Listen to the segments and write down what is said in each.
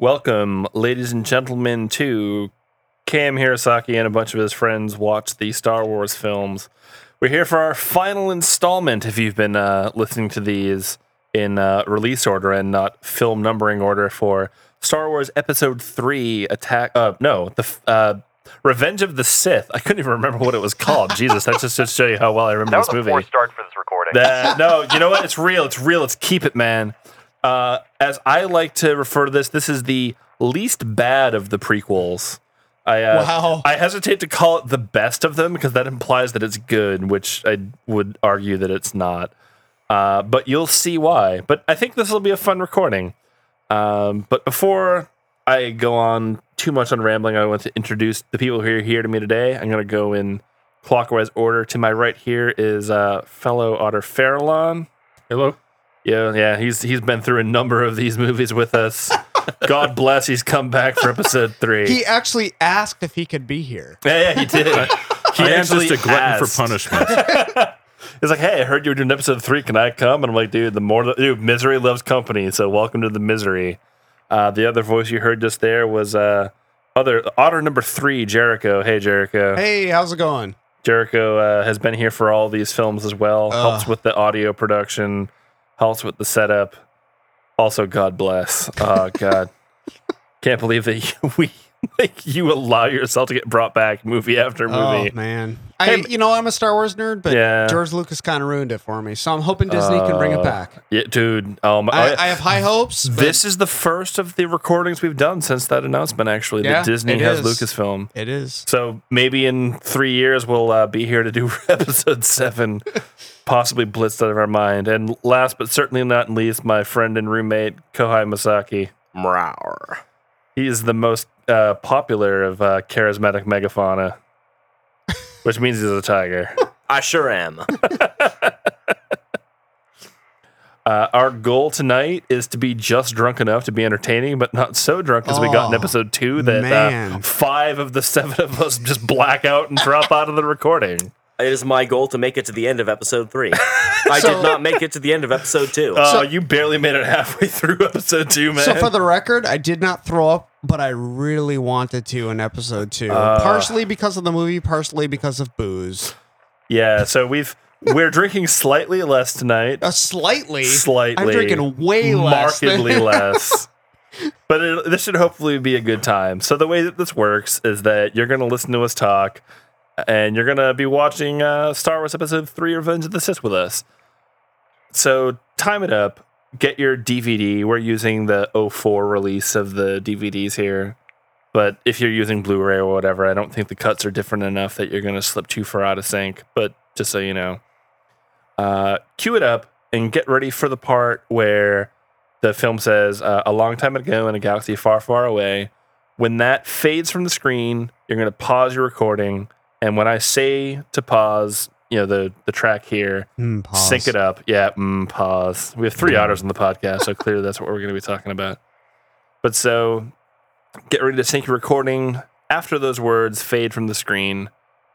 Welcome, ladies and gentlemen, to Cam Hirasaki and a bunch of his friends watch the Star Wars films. We're here for our final installment. If you've been uh, listening to these in uh, release order and not film numbering order, for Star Wars Episode Three: Attack. Uh, no, the f- uh, Revenge of the Sith. I couldn't even remember what it was called. Jesus, that's just to show you how well I remember That was this a movie. poor start for this recording. That- no, you know what? It's real. It's real. It's keep it, man. Uh, as I like to refer to this, this is the least bad of the prequels. I uh, Wow. I hesitate to call it the best of them because that implies that it's good, which I would argue that it's not. Uh, but you'll see why. But I think this will be a fun recording. Um, but before I go on too much on rambling, I want to introduce the people who are here to me today. I'm going to go in clockwise order. To my right here is uh, fellow Otter Farallon. Hello. Yeah, yeah, he's he's been through a number of these movies with us. God bless, he's come back for episode three. He actually asked if he could be here. yeah, yeah, he did. He I am just actually a glutton asked. for punishment. He's like, hey, I heard you were doing episode three. Can I come? And I'm like, dude, the more the, dude, misery loves company. So welcome to the misery. Uh, the other voice you heard just there was uh, other otter number three, Jericho. Hey, Jericho. Hey, how's it going? Jericho uh, has been here for all these films as well. Ugh. Helps with the audio production. Helps with the setup. Also, God bless. Oh God, can't believe that you, we like you allow yourself to get brought back movie after Oh movie. man, Hey, I you know I'm a Star Wars nerd, but Yeah. George Lucas kind of ruined it for me. So I'm hoping Disney can bring it Uh, back. yeah, dude. Oh my. I, I have high hopes. But this is the first of the recordings we've done since that announcement. Actually, Yeah, that Disney it has is. Lucasfilm. it is. So maybe in three years we'll uh, be here to do episode seven, possibly blitzed out of our mind. And last but certainly not least, my friend and roommate Kohai Masaki. Mrawr. He is the most uh, popular of uh, charismatic megafauna, which means he's a tiger. I sure am. Uh, our goal tonight is to be just drunk enough to be entertaining, but not so drunk as we got in Oh, episode two that uh, man. five of the seven of us just black out and drop out of the recording. It is my goal to make it to the end of episode three. I So- did not make it to the end of episode two. Uh, Oh, So- you barely made it halfway through episode two, man. So for the record, I did not throw up, but I really wanted to in episode two, Uh, partially because of the movie, partially because of booze. yeah, so we've we're drinking slightly less tonight, Uh, slightly, Slightly. I'm drinking way less. than- markedly less. But it, this should hopefully be a good time. So the way that this works is that you're going to listen to us talk, and you're going to be watching uh, Star Wars Episode Three: Revenge of the Sith with us. So time it up. Get your DVD. We're using the 04 release of the DVDs here. But if you're using Blu-ray or whatever, I don't think the cuts are different enough that you're going to slip too far out of sync. But just so you know, uh, cue it up and get ready for the part where the film says, uh, "A long time ago in a galaxy far, far away." When that fades from the screen, you're going to pause your recording, and when I say to pause, you know the the track here, Mm, pause. sync it up. Yeah, mm, pause. We have three otters on the podcast, so clearly that's what we're going to be talking about. But so get ready to sync your recording after those words fade from the screen.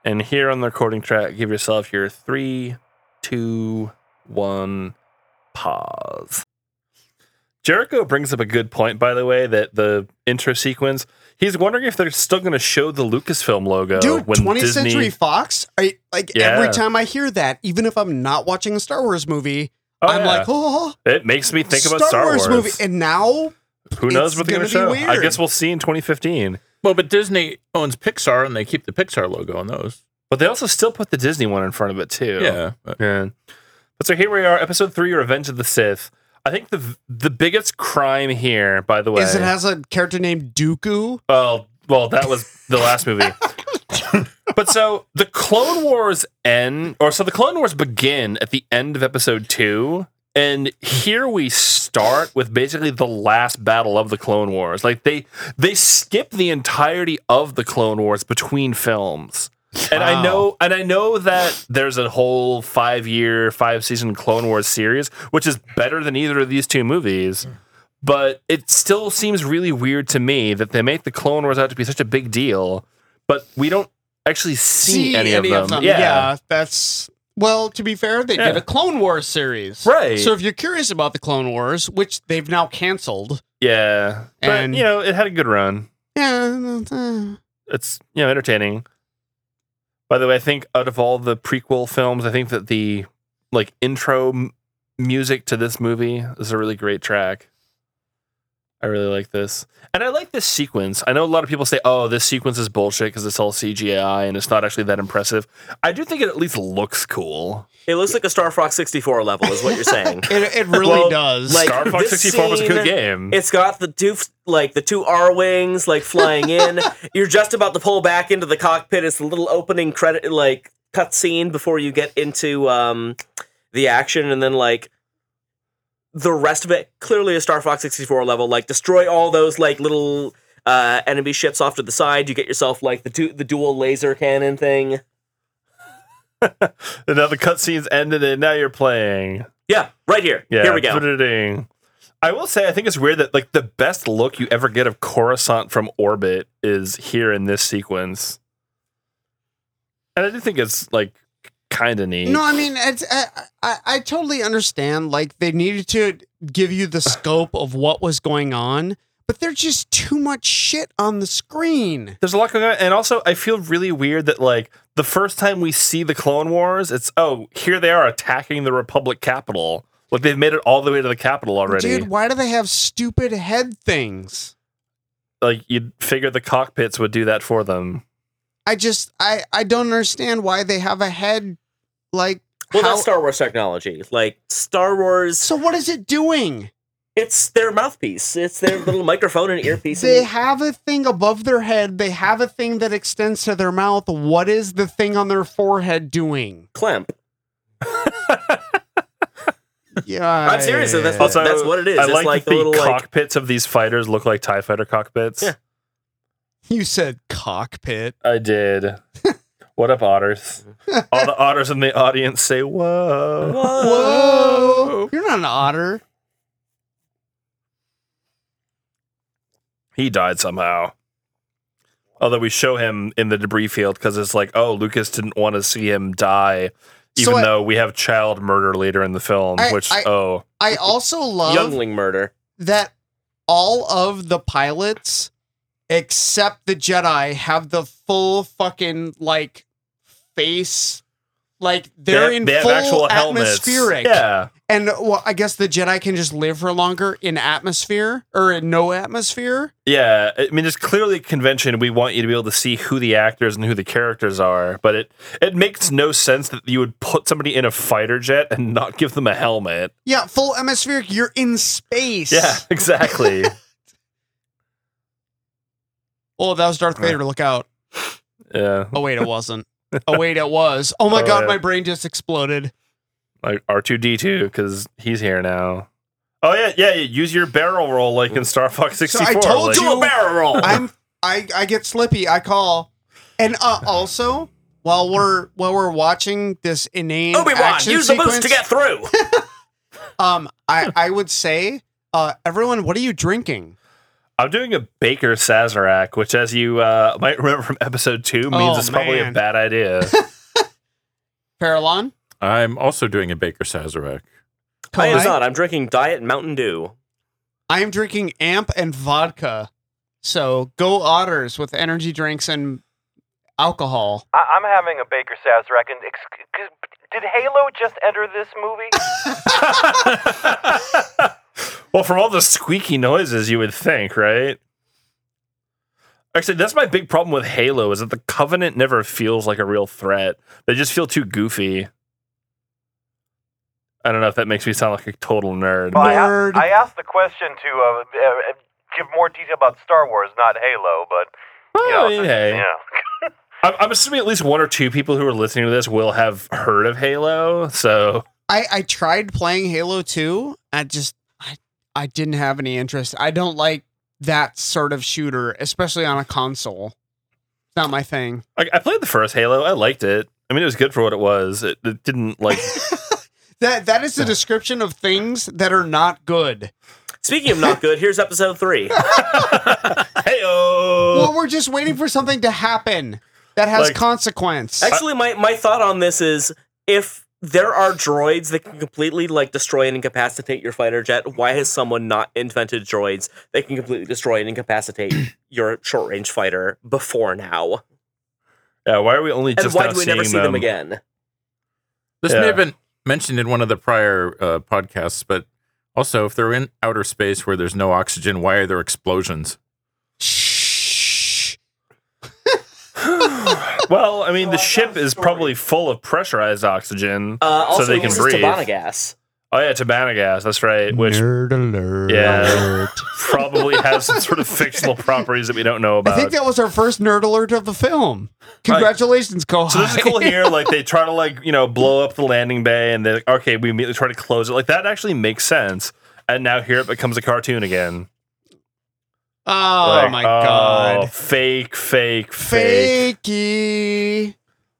And here on the recording track, give yourself your three, two, one, pause. Jericho brings up a good point, by the way, that the intro sequence, he's wondering if they're still going to show the Lucasfilm logo. Dude, when 20th Disney- Century Fox. I like Yeah. every time I hear that, even if I'm not watching a Star Wars movie, Oh, I'm yeah. like, oh, it makes me think about Star Wars. movie. And now, Who knows It's what they're going to show? gonna be I weird. guess we'll see in 2015. well, but Disney owns Pixar and they keep the Pixar logo on those. But they also still put the Disney one in front of it too. Yeah. but- Yeah. But so here we are, episode three, Revenge of the Sith. I think the the biggest crime here, by the way, is it has a character named Dooku? well, well, that was the last movie. but so the Clone Wars end, or so the Clone Wars begin at the end of episode two, and here we start with basically the last battle of the Clone Wars. Like they they skip the entirety of the Clone Wars between films. And I Wow. know, and I know that there's a whole five-year, five-season Clone Wars series, which is better than either of these two movies but it still seems really weird to me that they make the Clone Wars out to be such a big deal, but we don't actually see, any, of them. Yeah. Yeah. that's well. To be fair, they Yeah. did a Clone Wars series, Right. So if you're curious about the Clone Wars, which they've now canceled, Yeah, And- but you know, it had a good run. Yeah. uh, It's you know entertaining. By the way, I think out of all the prequel films, I think that the like intro m- music to this movie is a really great track. I really like this, and I like this sequence. I know a lot of people say, "Oh, this sequence is bullshit because it's all CGI and it's not actually that impressive." I do think it at least looks cool. It looks like a Star Fox 64 level, is what you're saying. It, it really Well, does. like- Star Fox this sixty four was a scene- good game. Mm-hmm. It's got the two like the two R wings like flying in. You're just about to pull back into the cockpit. It's the little opening credit like cutscene before you get into um, the action, and then like the rest of it. Clearly a Star Fox 64 level. Like destroy all those like little uh, enemy ships off to the side. You get yourself like the du- the dual laser cannon thing. And now the cutscenes ended, and now you're playing. Yeah, right here. Yeah, here we go. ding. I will say, I think it's weird that like the best look you ever get of Coruscant from orbit is here in this sequence, and I do think it's like kind of neat. No, I mean, it's, I, I I totally understand. Like they needed to give you the scope of what was going on, but there's just too much shit on the screen. There's a lot going on, and also I feel really weird that like the first time we see the Clone Wars, it's oh here they are attacking the Republic capital. Like they've made it all the way to the capital already. Dude, why do they have stupid head things? Like you'd figure the cockpits would do that for them. I just I I don't understand why they have a head like Well, how- that's Star Wars technology. Like Star Wars, So what is it doing? it's their mouthpiece. It's their little microphone and earpiece. They and- have a thing above their head. They have a thing that extends to their mouth. What is the thing on their forehead doing? clamp. Yeah, I'm serious. That's, Also, that's what it is. I it's like, like that the, the little like cockpits of these fighters look like Tie Fighter cockpits. Yeah. you said cockpit. I did. what up, otters? All the otters in the audience say, "Whoa!" Whoa! You're not an otter. He died somehow. Although we show him in the debris field because it's like, oh, Lucas didn't want to see him die, even So I- though we have child murder later in the film. I- which I- oh, I also love youngling murder. that all of the pilots except the Jedi have the full fucking like face like they're They- in they have full actual helmets. atmospheric. Yeah, And well, I guess the Jedi can just live for longer in atmosphere or in no atmosphere. Yeah, I mean, it's clearly a convention. We want you to be able to see who the actors and who the characters are, but it it makes no sense that you would put somebody in a fighter jet and not give them a helmet. Yeah, full atmospheric, you're in space. Yeah, exactly. Oh, that was Uh. Darth Vader. Look out. yeah, Oh wait, it wasn't. Oh wait, it was. Oh my Oh, god, yeah. my brain just exploded. like R two D two because he's here now. Oh yeah, yeah. yeah, Use your barrel roll like in Star Fox sixty four. told like, you- Do a barrel roll. I'm I I get slippy. I call, and uh, also while we're while we're watching this inane Obi Wan, action use the sequence, boost to get through. um I I would say uh everyone, what are you drinking? I'm doing a Baker Sazerac, which, as you uh, might remember from episode two, means Oh, it's probably a man. bad idea. Paralon. I'm also doing a Baker Sazerac. I am Colin? not. I'm drinking Diet Mountain Dew. I am drinking amp and vodka. So go otters with energy drinks and alcohol. I- I'm having a Baker Sazerac, and ex- ex- did Halo just enter this movie? well, from all the squeaky noises, you would think, right? Actually, that's my big problem with Halo is that the Covenant never feels like a real threat. They just feel too goofy. I don't know if that makes me sound like a total nerd. Well, I, but- a- Nerd. I asked the question to uh, uh, uh, give more detail about Star Wars, not Halo, but you Well, know, I mean, hey. yeah. I'm, I'm assuming at least one or two people who are listening to this will have heard of Halo. So I I tried playing Halo 2. I just I I didn't have any interest. I don't like that sort of shooter, especially on a console. It's not my thing. I, I played the first Halo. I liked it. I mean, it was good for what it was. It, it didn't like. That that is the description of things that are not good. Speaking of not good, here's episode three. Heyo. Well, we're just waiting for something to happen that has Like- consequence. Actually, my, my thought on this is if there are droids that can completely like destroy and incapacitate your fighter jet. Why has someone not invented droids that can completely destroy and incapacitate your short range fighter before now? Yeah, why are we only And just why now do we seeing never see them, again? This Yeah. may have been mentioned in one of the prior uh, podcasts, but also if they're in outer space where there's no oxygen, why are there explosions? Shh. Well, I Oh, mean, the ship is probably full of pressurized oxygen. Uh, also, they it can uses breathe. Tabana gas. oh yeah, Tabana gas. That's right. Which Nerd alert. Yeah. probably has some sort of fictional properties that we don't know I about. think that was our first nerd alert of the film. Congratulations, Kohai. so this is cool here. Like they try to like you know blow up the landing bay, and then okay, we immediately try to close it. Like that actually makes sense. And now here it becomes a cartoon again. Oh Like, my god. Fake, fake, fake. Fakey.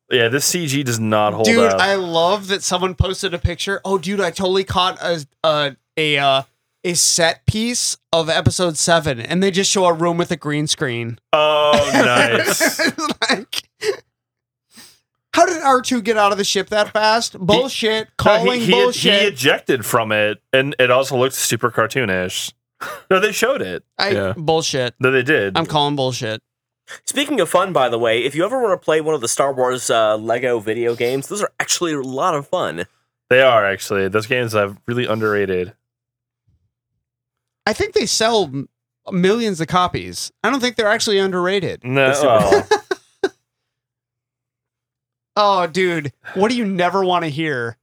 Yeah, this CG does not hold dude, up. I love that someone posted a picture. Oh, dude, I totally caught a a a, uh, a set piece of episode seven, and they just show a room with a green screen. oh, nice. It's like, how did R two get out of the ship that fast? Bullshit. No, calling he, he, bullshit. he ejected from it, and it also looked super cartoonish. No, they showed it. I, yeah. Bullshit. No, they did. I'm calling bullshit. Speaking of fun, by the way, if you ever want to play one of the Star Wars uh, Lego video games, those are actually a lot of fun. they are actually. Those games are really underrated. I think they sell m- millions of copies. I don't think they're actually underrated. No, Super well, Oh, dude, what do you never want to hear?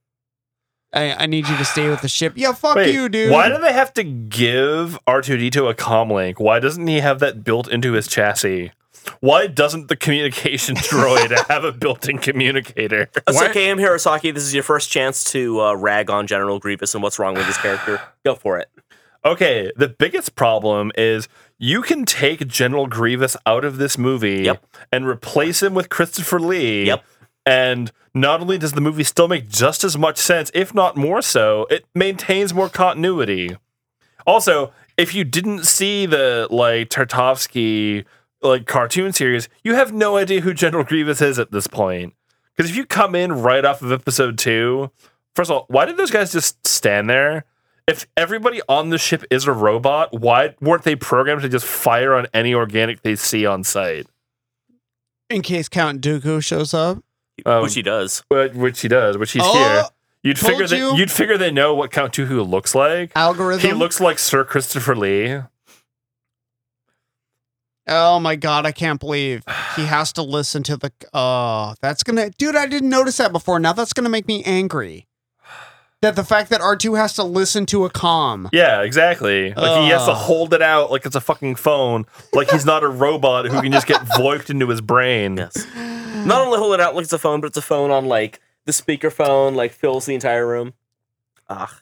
I, I need you to stay with the ship. Yeah, fuck Oh. wait, you, dude. Why do they have to give R2D2 a comlink? Why doesn't he have that built into his chassis? Why doesn't the communication droid have a built-in communicator? It's Why- okay, I'm Hirosaki. This is your first chance to uh, rag on General Grievous and what's wrong with his character. Go for it. Okay, the biggest problem is you can take General Grievous out of this movie Yep. and replace him with Christopher Lee. Yep. And not only does the movie still make just as much sense, if not more so, it maintains more continuity. Also, if you didn't see the like Tartovsky like cartoon series, you have no idea who General Grievous is at this point. Because if you come in right off of episode two, first of all, why did those guys just stand there? If everybody on the ship is a robot, why weren't they programmed to just fire on any organic they see on sight? in case Count Dooku shows up. Um, Which he does. But which he does, which he's Oh, here. You'd told figure that you. you'd figure they know what Count Dooku looks like. Algorithm. He looks like Sir Christopher Lee. Oh my god, I can't believe he has to listen to the. Oh, that's gonna, dude. I didn't notice that before. Now that's gonna make me angry. That the fact that R two has to listen to a com. Yeah, exactly. Like he has to Ugh. hold it out like it's a fucking phone. Like he's not a robot who can just get voiped into his brain. Yes. Not only hold it out like it's a phone, but it's a phone on like the speakerphone, like fills the entire room. Ah,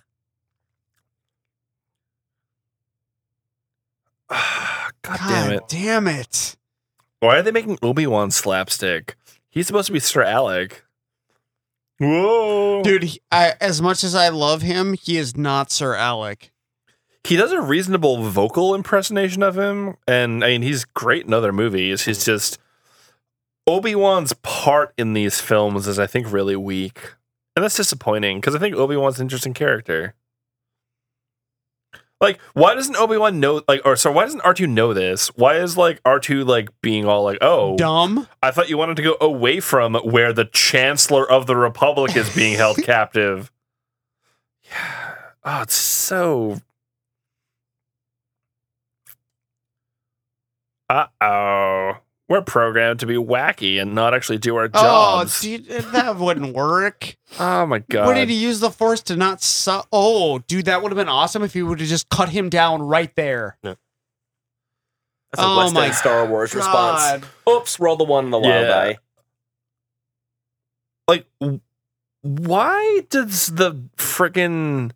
God damn God it. damn it! Why are they making Obi Wan slapstick? He's supposed to be Sir Alec. Whoa. dude. He, I, as much as I love him, he is not Sir Alec. He does a reasonable vocal impersonation of him. And I mean, he's great in other movies. He's just. Obi Wan's part in these films is, I think, really weak. And that's disappointing because I think Obi Wan's an interesting character. Like, why doesn't Obi Wan know? Like, or so why doesn't R two know this? Why is like R two like being all like, oh, Dumb. I thought you wanted to go away from where the Chancellor of the Republic is being held captive. Yeah. Oh, it's so. Uh oh. We're programmed to be wacky and not actually do our jobs. Oh, dude, that wouldn't work. oh my god. What did he use the force to not su- Oh, dude, that would have been awesome if he would have just cut him down right there. that's a Oh West my End Star Wars response. God. Oops, roll the one on the wild Yeah. die. like w- why does the frickin'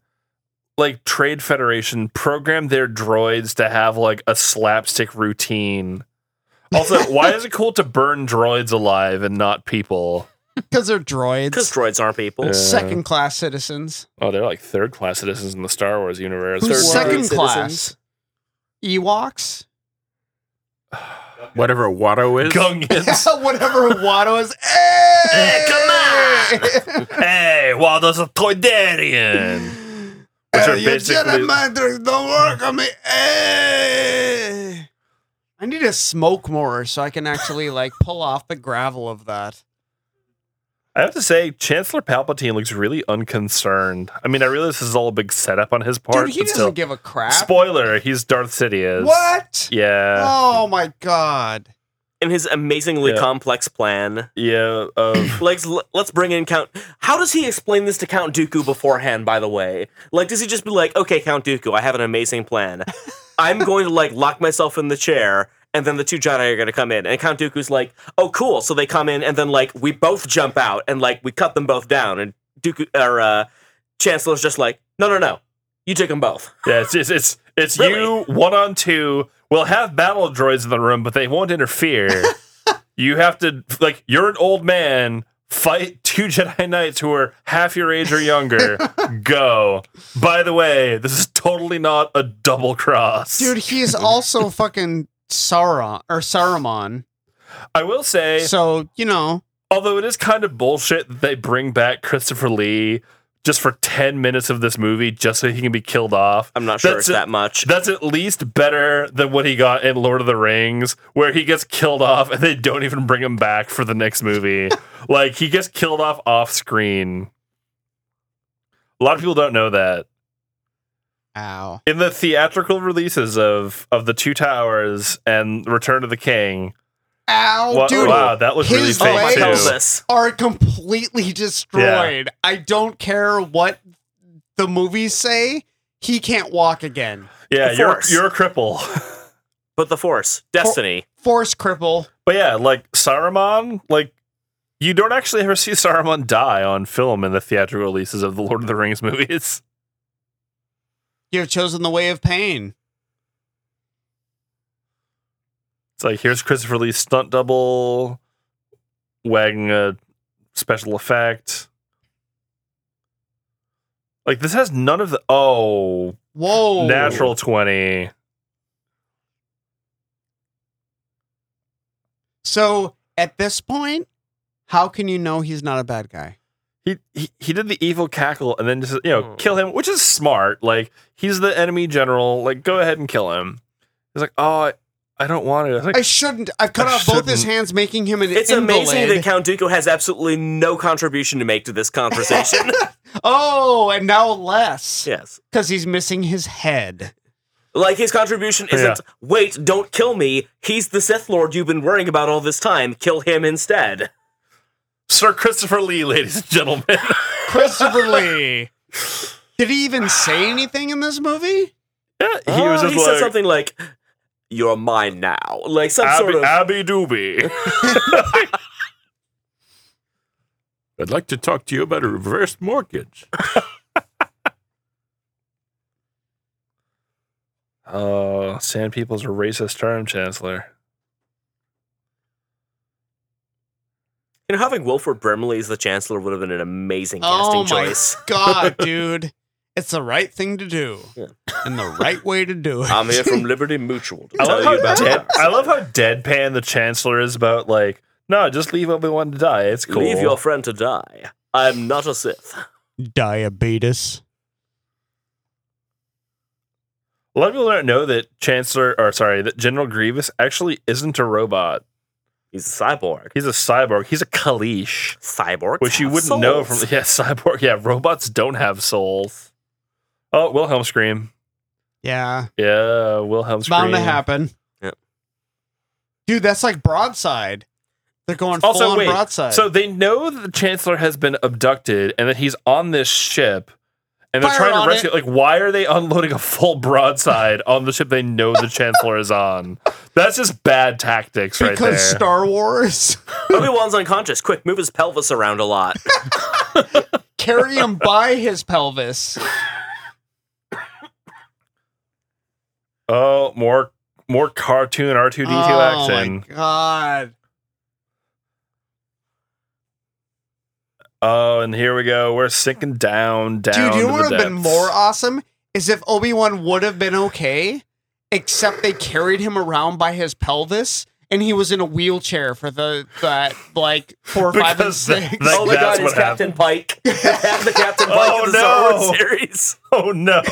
like trade federation program their droids to have like a slapstick routine also why is it cool to burn droids alive and not people Because they're droids. Because droids aren't people. Yeah. second class citizens. oh they're like third class citizens in the star wars universe Who's Third second class class? citizens. Ewoks? whatever Watto is. Gungans. Whatever Watto is. Hey! come hey, Waldo's a Toydarian. Which Uh, are your basically- gerrymandering don't work on me. Hey! I need to smoke more so I can actually like pull off the gravel of that. I have to say, Chancellor Palpatine looks really unconcerned. I mean, I realize this is all a big setup on his part. Dude, he but doesn't still. give a crap. Spoiler: He's Darth Sidious. what? Yeah, Oh my god. in his amazingly Yeah. complex plan. yeah. Of Like, l- let's bring in Count. How does he explain this to Count Dooku beforehand? By the way, like, does he just be like, "Okay, Count Dooku, I have an amazing plan. I'm going to like lock myself in the chair, and then the two Jedi are going to come in." And Count Dooku's like, "Oh, cool." So they come in, and then like we both jump out, and like we cut them both down. And Dooku or uh, Chancellor's just like, "No, no, no, you took them both." yeah, it's it's it's, it's Really? you one on two. We'll have battle droids in the room, but they won't interfere. you have to like you're an old man. Fight two Jedi Knights who are half your age or younger. Go. By the way, this is totally not a double cross, Dude, he's also fucking Sauron or Saruman. I will say, So, you know, although it is kind of bullshit that they bring back Christopher Lee just for ten minutes of this movie, just so he can be killed off. I'm not sure That's it's a- that much. That's at least better than what he got in Lord of the Rings, where he gets killed off and they don't even bring him back for the next movie. like he gets killed off off screen. A lot of people don't know that. ow. In the theatrical releases of of the Two Towers and Return of the King, Ow, wa- Oh, dude. wow, that was really his oh my fake legs- too. pelvis. Are completely destroyed. I don't care what the movies say. He can't walk again. Yeah, Of you're course. you're a cripple. But the Force, Destiny. Force cripple. But yeah, like Saruman, like you don't actually ever see Saruman die on film in the theatrical releases of the Lord of the Rings movies. You have chosen the way of pain. It's like here's Christopher Lee's stunt double wagging a special effect. Like this has none of the oh Whoa. natural twenty. So at this point, how can you know he's not a bad guy? He, he he did the evil cackle and then just you know Hmm. kill him, which is smart. Like he's the enemy general. Like go ahead and kill him. He's like oh I, I don't want to. It's like, I shouldn't. I've cut I off both his shouldn't. hands, making him an It's invalid. amazing that Count Dooku has absolutely no contribution to make to this conversation. oh, and now less yes. because he's missing his head. Like his contribution Yeah. isn't wait, don't kill me. He's the Sith Lord you've been worrying about all this time. Kill him instead. Sir Christopher Lee, ladies and gentlemen. Christopher Lee. Did he even say anything in this movie? yeah, he Ah, was just he like said something like you're mine now. Like some Abby, sort of Abby Doobie. I'd like to talk to you about a reverse mortgage. Oh, sand people's a racist term, Chancellor. you know, having Wilford Brimley as the Chancellor would have been an amazing casting Oh my choice. god, dude. It's the right thing to do. Yeah. And the right way to do Uh, it. I'm here from Liberty Mutual to I tell love, you how about dead, that. I love how deadpan the Chancellor is about, like, no, just leave Obi Wan to die. It's cool. Leave your friend to die. I'm not a Sith. Diabetes. a lot of people don't know that Chancellor, or sorry, that General Grievous actually isn't a robot. He's a cyborg. He's a cyborg. He's a Kalish, Cyborg. which you wouldn't know from. Souls. Yeah, cyborg. Yeah, robots don't have souls. Oh, Wilhelm scream. Yeah. Yeah, Wilhelm It's scream. bound to happen. Yeah. Dude, that's like broadside. They're going full Also, on wait, broadside. So they know that the Chancellor has been abducted and that he's on this ship and they're Fire trying on to rescue like why are they unloading a full broadside on the ship they know the Chancellor is on? That's just bad tactics right because there. Star Wars Obi Wan's unconscious. Quick, move his pelvis around a lot. carry him by his pelvis. oh, more more cartoon R2D2 oh action. my god. Oh, and here we go. We're sinking down, down. Dude, you to know the what would have been depths. more awesome is if Obi Wan would have been okay except they carried him around by his pelvis. And he was in a wheelchair for the that like four, five, and Because that- six. that- oh my that's god, it's what Captain Pike. the Captain Pike Oh, of the Star no. Wars series. Oh no!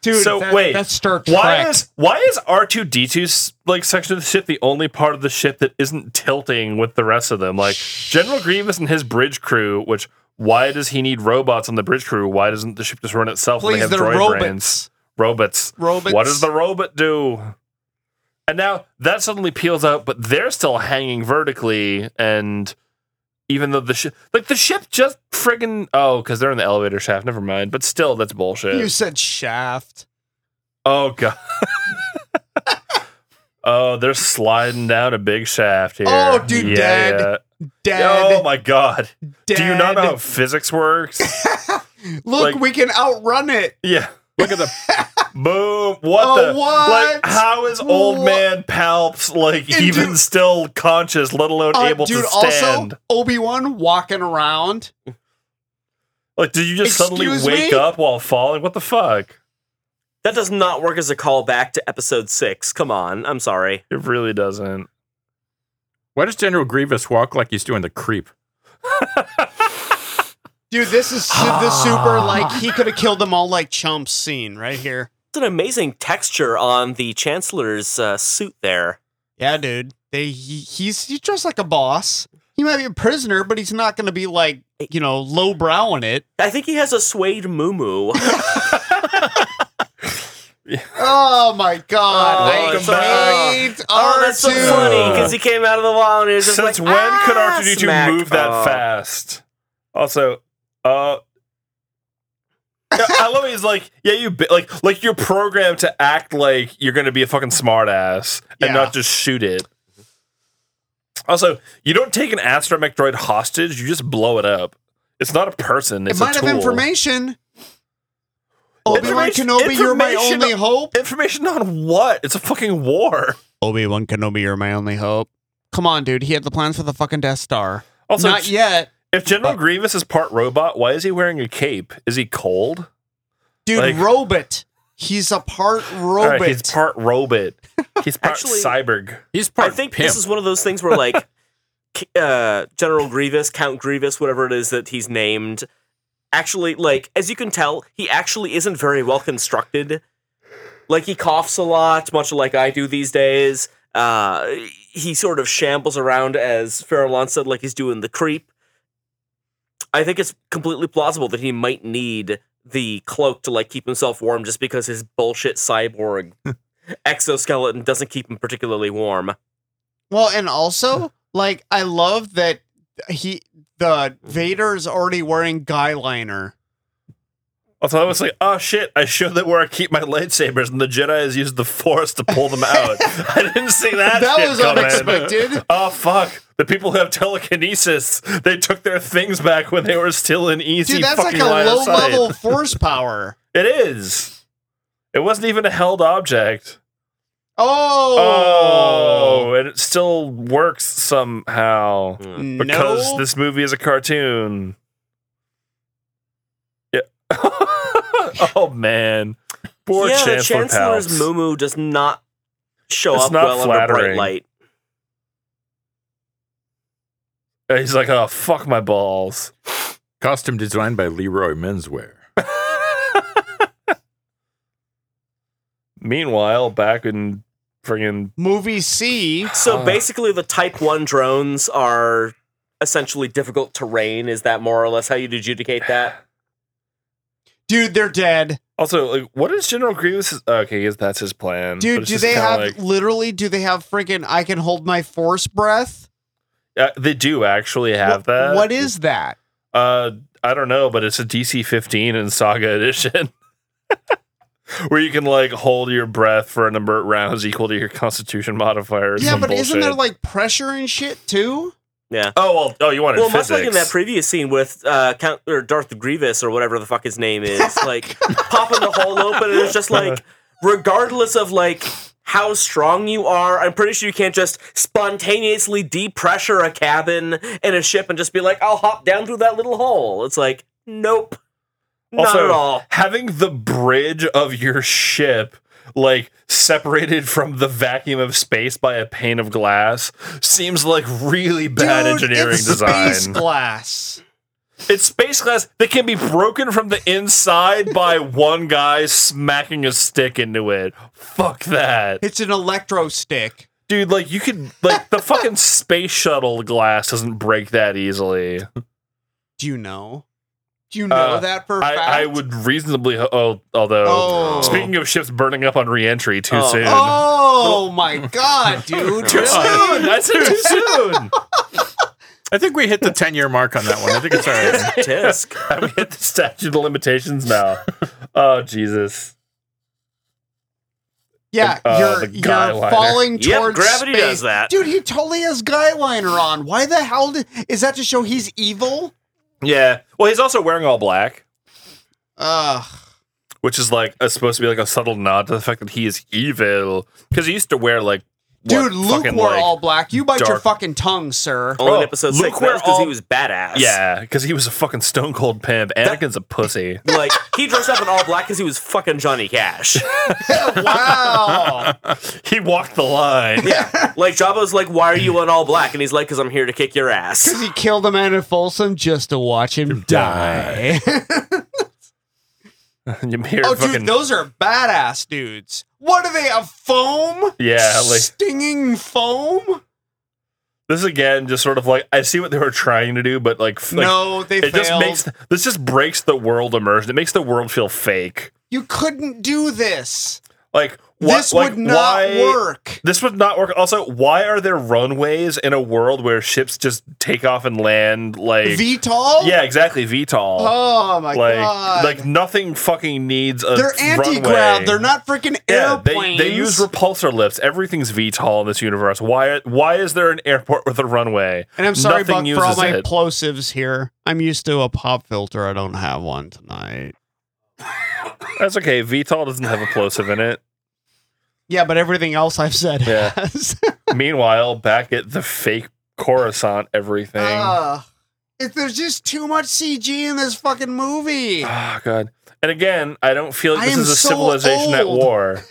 Dude, So, that- wait, that's Star Trek. Why is why is R two D 2s like section of the ship the only part of the ship that isn't tilting with the rest of them? Like General Grievous and his bridge crew. Which why does he need robots on the bridge crew? Why doesn't the ship just run itself? when please? they They're have droid robots. brains? Robots. Robots. What does the robot do? And now that suddenly peels out, but they're still hanging vertically. And even though the ship, like the ship, just friggin' oh, because they're in the elevator shaft. Never mind. But still, that's bullshit. You said shaft. Oh god. oh, they're sliding down a big shaft here. Oh, dude, dead. Dead. Oh my god. dead. Do you not know how physics works? Look, like- we can outrun it. yeah. Look at the boom. What Oh, the what? like how is old Wha- man Palps like And even dude- still conscious, let alone Uh, able dude, to also stand? Obi Wan walking around. like did you just suddenly excuse wake me? up while falling? What the fuck? That does not work as a callback to episode six. Come on. I'm sorry. It really doesn't. Why does General Grievous walk like he's doing the creep? Dude, this is su- the super like he could have killed them all like chumps scene right here. It's an amazing texture on the Chancellor's uh, suit there. Yeah, dude. They he, he's he's dressed like a boss. He might be a prisoner, but he's not going to be like you know lowbrowing it. I think he has a suede moo Oh my Oh, god! welcome I back. hate Oh, that's so R2. funny because he came out of the wall and he was just Since like, when could "Ah, R2D2 smack." move that Oh. fast? Also, uh, yeah, I love it. He's like, yeah, you bi- like like you're programmed to act like you're gonna be a fucking smartass and Yeah. not just shoot it. Also, you don't take an astromech droid hostage; you just blow it up. It's not a person; It it's might a tool. have information. Obi Wan Information- Kenobi, you're my information- only hope. Information on what? It's a fucking war. Obi Wan Kenobi, you're my only hope. Come on, dude. He had the plans for the fucking Death Star. Also, not j- yet, if General but- Grievous is part robot, why is he wearing a cape? Is he cold? dude. like- robot. He's a part All robot. right, he's part robot. He's part Actually, cyborg. He's I part think pimp. this is one of those things where like K- uh, General Grievous, Count Grievous, whatever it is that he's named, actually like as you can tell, he actually isn't very well constructed. Like he coughs a lot, much like I do these days. Uh, he sort of shambles around as Farallon said, like he's doing the creep. I think it's completely plausible that he might need the cloak to like keep himself warm just because his bullshit cyborg exoskeleton doesn't keep him particularly warm. Well, and also, like, I love that he the Vader is already wearing guy liner. Also, I was like, oh shit, I showed them where I keep my lightsabers, and the Jedi has used the Force to pull them out. I didn't see that. That shit was coming. unexpected. Oh fuck! The people who have telekinesis, they took their things back when they were still in easy Dude, that's like fucking a line of low sight. level force power. It is. It wasn't even a held object. Oh, Oh, and it still works somehow because no. this movie is a cartoon. Yeah. oh man. Poor yeah, the Chancellor Chancellor's Palps. Mumu does not show It's up not well under bright flattering. light. And He's like, oh fuck my balls. Costume designed by Leroy Menswear. Meanwhile, back in friggin' movie C. So Ah. basically, the Type One drones are essentially difficult terrain. Is that more or less how you'd adjudicate that? Dude, they're Hmm, dead. also like, what is General Grievous? Okay, yes, that's his plan. But Dude, it's do just they kinda have like- literally? Do they have freaking? I can hold my force breath. Uh, they do actually have Wh- that. What is that? Uh, I don't know, but it's a DC 15 in Saga Edition. Where you can like hold your breath for a number of rounds equal to your Constitution modifier. or Yeah, some but isn't there bullshit. like pressure and shit too? oh well, oh you wanted well, physics? much like in that previous scene with uh, Count or Darth Grievous or whatever the fuck his name is, like popping the hole open, and it's just Uh-huh. like, regardless of like how strong you are, I'm pretty sure you can't just spontaneously depressure a cabin in a ship and just be like, I'll hop down through that little hole. It's like, nope, not Also- at all. having the bridge of your ship like separated from the vacuum of space by a pane of glass seems like really bad Dude, engineering it's design. Space glass. It's space glass that can be broken from the inside by one guy smacking a stick into it. Fuck that. It's an electro stick. Dude, like you could like the fucking space shuttle glass doesn't break that easily. Do you know? Do you know Uh, that for a fact? I, I would reasonably ho- oh, although Oh. speaking of ships burning up on reentry too Oh. soon. Oh my god, dude! Too really? soon. That's too soon. I think we hit the 10 year mark on that one. I think it's all right. Tisk. Have we hit the statute of limitations now? Oh Jesus. Yeah, Uh, you're, the guy you're liner. falling Yep, towards gravity space. does that. dude. He totally has guy liner on. Why the hell did, is that to show he's evil? Yeah. Well, he's also wearing all black. Ugh. which is like uh, supposed to be like a subtle nod to the fact that he is evil because he used to wear like what, Dude, Luke fucking, wore like- all black. You bite your dark- fucking tongue, sir. Only Oh, in episode look six. where That because he all- was badass. yeah because he was a fucking stone cold pimp. Anakin's a pussy. Like he dressed up in all black because he was fucking Johnny Cash. wow. He walked the line. Yeah. Like Jabba's like, why are you in all black? And he's like, because I'm here to kick your ass. he killed a man in Folsom just to watch him die. you hear oh, fucking dude, those are badass dudes. What are they? A foam? yeah. Like stinging foam? this again, just sort of like I see what they were trying to do, but like, f- like, no, they it failed. just makes this just breaks the world immersion. It makes the world feel fake. you couldn't do this. Like wha- this like, would not why- work. This would not work. Also, why are there runways in a world where ships just take off and land like VTOL? Yeah, exactly. VTOL. Oh my like, god. like nothing fucking needs a they're anti runway. grav. They're not freaking Yeah, they, airplanes. they use repulsor lifts. Everything's VTOL in this universe. Why? Why is there an airport with a runway? and I'm sorry, Buck, Nothing for all uses my it. plosives here. I'm used to a pop filter. I don't have one tonight. That's okay. VTOL doesn't have a plosive in it. Yeah, but everything else I've said Yeah. has. Meanwhile, back at the fake Coruscant, everything. Ugh. Uh, if there's just too much CG in this fucking movie. oh god. And again, I don't feel like I this am is a so civilization at old. war.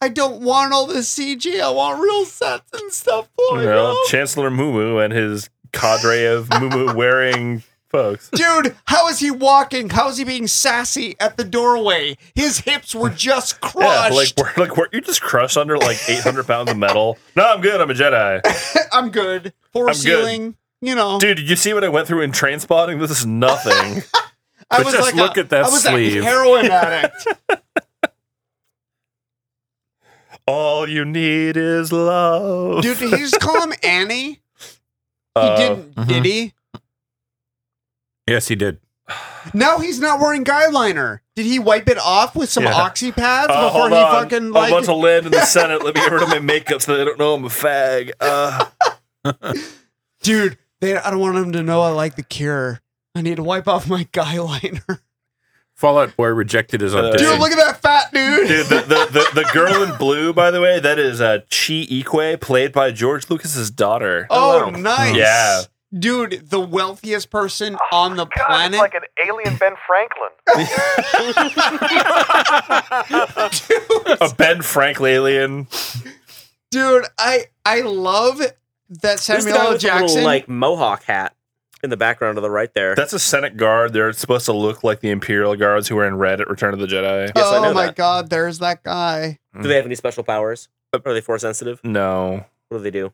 I don't want all this CG. I want real sets and stuff. You Boy, know, Chancellor Mumu and his cadre of Mumu wearing folks. Dude, how is he walking? How is he being sassy at the doorway? His hips were just crushed. Yeah, like we're, like weren't you just crushed under like 800 pounds of metal? No, I'm good. I'm a Jedi, I'm good. Floor I'm good. ceiling. You know, dude. Did you see what I went through in train spotting? This is nothing. I but just look at that I was sleeve. a heroin addict. All you need is love. Dude, did he just call him Annie? He Uh, didn't, did mhm. he? Yes, he did. No, he's not wearing guy liner. Did he wipe it off with some Yeah. oxy pads uh, before hold he on. fucking I'm about like? to land in the Senate. Let me get rid of my makeup so they don't know I'm a fag. Uh, Dude, they, I don't want him to know I like the Cure. I need to wipe off my guy liner. Fallout Boy rejected his Uh, audition. Dude, look at that fat dude. dude, the, the, the, the girl in blue, by the way, that is uh, Chi Ikwe, played by George Lucas's daughter. Oh, Hello. nice. Yeah. Dude, the wealthiest person on Oh the God, planet. it's like an alien Ben Franklin. A Ben Franklin alien. Dude, I I love that Who's the Samuel guy L. with the Jackson. little, like mohawk hat in the background to the right there. That's a Senate guard. They're supposed to look like the Imperial guards who were in red at Return of the Jedi. Yes, I oh know my that. god, there's that guy. Do they have any special powers? Are they force sensitive? No. What do they do?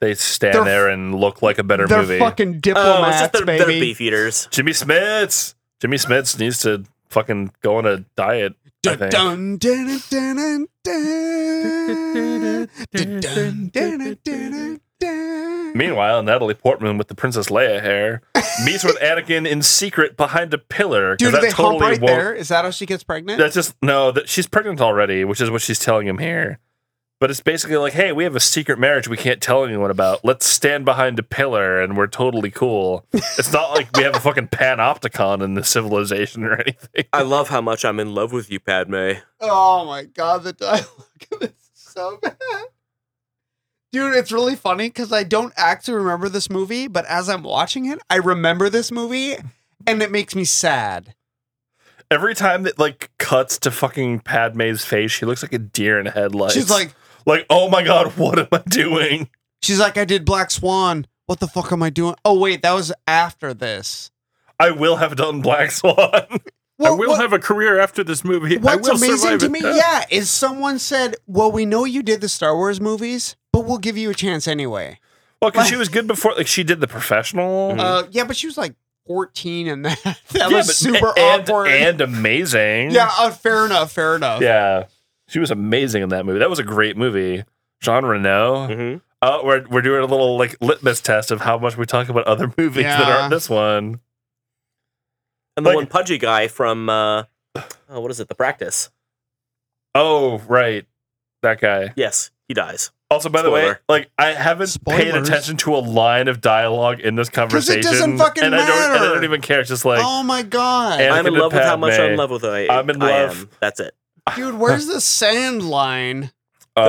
They stand They're- there and look like a better they're movie. fucking Oh, it's diplomats, just they're, they're baby. beef eaters. Jimmy Smits. Jimmy Smits needs to fucking go on a diet. I think. Dun, dun, dun, dun, dun, dun. Dun, dun, dun, dun, dun. Meanwhile, Natalie Portman with the Princess Leia hair meets with Anakin in secret behind a pillar. 'cause Dude, do that they totally hump right won't- there? Is that how she gets pregnant? That's just no. That she's pregnant already, which is what she's telling him here. But it's basically like, hey, we have a secret marriage we can't tell anyone about. Let's stand behind a pillar and we're totally cool. It's not like we have a fucking panopticon in the civilization or anything. I love how much I'm in love with you, Padme. Oh my god, the dialogue in this is so bad. Dude, it's really funny because I don't actually remember this movie, but as I'm watching it, I remember this movie and it makes me sad. every time that like cuts to fucking Padme's face, she looks like a deer in headlights. She's like, like, oh my god, what am I doing? she's like, I did Black Swan. What the fuck am I doing? Oh wait, that was after this. I will have done Black Swan. I Well, will what- have a career after this movie. I what's will amazing survive to it. me, yeah, is someone said, "Well, we know you did the Star Wars movies, but we'll give you a chance anyway." well, because she Like- was good before. Like she did the Hmm. professional. Uh, yeah, but she was like 14, and that that Yeah, was but- super and, awkward. and amazing. yeah, uh, fair enough, fair enough. yeah. She was amazing in that movie. That was a great movie. Jean Reno. Mhm. Uh, we're we're doing a little like litmus test of how much we talk about other movies that Yeah. aren't this one. And the Like- one pudgy guy from uh, oh, what is it? The practice. Oh, right, that guy. Yes, he dies. Also, by the way, Spoiler. like I haven't paid Spoilers. attention to a line of dialogue in this conversation. it doesn't fucking and I don't, and I don't matter. even care. It's just like oh my god, And- I'm in Anthony love with how much Padme. I'm in love with I. I'm in I love. am. That's it. dude, where's the sand line? That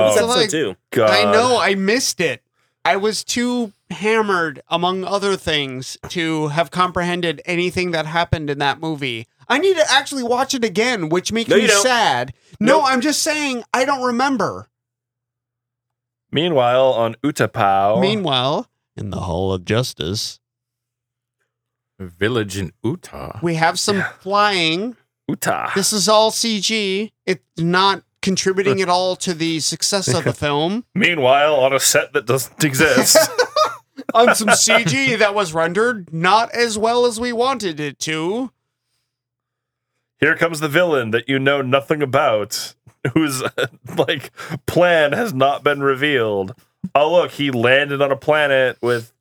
oh, Uh, was So, episode like- two. God. I know I missed it. I was too hammered, among other things, to have comprehended anything that happened in that movie. I need to actually watch it again, which makes No, me you don't. sad. No, Nope. I'm just saying I don't remember. Meanwhile, on Utapau, Meanwhile, in the Hall of Justice, Village in Utah. we have some flying. Utah. This is all CG. It's not contributing at all to the success of the film. Meanwhile, on a set that doesn't exist. on some CG that was rendered not as well as we wanted it to. Here comes the villain that you know nothing about, whose like plan has not been revealed. Oh look, he landed on a planet with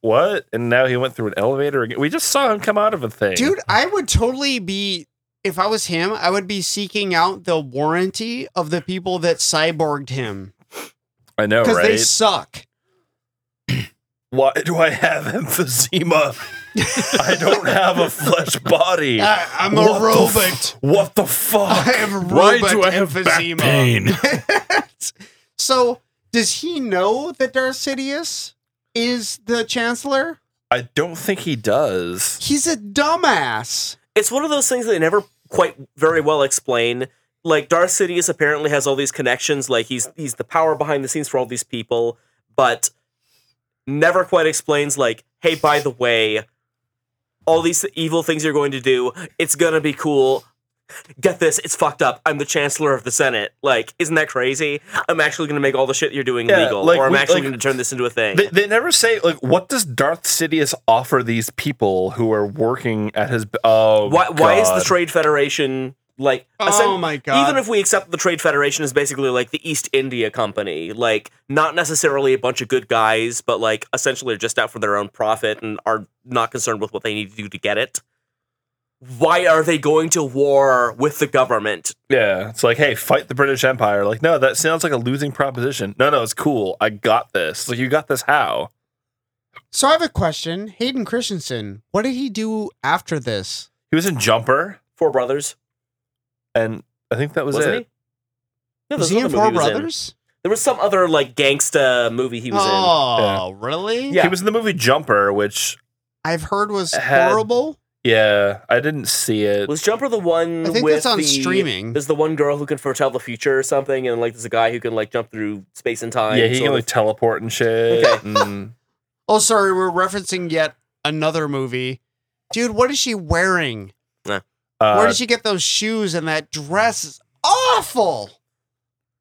what? And now he went through an elevator again. We just saw him come out of a thing. Dude, I would totally be if I was him, I would be seeking out the warranty of the people that cyborged him I Oh, know, because right? they suck. Why do I have emphysema? I don't have a flesh body. I, I'm What a the robot. what the fuck? I have Why robot do I have emphysema. back pain? so, does he know that Darth Sidious is the Chancellor? I don't think he does. He's a dumbass. It's one of those things they never quite very well explain. Like Darth Sidious apparently has all these connections. Like he's he's the power behind the scenes for all these people, but never quite explains. Like, hey, by the way, all these evil things you're going to do, it's gonna be cool. Get this, it's fucked up. I'm the Chancellor of the Senate. Like, isn't that crazy? I'm actually gonna make all the shit you're doing Yeah, legal, like, or I'm we- actually like- gonna turn this into a thing. They, they never say like what does Darth Sidious offer these people who are working at his. b- Oh, why, why is the God. Trade Federation like? Oh essen- my god! Even if we accept the Trade Federation is basically like the East India Company, like not necessarily a bunch of good guys, but like essentially are just out for their own profit and are not concerned with what they need to do to get it. Why are they going to war with the government? Yeah, it's like, hey, fight the British Empire. Like, no, that sounds like a losing proposition. No, no, it's cool. I got this. It's Like, you got this. How? so, I have a question. Hayden Christensen, what did he do after this? He was in Jumper, Four Brothers, and I think that was wasn't it. he? Yeah, Was there's he in another Four movie he was Brothers? There was some other like gangsta movie he was in. oh, really? Yeah. He was in the movie Jumper, which I've heard was Had- horrible. yeah, I didn't see it. Was Jumper the one? I think with that's on the- streaming. There's the one girl who can foretell the future or something, and like there's a guy who can like jump through space and time. yeah, he sort can of. like teleport and shit. Okay. and- Oh, sorry, we're referencing yet another movie. Dude, what is she wearing? uh, Where did she get those shoes and that dress? Is awful.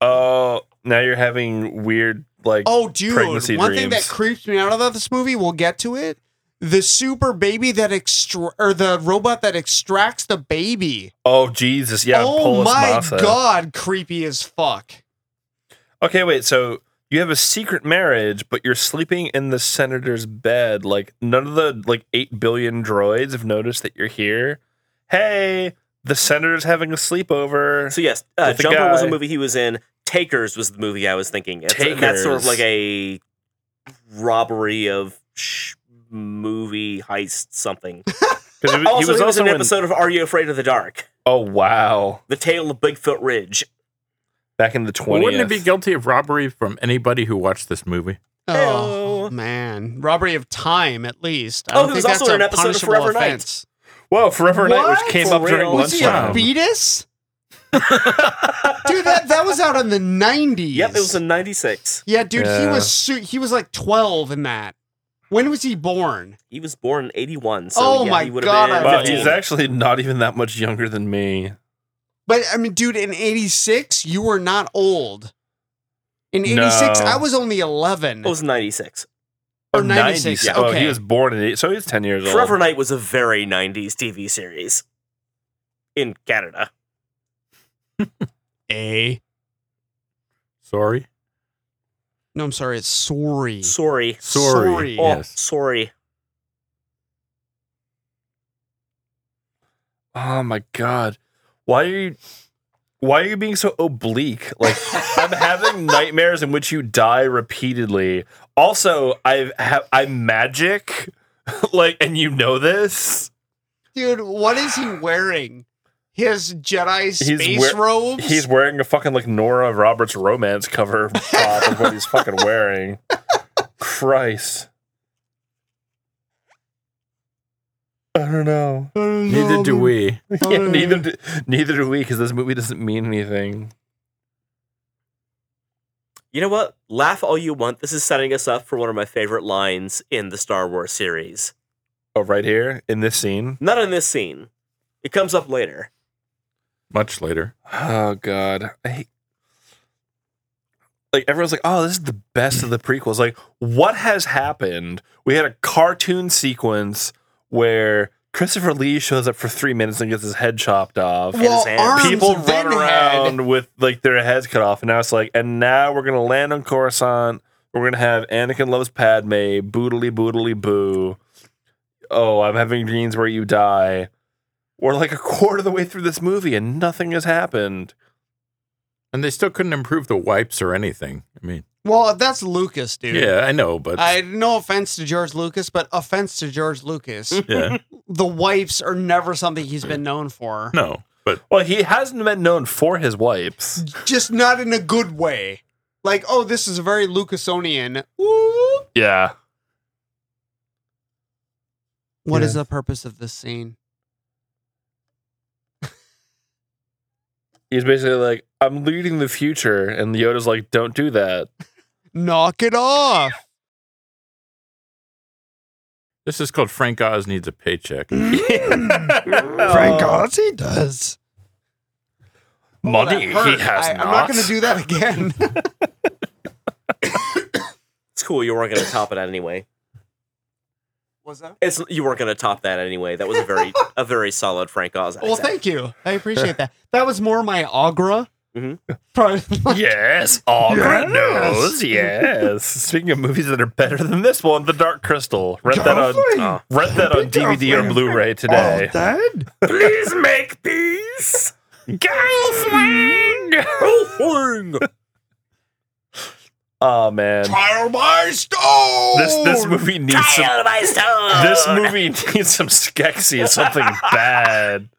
Oh, now you're having weird like. Oh, dude. Pregnancy one thing that dreams. creeps me out about this movie, we'll get to it. The super baby that extra or the robot that extracts the baby. Oh Jesus! Yeah. oh Polis my Massa. god, creepy as fuck. Okay, wait. So you have a secret marriage, but you're sleeping in the senator's bed. Like none of the like eight billion droids have noticed that you're here. Hey, the senator's having a sleepover. So yes, uh, With the Jumper was a guy. movie he was in. Takers was the movie I was thinking. It's, and That's sort of Takers. like a robbery of sh- movie heist something. 'Cause he, also, he was, in an in- episode of Are You Afraid of the Dark? oh wow, The Tale of Bigfoot Ridge. back in the Well, twenties. wouldn't it be guilty of robbery from anybody who watched this movie? Oh man, robbery of time at least. I Oh, don't there think Oh, was that's also a an episode of punishable Forever Night. offense. Whoa, Forever and Night, What? which came For up during real? Was he a lunchtime. fetus? dude, that, that was out in the 90s. Yep, it was in '96. Yeah, dude, he Yeah. was su- he was like 12 in that. When was he born? He was born in '81, so Oh yeah, my he would God, have been. I- Wow, 15. he's actually not even that much younger than me. But I mean, dude, in 86, you were not old. In 86, No. I was only 11. It was '96. Or Oh, 96, yeah. Oh, okay. he was born in eight, so he's ten years Forever old. Night was a very '90s TV series in Canada. A. Sorry. No, I'm sorry. It's sorry. Sorry. Sorry. Sorry. Oh, Yes. sorry. Oh my god, why are you? Why are you being so oblique? Like I'm having nightmares in which you die repeatedly. Also, I have I'm magic, like, and you know this. Dude, what is he wearing? His Jedi space wear- robes? He's wearing a fucking like Nora Roberts romance cover top of what he's fucking wearing. Christ. I don't know. Oh, Neither do we. Yeah, neither do, neither do we because this movie doesn't mean anything. You know what? Laugh all you want. This is setting us up for one of my favorite lines in the Star Wars series. Oh, right here in this scene. Not in this scene. It comes up later. Much later. Oh God, I hate. Like everyone's like, oh, this is the best of the prequels. Like, what has happened? We had a cartoon sequence where Christopher Lee shows up for three minutes and gets his head chopped off. Well, hands. arms, People then run head. around with like their heads cut off, and now it's like, and now we're gonna land on Coruscant. We're gonna have Anakin loves Padme, boodly boodly boo. Oh, I'm having dreams where you die. We're like a quarter of the way through this movie, and nothing has happened. And they still couldn't improve the wipes or anything. I mean, Well, that's Lucas, dude. yeah, I know, but I no offense to George Lucas, but offense to George Hmm. Lucas. yeah, the wipes are never something he's been known for. no, but Well, he hasn't been known for his wipes. Just not in a good way. Like, oh, this is very Lucasonian. Yeah, What is Yeah. the purpose of this scene? he's basically like, I'm leading the future, and Yoda's like, don't do that. Knock it off. this is called Frank Oz needs a paycheck. Mm-hmm. Oh. Frank Oz, he does. Money he has I, not. I'm not going to do that again. It's cool. You weren't going to top it anyway. Was that? It's you weren't going to top that anyway. That was a very a very solid Frank Oz. Well, accent. thank you. I appreciate that. That was more my agra. Mhm. Mm-hmm. Probably- Yes, all Yes. yes. knows. Yes. Speaking of movies that are better than this one, The Dark Crystal. Rent that on Oh. rent that on DVD or Blu-ray today. Please make peace. Girlfriend. Rolling. Oh man, Fire my stone. this this movie needs some. Trial by stone. This movie needs some Skeksis, something bad.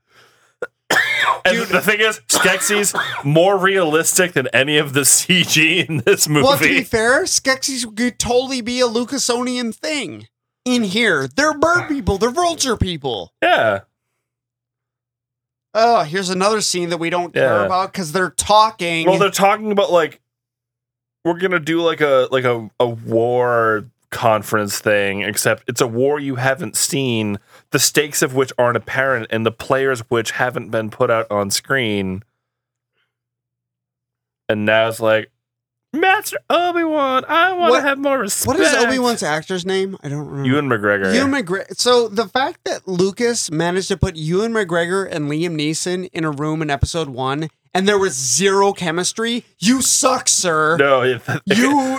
And the thing is, Skeksis more realistic than any of the CG in this movie. Well, to be fair, Skeksis could totally be a Lucasonian thing. In here, they're bird people. They're vulture people. yeah. Oh, here's another scene that we don't care Yeah. about because they're talking. Well, they're talking about like we're gonna do like a like a, a war conference thing, except it's a war you haven't seen, the stakes of which aren't apparent, and the players which haven't been put out on screen. And now it's like Master Obi Wan, I want to What- have more respect. what is Obi Wan's actor's name? I don't remember. Ewan McGregor? Ewan McGregor. So the fact that Lucas managed to put Ewan McGregor and Liam Neeson in a room in Episode One, and there was zero chemistry. You suck, sir. no, it, it- You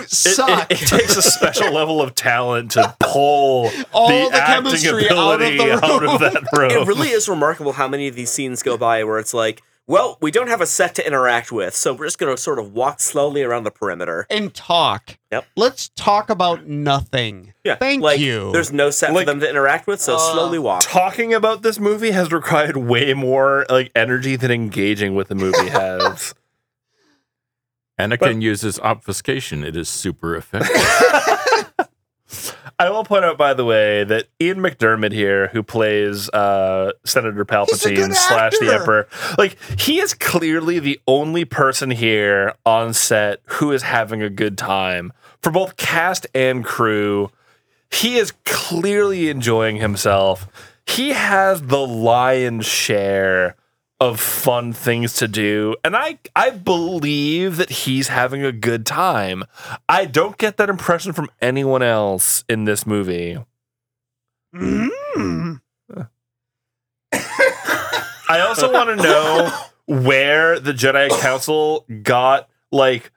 it- suck. It, takes a special level of talent to pull All the, the acting chemistry out of the ability out of, room. that room. It really is remarkable how many of these scenes go by where it's like, well, we don't have a set to interact with, so we're just going to sort of walk slowly around the perimeter. and talk. Yep. Let's talk about nothing. Yeah, Thank like, you. There's no set Like- for them to interact with, so Uh, slowly walk. talking about this movie has required way more like energy than engaging with the movie has. Anakin uses obfuscation. It is super effective. I will point out, by the way, that Ian McDermott here, who plays uh, Senator Palpatine slash the actor. Emperor, like he is clearly the only person here on set who is having a good time for both cast and crew. He is clearly enjoying himself. He has the lion's share of fun things to do, and I I believe that he's having a good time. I don't get that impression from anyone else in this movie. Mm. I also want to know where the Jedi Council got like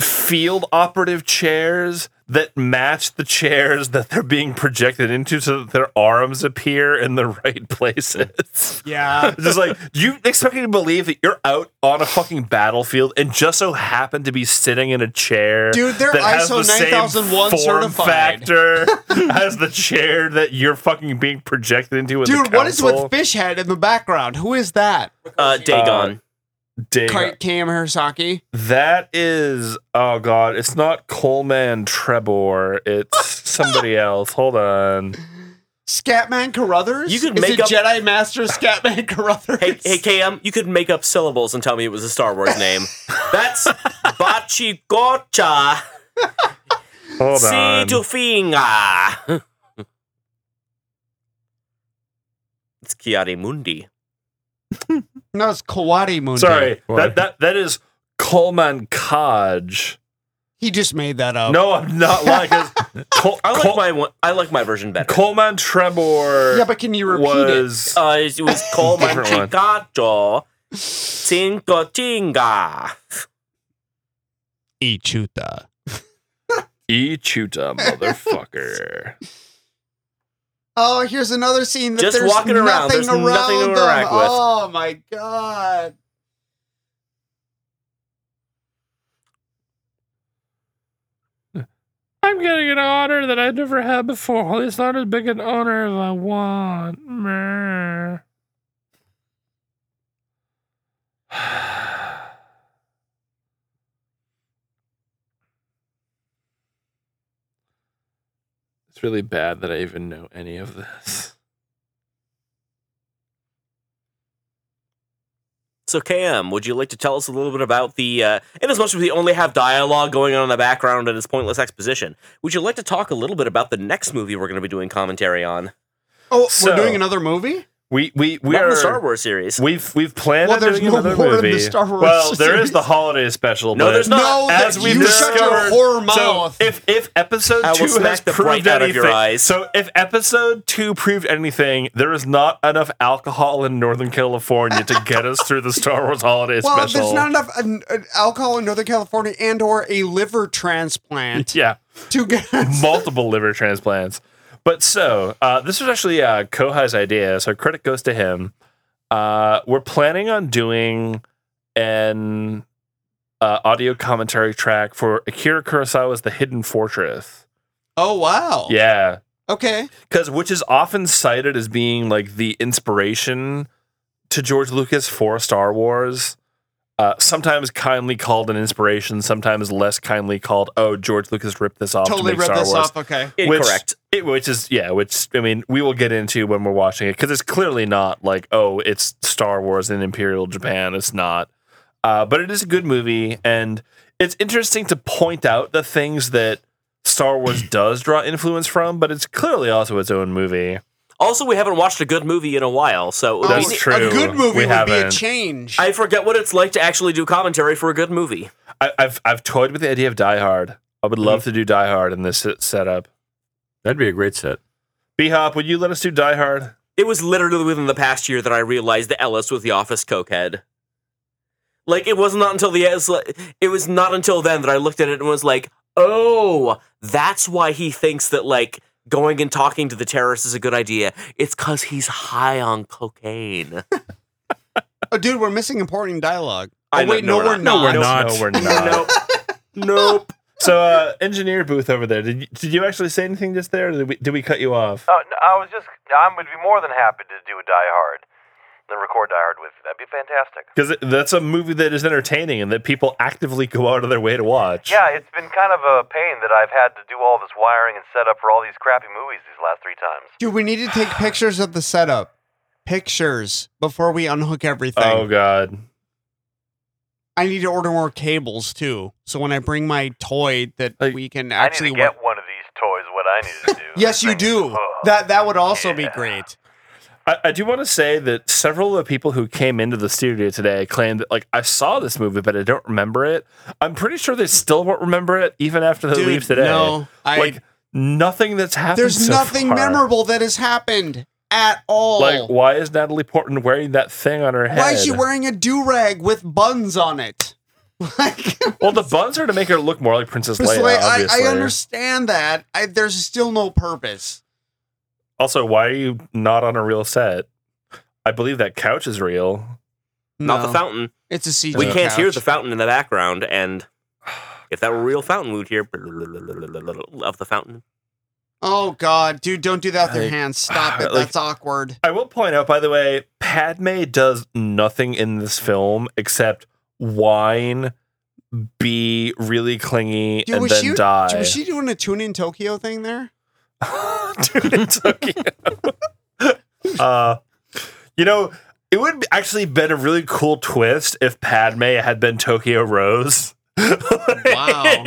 field operative chairs that match the chairs that they're being projected into so that their arms appear in the right places. Yeah. Just like, do you expect me to believe that you're out on a fucking battlefield and just so happen to be sitting in a chair? Dude, they're that has ISO the same 9001 form certified. Factor as the chair that you're fucking being projected into. In Dude, the what is council? with fish head in the background? Who is that? Uh, Dagon. Dig- Kite Cam Hirasaki? That is, oh god, it's not Coleman Trebor. It's somebody else. Hold on. Scatman Carruthers? You could Is make it up- Jedi Master Scatman Carruthers. hey, hey, KM, you could make up syllables and tell me it was a Star Wars name. That's Bachikocha Hold on. Situfinga. It's Kiari Mundi. no, it's Kawadi Mundi. Sorry, Why? that that that is Coleman Kaj. He just made that up. No, I'm not lying. 'cause Col- I like Col- my one, I like my version better. Coleman Trebor. Yeah, but can you repeat it? was uh, it was called Different one. Manchicato Cinco Chinga. Ichuta. Ichuta, motherfucker. Oh, here's another scene that Just there's walking around. nothing There's nothing to around them. interact with. Oh my god. I'm getting an honor that I've never had before. It's not as big an honor as I want. It's really bad that I even know any of this. So, Cam, would you like to tell us a little bit about the? Uh, in as much as we only have dialogue going on in the background and it's pointless exposition, would you like to talk a little bit about the next movie we're going to be doing commentary on? Oh, So- we're doing another movie? We we we Not in are the Star Wars series. We've we've planned Well, on there's doing no another more in the movie. Star Wars well, there is series. the holiday special. No, but there's not. No, as that we you shut your discovered- whore So mouth. if if episode I will two smack has the proved bright out of your anything, eyes. so if episode two proved anything, there is not enough alcohol in Northern California to get us through the Star Wars holiday well, special. there's not enough uh, uh, alcohol in Northern California and or a liver transplant yeah, to get multiple liver transplants. But so uh, this was actually uh, Kohai's idea, so credit goes to him. Uh, we're planning on doing an uh, audio commentary track for Akira Kurosawa's The Hidden Fortress. Oh wow. Yeah, Okay. because which is often cited as being like the inspiration to George Lucas for Star Wars. Uh, sometimes kindly called an inspiration, sometimes less kindly called, "Oh, George Lucas ripped this off Totally to make read Star this Wars." off. Okay. which- Incorrect. It, which is yeah, which I mean, we will get into when we're watching it because it's clearly not like oh, it's Star Wars in Imperial Japan. It's not, uh, but it is a good movie, and it's interesting to point out the things that Star Wars does draw influence from, but it's clearly also its own movie. also, we haven't watched a good movie in a while, so it would That's be- Oh, true. A good movie We would be a haven't. change. I forget what it's like to actually do commentary for a good movie. I, I've I've toyed with the idea of Die Hard. I would love to do Die Hard in this set- setup. That'd be a great set. B Hop, would you let us do Die Hard? It was literally within the past year that I realized that Ellis was the office cokehead. Like it was not until the it was like- it was not until then that I looked at it and was like, "Oh, that's why he thinks that like going and talking to the terrorists is a good idea. It's cuz he's high on cocaine." oh, dude, we're missing important dialogue. I oh, know- wait, no, no, we're we're not. not. No, we're not. No, we're not. nope. Nope. So, uh, engineer booth over there. Did you, did you actually say anything just Oh, there? Or did we did we cut you off? Uh, n- I was just, I would be more than happy to do a Die Hard. then record Die Hard with you. That'd be fantastic. Because that's a movie that is entertaining and that people actively go out of their way to watch. Yeah, it's been kind of a pain that I've had to do all this wiring and setup for all these crappy movies these last three times. Dude, we need to take pictures of the setup. Pictures before we unhook everything. Oh God. I need to order more cables too. So when I bring my toy that Like, we can I need actually to get one of these toys. What I need to do. Oh. Yes, you Things- do. Ugh. That that would also be Yeah. great. I, I do want to say that several of the people who came into the studio today claimed that like I saw this movie, but I don't remember it. I'm pretty sure they still won't remember it even after they Dude, leave today. No, I, like nothing that's happened. there's so nothing far. memorable that has happened at all. Like, why is Natalie Portman wearing that thing on her head? Why is she wearing a do rag with buns on it? Like, Well, the buns are to make her look more like Princess Miss Leia. Leia, I, I obviously. understand that. I, there's still no purpose. Also, why are you not on a real set? I believe that couch is real. Not No. the fountain. It's a CG. We can't hear couch. the fountain in the background, and if that were a real fountain, we would hear of the fountain. Oh God, dude, don't do that with your Like- hands. Stop it. like- That's awkward. I will point out, by the way, Padme does nothing in this film except whine, be really clingy, Dude, and was then she- die. Was she doing a tune in Tokyo thing there? Dude, it's okay. uh, you know, it would be- actually been a really cool twist if Padme had been Tokyo Rose. Wow.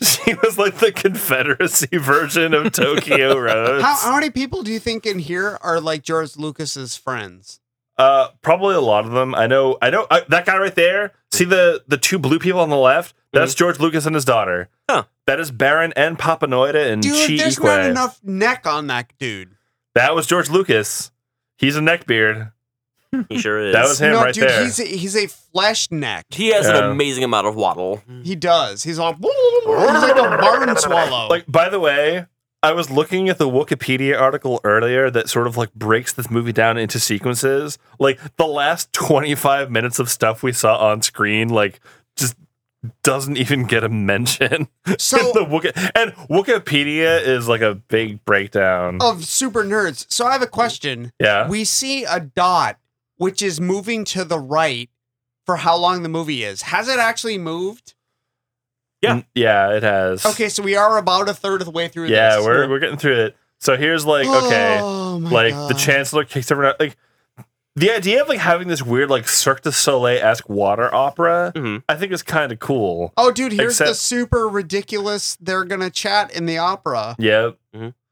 she was like the Confederacy version of Tokyo Rose. How, how many people do you think in here are like George Lucas's friends? Uh, probably a lot of them. I know. I know I, that guy right there. See the the two blue people on the left. That's George Lucas and his daughter. Huh. That is Baron and Papanoida and Dude, Chi there's Ikwe. not enough neck on that dude. That was George Lucas. He's a neckbeard. He sure is. That was him no, right dude, there. he's a, he's a flesh neck. He has an Yeah. amazing amount of waddle. He does. He's all he's like a barn swallow. Like, by the way, I was looking at the Wikipedia article earlier that sort of like breaks this movie down into sequences. Like the last 25 minutes of stuff we saw on screen, like just doesn't even get a mention. so the Wiki- and Wikipedia is like a big breakdown. of super nerds. So I have a question. yeah. We see a dot which is moving to the right for how long the movie is. Has it actually moved? Yeah. N- Mm, yeah, it has. Okay, so we are about a third of the way through Yeah, this. we're, we're getting through it. So here's like, okay, Oh, my like the God. Chancellor kicks everyone out. Like the idea of like having this weird like Cirque du Soleil esque water opera, Mhm. I think is kind of cool. Oh, dude, here's the Except- super ridiculous. They're gonna chat in the opera. Yeah.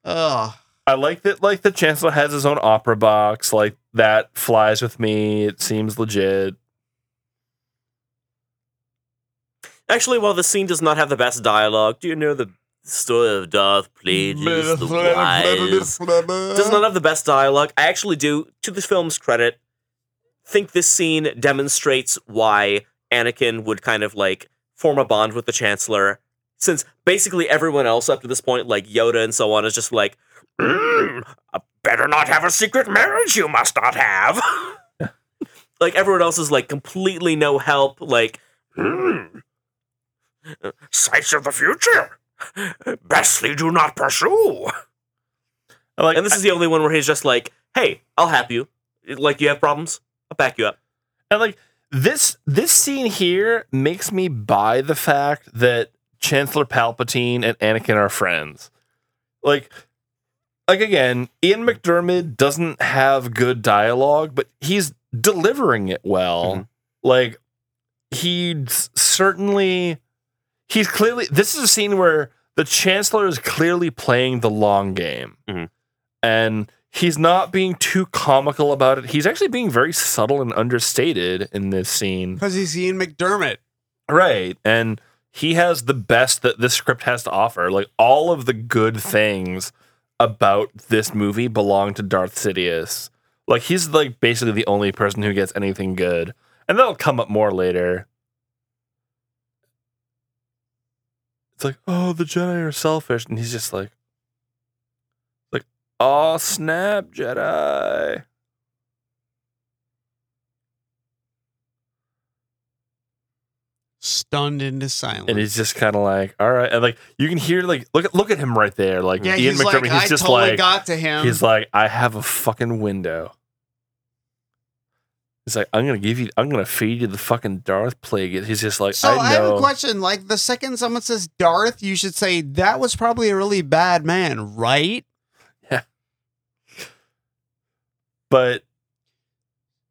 Ugh. I like that like the Chancellor has his own opera box. Like that flies with me. It seems legit. Actually, while the scene does not have the best dialogue, do you know the story of Darth Plagueis the Wise? Does not have the best dialogue. I actually do, to the film's credit, think this scene demonstrates why Anakin would kind of like form a bond with the Chancellor, since basically everyone else up to this point, like Yoda and so on, is just like, "Mm, I better not have a secret marriage you must not have. like everyone else is like completely no help, like. "Mm, Sights of the future, bestly do not pursue. I like And this is the only one where he's just like, "Hey, I'll help you. Like you have problems, I'll back you up." And like this this scene here makes me buy the fact that Chancellor Palpatine and Anakin are friends. Like like again, Ian McDermott doesn't have good dialogue, but he's delivering it well. Like he's certainly he's clearly this is a scene where the chancellor is clearly playing the long game Mhm. and he's not being too comical about it he's actually being very subtle and understated in this scene Because he's Ian McDermott. right and he has the best that this script has to offer like all of the good things about this movie belong to darth sidious like he's like basically the only person who gets anything good and that'll come up more later it's like, oh, the Jedi are selfish, and he's just like, like, oh snap, Jedi. Stunned into silence. And he's just kind of like, all right, and like you can hear like look at look at him right there, like yeah, Ian he's McDermott. like, I he's just totally like, got to him. he's like, I have a fucking window. He's like, I'm gonna give you, I'm gonna feed you the fucking Darth plague. He's just like, So I, I have know. a question. Like the second someone says Darth, you should say that was probably a really bad man, right? but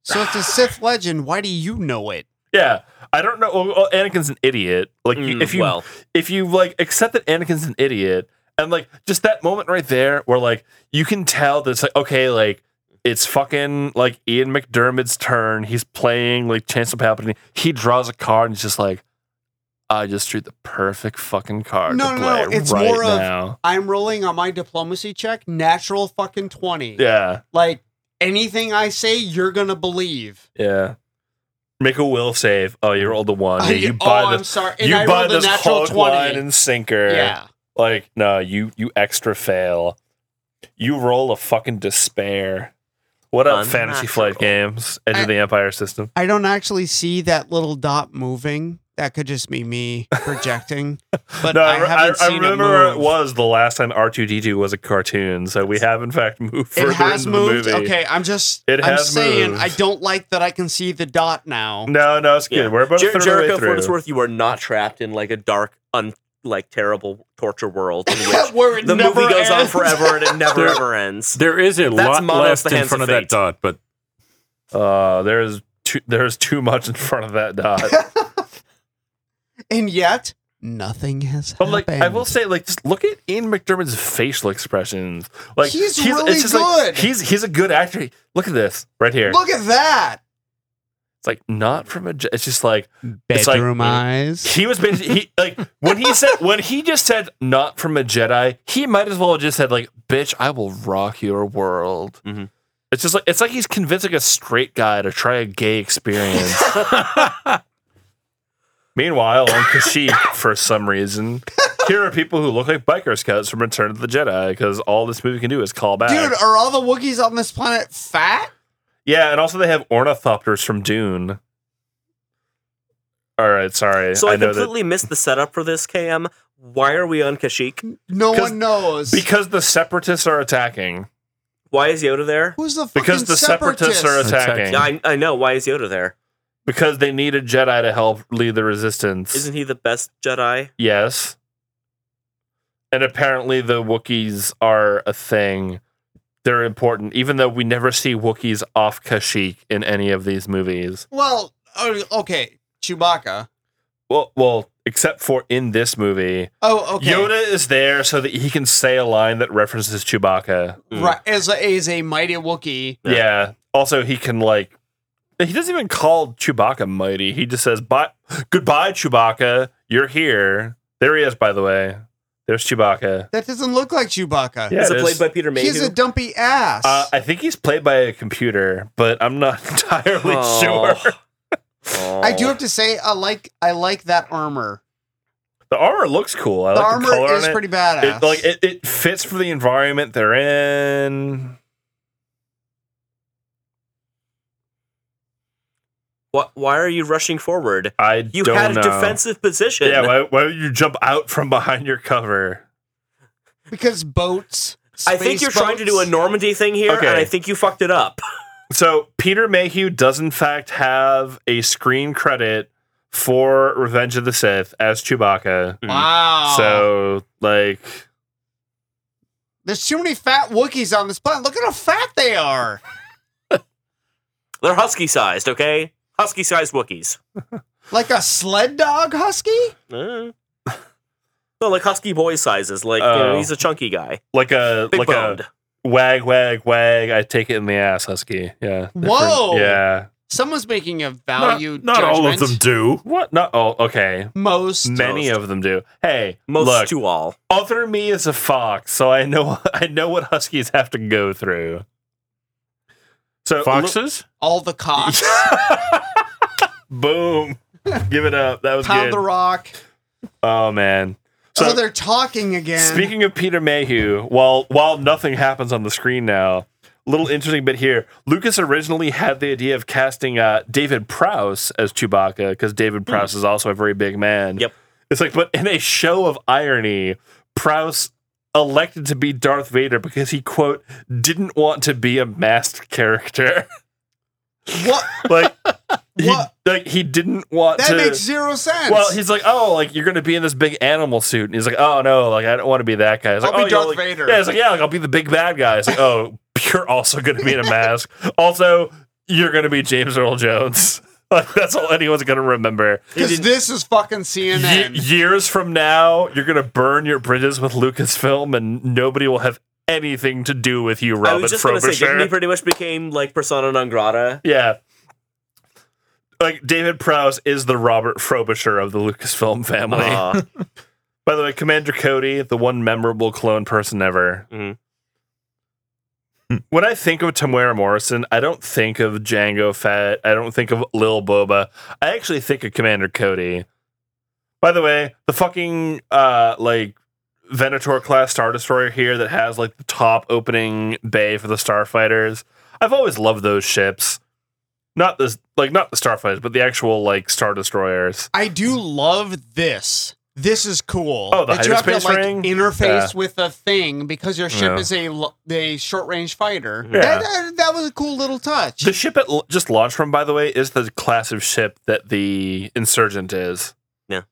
So it's a Sith legend. Why do you know it? yeah, I don't know. Well, well, Anakin's an idiot. Like you- Mm, if you well, if you like accept that Anakin's an idiot, and like just that moment right there where like you can tell that it's like okay, like it's fucking like Ian McDermott's turn. He's playing like Chancellor Palpatine. He draws a card and he's just like, I just drew the perfect fucking card. No, no, to no, play it's right more of- now. I'm rolling on my diplomacy check, natural fucking 20. yeah, Like anything I say, you're going to believe. yeah. Make a will save. Oh, you rolled the one. I- Yeah, you oh, buy I'm the sorry. And you I buy rolled a this natural hook, 20. line, and sinker. yeah. Like, no, you you extra fail. You roll a fucking despair. What up, Fantasy Flight Games? Edge I- of the Empire system. I don't actually see that little dot moving. That could just be me projecting. But no, I re- haven't I seen it remember move. it was the last time R two D two was a cartoon, so we have in fact moved further It has into moved. the movie. Okay, I'm just It I'm has saying moved. I don't like that I can see the dot now. No, no, it's good. yeah. We're about Jer- a third of the Jericho, way for through. what it's worth, you are not trapped in like a dark, un like terrible torture world. In which Where it the never movie goes on ends. forever and it never There- ever ends. There is a That's lot Monos, left the in hands front of of, fate. that dot, but Uh, there's too there's too much in front of that dot. And yet, nothing has But like, I happened. will say, like, just look at Ian McDermott's facial expressions. Like, He's really like, good. he's he's a good actor. Look at this right here. Look at that. It's like not from a. j- It's just like It's like- Bedroom eyes. he was been he like when he said when he just said not from a Jedi. He might as well have just said like, "Bitch, I will rock your world." Mhm. It's just like it's like he's convincing a straight guy to try a gay experience. Meanwhile, on Kashyyyk, for some reason, here are people who look like biker scouts from Return of the Jedi because all this movie can do is call back. Dude, uh are all the Wookiees on this planet fat? Yeah, and also they have ornithopters from Dune. All right, sorry. So I, I know that completely missed the setup for this, KM. Why are we on Kashyyyk? No 'Cause- one knows. because the separatists are attacking. Why is Yoda there? Who's the fucking Because the separatists are attacking. Yeah, I, I know. Why is Yoda there? Because they need a Jedi to help lead the resistance. Isn't he the best Jedi? yes. And apparently the Wookiees are a thing. They're important, even though we never see Wookiees off Kashyyyk in any of these movies. Well, oh, okay, Chewbacca. Well, well, except for in this movie, Oh, okay. Yoda is there so that he can say a line that references Chewbacca. Mm. Right, is a, is a mighty Wookiee. Yeah. Also, he can like he doesn't even call Chewbacca mighty. He just says, "Bye, goodbye, Chewbacca. You're here." There he is, by the way. There's Chewbacca. That doesn't look like Chewbacca. Yeah, is it it is. played by Peter Mayhew? He's a dumpy ass. Uh, I think he's played by a computer, but I'm not entirely sure. I Oh. do have to say, I like I like that armor. The armor looks cool. I the like the color armor is on it. pretty badass. It, like it, it fits for the environment they're in. Why, why are you rushing forward? I You don't had a know. defensive position. Yeah, why, why would you jump out from behind your cover? because boats. I think space you're trying to do a boats. Normandy thing here, Okay. and I think you fucked it up. So Peter Mayhew does in fact have a screen credit for Revenge of the Sith as Chewbacca. Mm. Wow. So like There's too many fat Wookiees on this planet. Look at how fat they are. They're husky sized, okay? Husky sized Wookiees. Like a sled dog husky? Uh. No, like husky boy sizes. Like you know, Oh. he's a chunky guy, like a big like boned. a wag wag wag. I take it in the ass, husky. Yeah. Whoa. Yeah. Someone's making a not, value not all of them judgment. do. What? Not oh okay. Most. Many of them do. Hey, Most look, to all. other me is a fox, so I know I know what huskies have to go through. So Foxes? All the cocks. boom, give it up. That was Pound good. the rock. Oh man. So, So they're talking again. speaking of Peter Mayhew, while while nothing happens on the screen now, little interesting bit here. Lucas originally had the idea of casting uh, David Prowse as Chewbacca because David Hmm. Prowse is also a very big man. Yep. It's like, but in a show of irony, Prowse elected to be Darth Vader because he quote didn't want to be a masked character. What? Like he What? like he didn't want That to makes zero sense. Well, he's like, "Oh, like you're going to be in this big animal suit." And he's like, "Oh no, like I don't want to be that guy." He's like, I'll be "Oh, yeah, Darth like- Vader." Yeah, he's like, "Yeah, like I'll be the big bad guy." It's like, "Oh, you're also going to be in a mask. Also, you're going to be James Earl Jones." Like that's all anyone's going to remember. because this is fucking Ye- CNN. years from now, you're gonna burn your bridges with Lucasfilm, and nobody will have anything to do with you, I Robin was just gonna say, Frobisher. didn't he pretty much became like persona non grata? yeah, like David Prowse is the Robert Frobisher of the Lucasfilm family. Aw. By the way, Commander Cody, the one memorable clone person ever. Mhm. When I think of Tamara Morrison, I don't think of Django Fett. I don't think of Lil Boba. I actually think of Commander Cody. By the way, the fucking uh like Venator class star destroyer here that has like the top opening bay for the starfighters. I've always loved those ships. Not this like not the starfighters, but the actual like star destroyers. I do love this. This is cool. Oh, the that you have to hyperspace like ring? interface with a thing because your ship Yeah. is a lo- a short range fighter. Yeah. That, that, that was a cool little touch. The ship it l- just launched from, by the way, is the class of ship that the insurgent is. Yeah.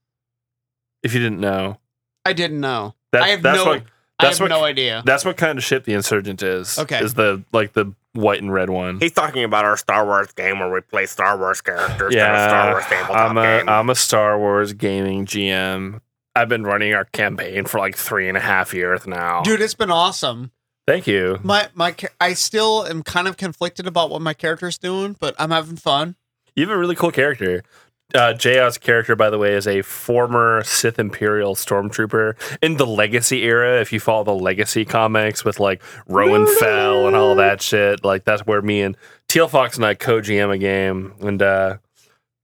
If you didn't know, I didn't know. that, I have that's no. what I that's have what- no idea. that's what kind of ship the insurgent is. Okay. is the like the white and red one. He's talking about our Star Wars game where we play Star Wars characters in a Star Yeah, Wars tabletop I'm a uh, game. am a Star Wars gaming GM. I've been running our campaign for like three and a half years now. Dude, it's been awesome. thank you. My my cha- I still am kind of conflicted about what my character's doing, but I'm having fun. You have a really cool character. Uh, Jaya's character, by the way, is a former Sith Imperial stormtrooper in the Legacy era. If you follow the Legacy comics with like Rowan Fell and all that shit, like that's where me and Teal Fox and I co-GM a game, and uh,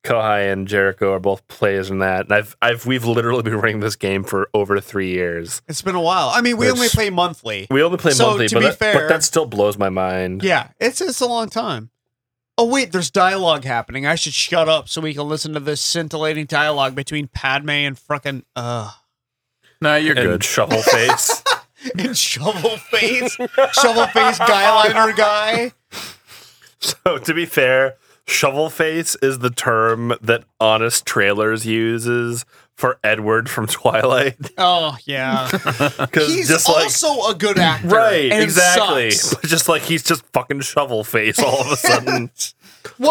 Kohai and Jericho are both players in that. And I've, I've, we've literally been running this game for over three years. It's been a while. I mean, we It's- only play monthly. We only play So, monthly, to but, be that, fair- but that still blows my mind. Yeah, it's it's a long time. Oh wait, there's dialogue happening. I should shut up so we can listen to this scintillating dialogue between Padme and frickin' uh No, you're And good. shovel face. and shovel face, shovel face guyliner guy. So to be fair, shovel face is the term that Honest Trailers uses for Edward from Twilight. Oh yeah, Because he's just like also a good actor, Right, and exactly. sucks. But just like he's just fucking shovel face all of a sudden. Whoa,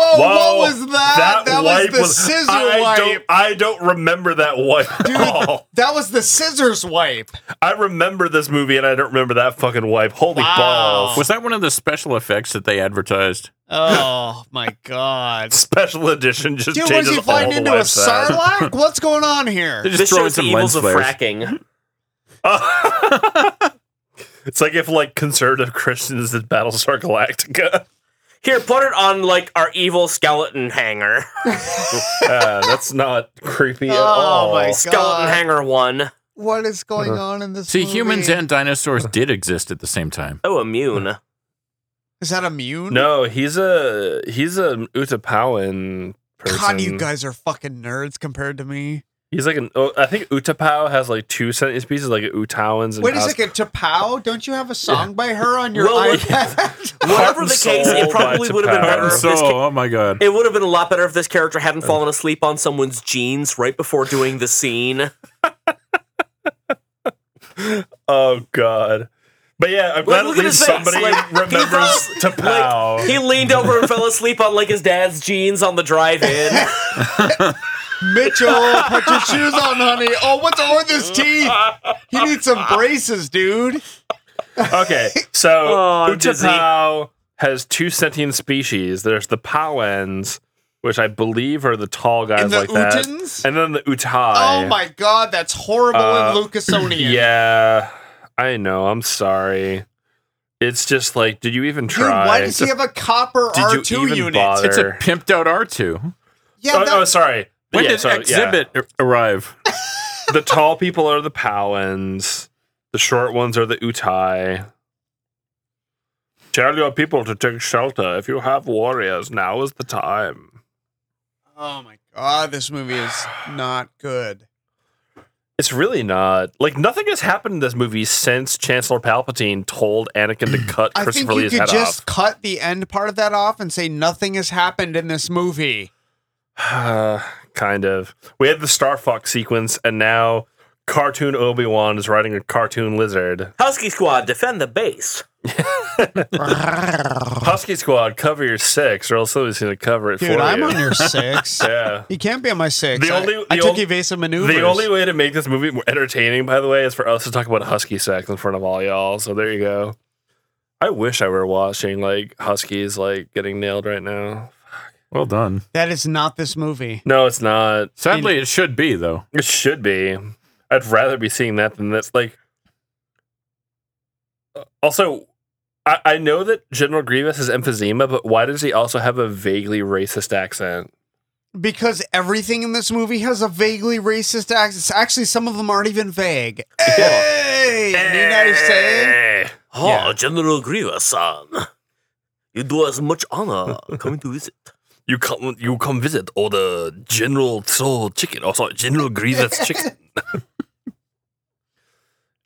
what Whoa, was Ah, that? That, was wipe the scissor I wipe. Don't, I don't remember that wipe Dude, at all. that was the scissors wipe. I remember this movie and I don't remember that fucking wipe. Holy Wow. balls. Was that one of the special effects that they advertised? Oh my god. Special edition just Dude, was changes he all the flying into a wipes out. sarlacc? What's going on here? They just This throw in shows the some evils of lens flares. fracking. It's like if like conservative Christians did Battlestar Galactica. Here, put it on like our evil skeleton hanger, Uh, that's not creepy at Oh all. my skeleton God. hanger one. What is going on in this? See, movie? humans and dinosaurs did exist at the same time. Oh, immune. is that immune? No, he's a he's an Utapawan person. God, you guys are fucking nerds compared to me. He's like an. Oh, I think Utapau has like two sentence pieces, like Utawans and. Wait a Aus- second, Tapao, don't you have a song by her on your Well, look- iPad? Whatever the and case, soul it by probably would have been Tapao. better. Heart if and this ca- oh my god. It would have been a lot better if this character hadn't fallen asleep on someone's jeans right before doing the scene. Oh god. But yeah, I'm glad look at at his least face, somebody like, he remembers does- Tapao. He leaned over and fell asleep on like his dad's jeans on the drive-in. Mitchell, put your shoes on, honey. Oh, what's wrong with his teeth? He needs some braces, dude. Okay, so Oh, I'm dizzy. Utapau has two sentient species. There's the Powans, which I believe are the tall guys And the like that, Utans? and then the Utai. Oh my god, that's horrible Uh, in Lucasonian. Yeah, I know. I'm sorry. It's just like, did you even Dude, try? why does he have a copper Did you R2 even unit? bother? It's a pimped out R2. Yeah, oh, that- oh, sorry. When Yeah, did sorry, yeah. Exhibit ar- arrive? the tall people are the Powans. The short ones are the Utai. Tell your people to take shelter. If you have warriors, now is the time. oh my god, this movie is not good. It's really not. Like nothing has happened in this movie since Chancellor Palpatine told Anakin to cut I think Christopher you Lee's could head just off. cut the end part of that off and say nothing has happened in this movie. kind of. We had the Star Fox sequence, and now cartoon Obi Wan is riding a cartoon lizard. Husky Squad, defend the base. Husky Squad, cover your six, or else somebody's going to cover it Dude, for I'm you. on your six. yeah. You can't be on my six. The I, only- I the took only- evasive maneuvers. The only way to make this movie more entertaining, by the way, is for us to talk about husky sex in front of all y'all. So there you go. I wish I were watching like huskies like getting nailed right now. Well done. that is not this movie. No, it's not. Sadly, it should be though. It should be. I'd rather be seeing that than this. Like, uh, also, I, I know that General Grievous is emphysema, but why does he also have a vaguely racist accent? Because everything in this movie has a vaguely racist accent. Actually, some of them aren't even vague. Hey! Need I say? Eh. Oh, Yeah. General Grievous, son. You do us much honor coming to visit. You come, you come visit, or the General Soul Chicken, or sorry, General Grievous Chicken,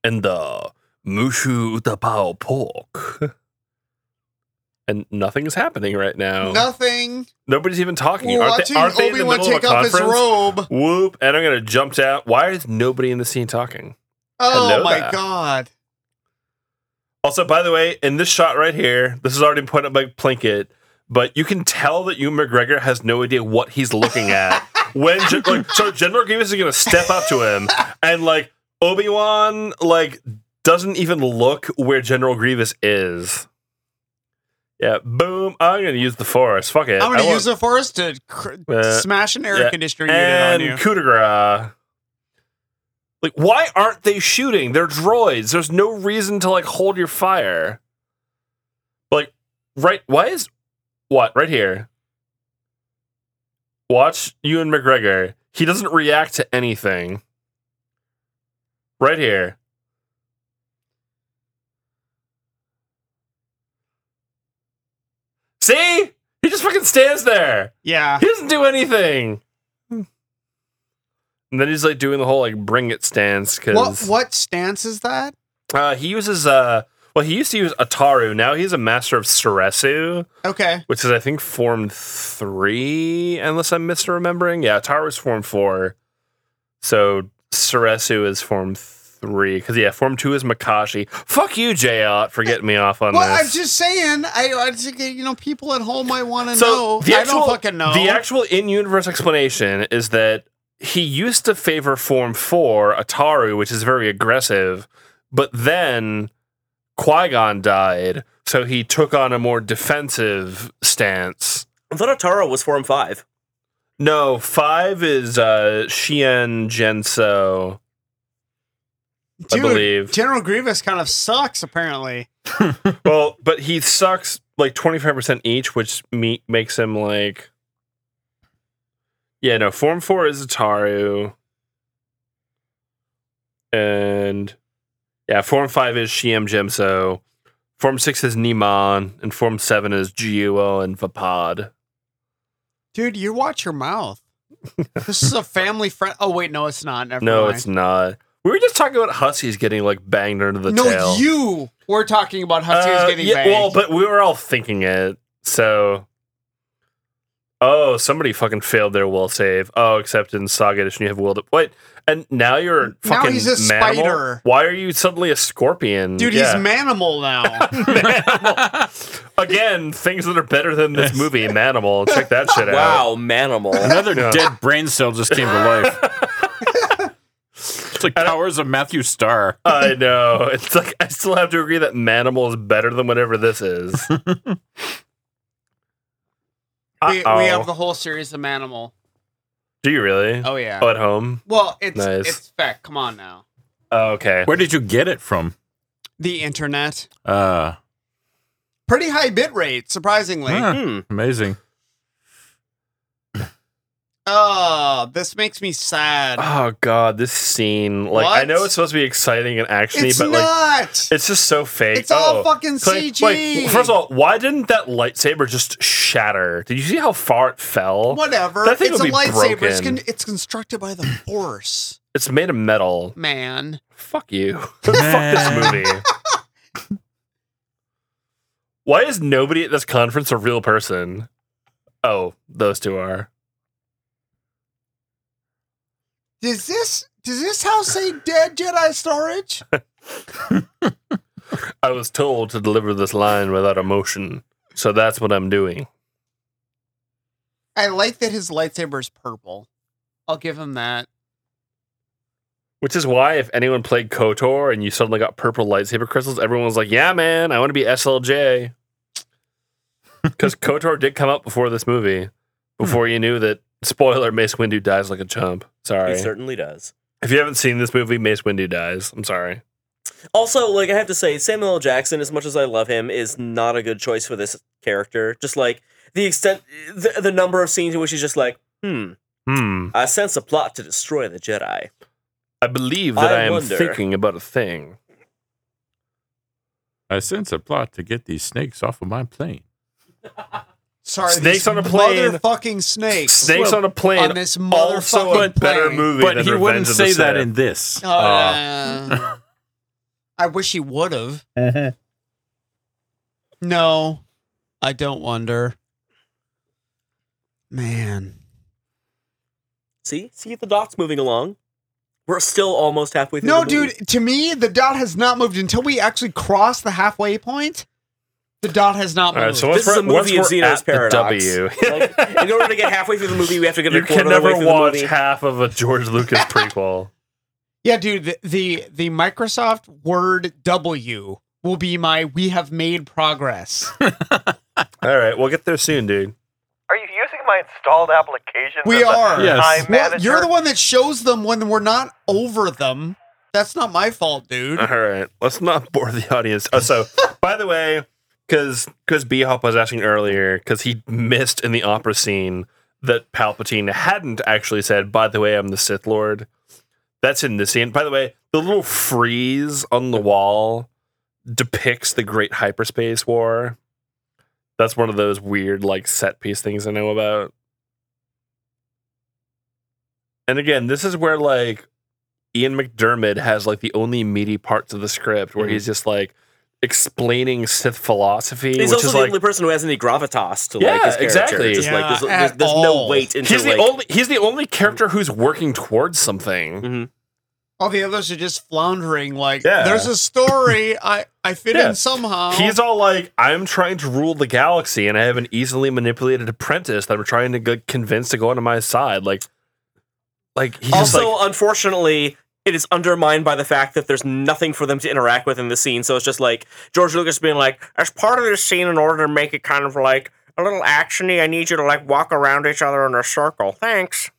and the Mushu Utapao Pork. And nothing is happening right now. Nothing. Nobody's even talking. We're aren't they, watching aren't they in the Obi Wan middle of take a off his conference? robe. Whoop! And I'm gonna jump down. Why is nobody in the scene talking? Oh Hello my there. god. Also, by the way, in this shot right here, this is already pointed out by Plinkett, but you can tell that Ewan McGregor has no idea what he's looking at. when Gen- like, so General Grievous is gonna step up to him, and like Obi Wan like doesn't even look where General Grievous is. Yeah, boom! I'm gonna use the force. Fuck it. I'm I gonna want- use the force to cr- Uh, smash an air yeah. conditioner and unit on you. coup de grace. Like, why aren't they shooting? They're droids. There's no reason to like hold your fire. Like, right? Why is what right here? Watch Ewan McGregor. He doesn't react to anything. Right here. See? He just fucking stands there. Yeah. He doesn't do anything. And then he's like doing the whole like bring it stance What because what stance is that? uh, he uses uh well he used to use Ataru now he's a master of Suresu Okay. which is I think form three unless I'm misremembering yeah Ataru is form four so Suresu is form three because yeah form two is Makashi fuck you Jot for getting me off on Well, this I'm just saying. I, I think you know people at home might want to know. the I don't fucking know. The actual in-universe explanation is that he used to favor Form Four, Ataru, which is very aggressive, but then Qui Gon died, so he took on a more defensive stance. I thought Atara was Form 5. No, five is uh, Shien Genso. Dude, believe. General Grievous kind of sucks. Apparently, well, but he sucks like 25% each, which me- makes him like. Yeah, no, Form 4 is Ataru. And. Yeah, Form 5 is Shiem Gemso. Form 6 is Niman. And Form 7 is Gyuo and Vapod. dude, you watch your mouth. this is a family friend. Oh wait, no, it's not. Never No, mind. it's not. We were just talking about Hussies getting like banged under the no, tail. you were talking about Huskies Uh, getting yeah, banged. Well, but we were all thinking it. So, oh, somebody fucking failed their will save. Oh, except in Saga Edition, you have willed it. Wait, and now you're a Now fucking he's a manimal? spider. Why are you suddenly a scorpion, dude, Yeah. he's manimal now. again. Things that are better than this movie, Manimal. Check that shit out. Wow, Manimal. Another dead brain cell just came to life. it's like powers of Matthew Starr. I know. It's like I still have to agree that Manimal is better than whatever this is. we, we Uh-oh. have the whole series of manimal. Do you really? Oh yeah. Oh, at home. well, it's nice. it's fact. Come on now. Oh, okay. Where did you get it from? The internet. Uh, Pretty high bit rate, surprisingly. huh, Hmm. amazing. Oh, this makes me sad. Oh god, this scene! Like I What? know it's supposed to be exciting and actiony, it's but like not. it's just so fake. It's all Oh, fucking it's like- CG. like, first of all, why didn't that lightsaber just shatter? Did you see how far it fell? whatever. that thing it's would a be lightsaber. It's, broken. con- it's constructed by the force. It's made of metal. man. Fuck you. Fuck this movie. Why is nobody at this conference a real person? Oh, those two are. Does this does this house say dead Jedi storage? I was told to deliver this line without emotion, so that's what I'm doing. I like that his lightsaber is purple. I'll give him that. Which is why, if anyone played KOTOR and you suddenly got purple lightsaber crystals, everyone was like, yeah, man, I want to be SLJ. Because KOTOR did come out before this movie, Hmm. before you knew that, spoiler, Mace Windu dies like a chump. Sorry. He certainly does. If you haven't seen this movie, Mace Windu dies. I'm sorry. Also, like I have to say, Samuel L. Jackson, as much as I love him, is not a good choice for this character. Just like the extent, the, the number of scenes in which he's just like, hmm, Hmm. I sense a plot to destroy the Jedi. I believe that I, I am wonder. thinking about a thing. I sense a plot to get these snakes off of my plane. Sorry, Snakes these on a plane. Motherfucking snakes. Snakes on a plane. on this also a motherfucking better plane. movie But than he Revenge wouldn't of the say that Sith. in this. Oh, Uh, yeah. I wish he would have. No, I don't wonder. Man, See, see the dots moving along. We're still almost halfway through. no, the movie. dude. To me, the dot has not moved until we actually cross the halfway point. The dot has not All moved. right, so once This is a we're- once movie of we're Zeno's at the paradox. W. Like, in order to get halfway through the movie, we have to get a you quarter can of the way never through watch the movie. half of a George Lucas prequel. yeah, dude. The, the the Microsoft Word W will be my we have made progress. All right, we'll get there soon, dude. Are you using my installed application? We as a are. Yes. Time Well, manager? you're the one that shows them when we're not over them. That's not my fault, dude. All right, let's not bore the audience. Oh, so, by the way, because because B Hop was asking earlier, because he missed in the opera scene that Palpatine hadn't actually said. By the way, I'm the Sith Lord. That's in the scene. By the way, the little freeze on the wall depicts the Great Hyperspace War. That's one of those weird like set piece things I know about. And again, this is where like Ian McDermid has like the only meaty parts of the script where Mhm. he's just like explaining Sith philosophy, He's which also is the like only person who has any gravitas to like Yeah, his character. exactly. Just Yeah, like there's, at there's, there's no all. weight into he's the like, only he's the only character who's working towards something. Mhm. All the others are just floundering. Like, Yeah. there's a story. I I fit Yeah. in somehow. He's all like, I'm trying to rule the galaxy and I have an easily manipulated apprentice that I'm trying to g- convince to go onto my side. Like, like he's just also, like, unfortunately, it is undermined by the fact that there's nothing for them to interact with in the scene. So it's just like George Lucas being like, As part of this scene, in order to make it kind of like a little actiony, I need you to like walk around each other in a circle. Thanks.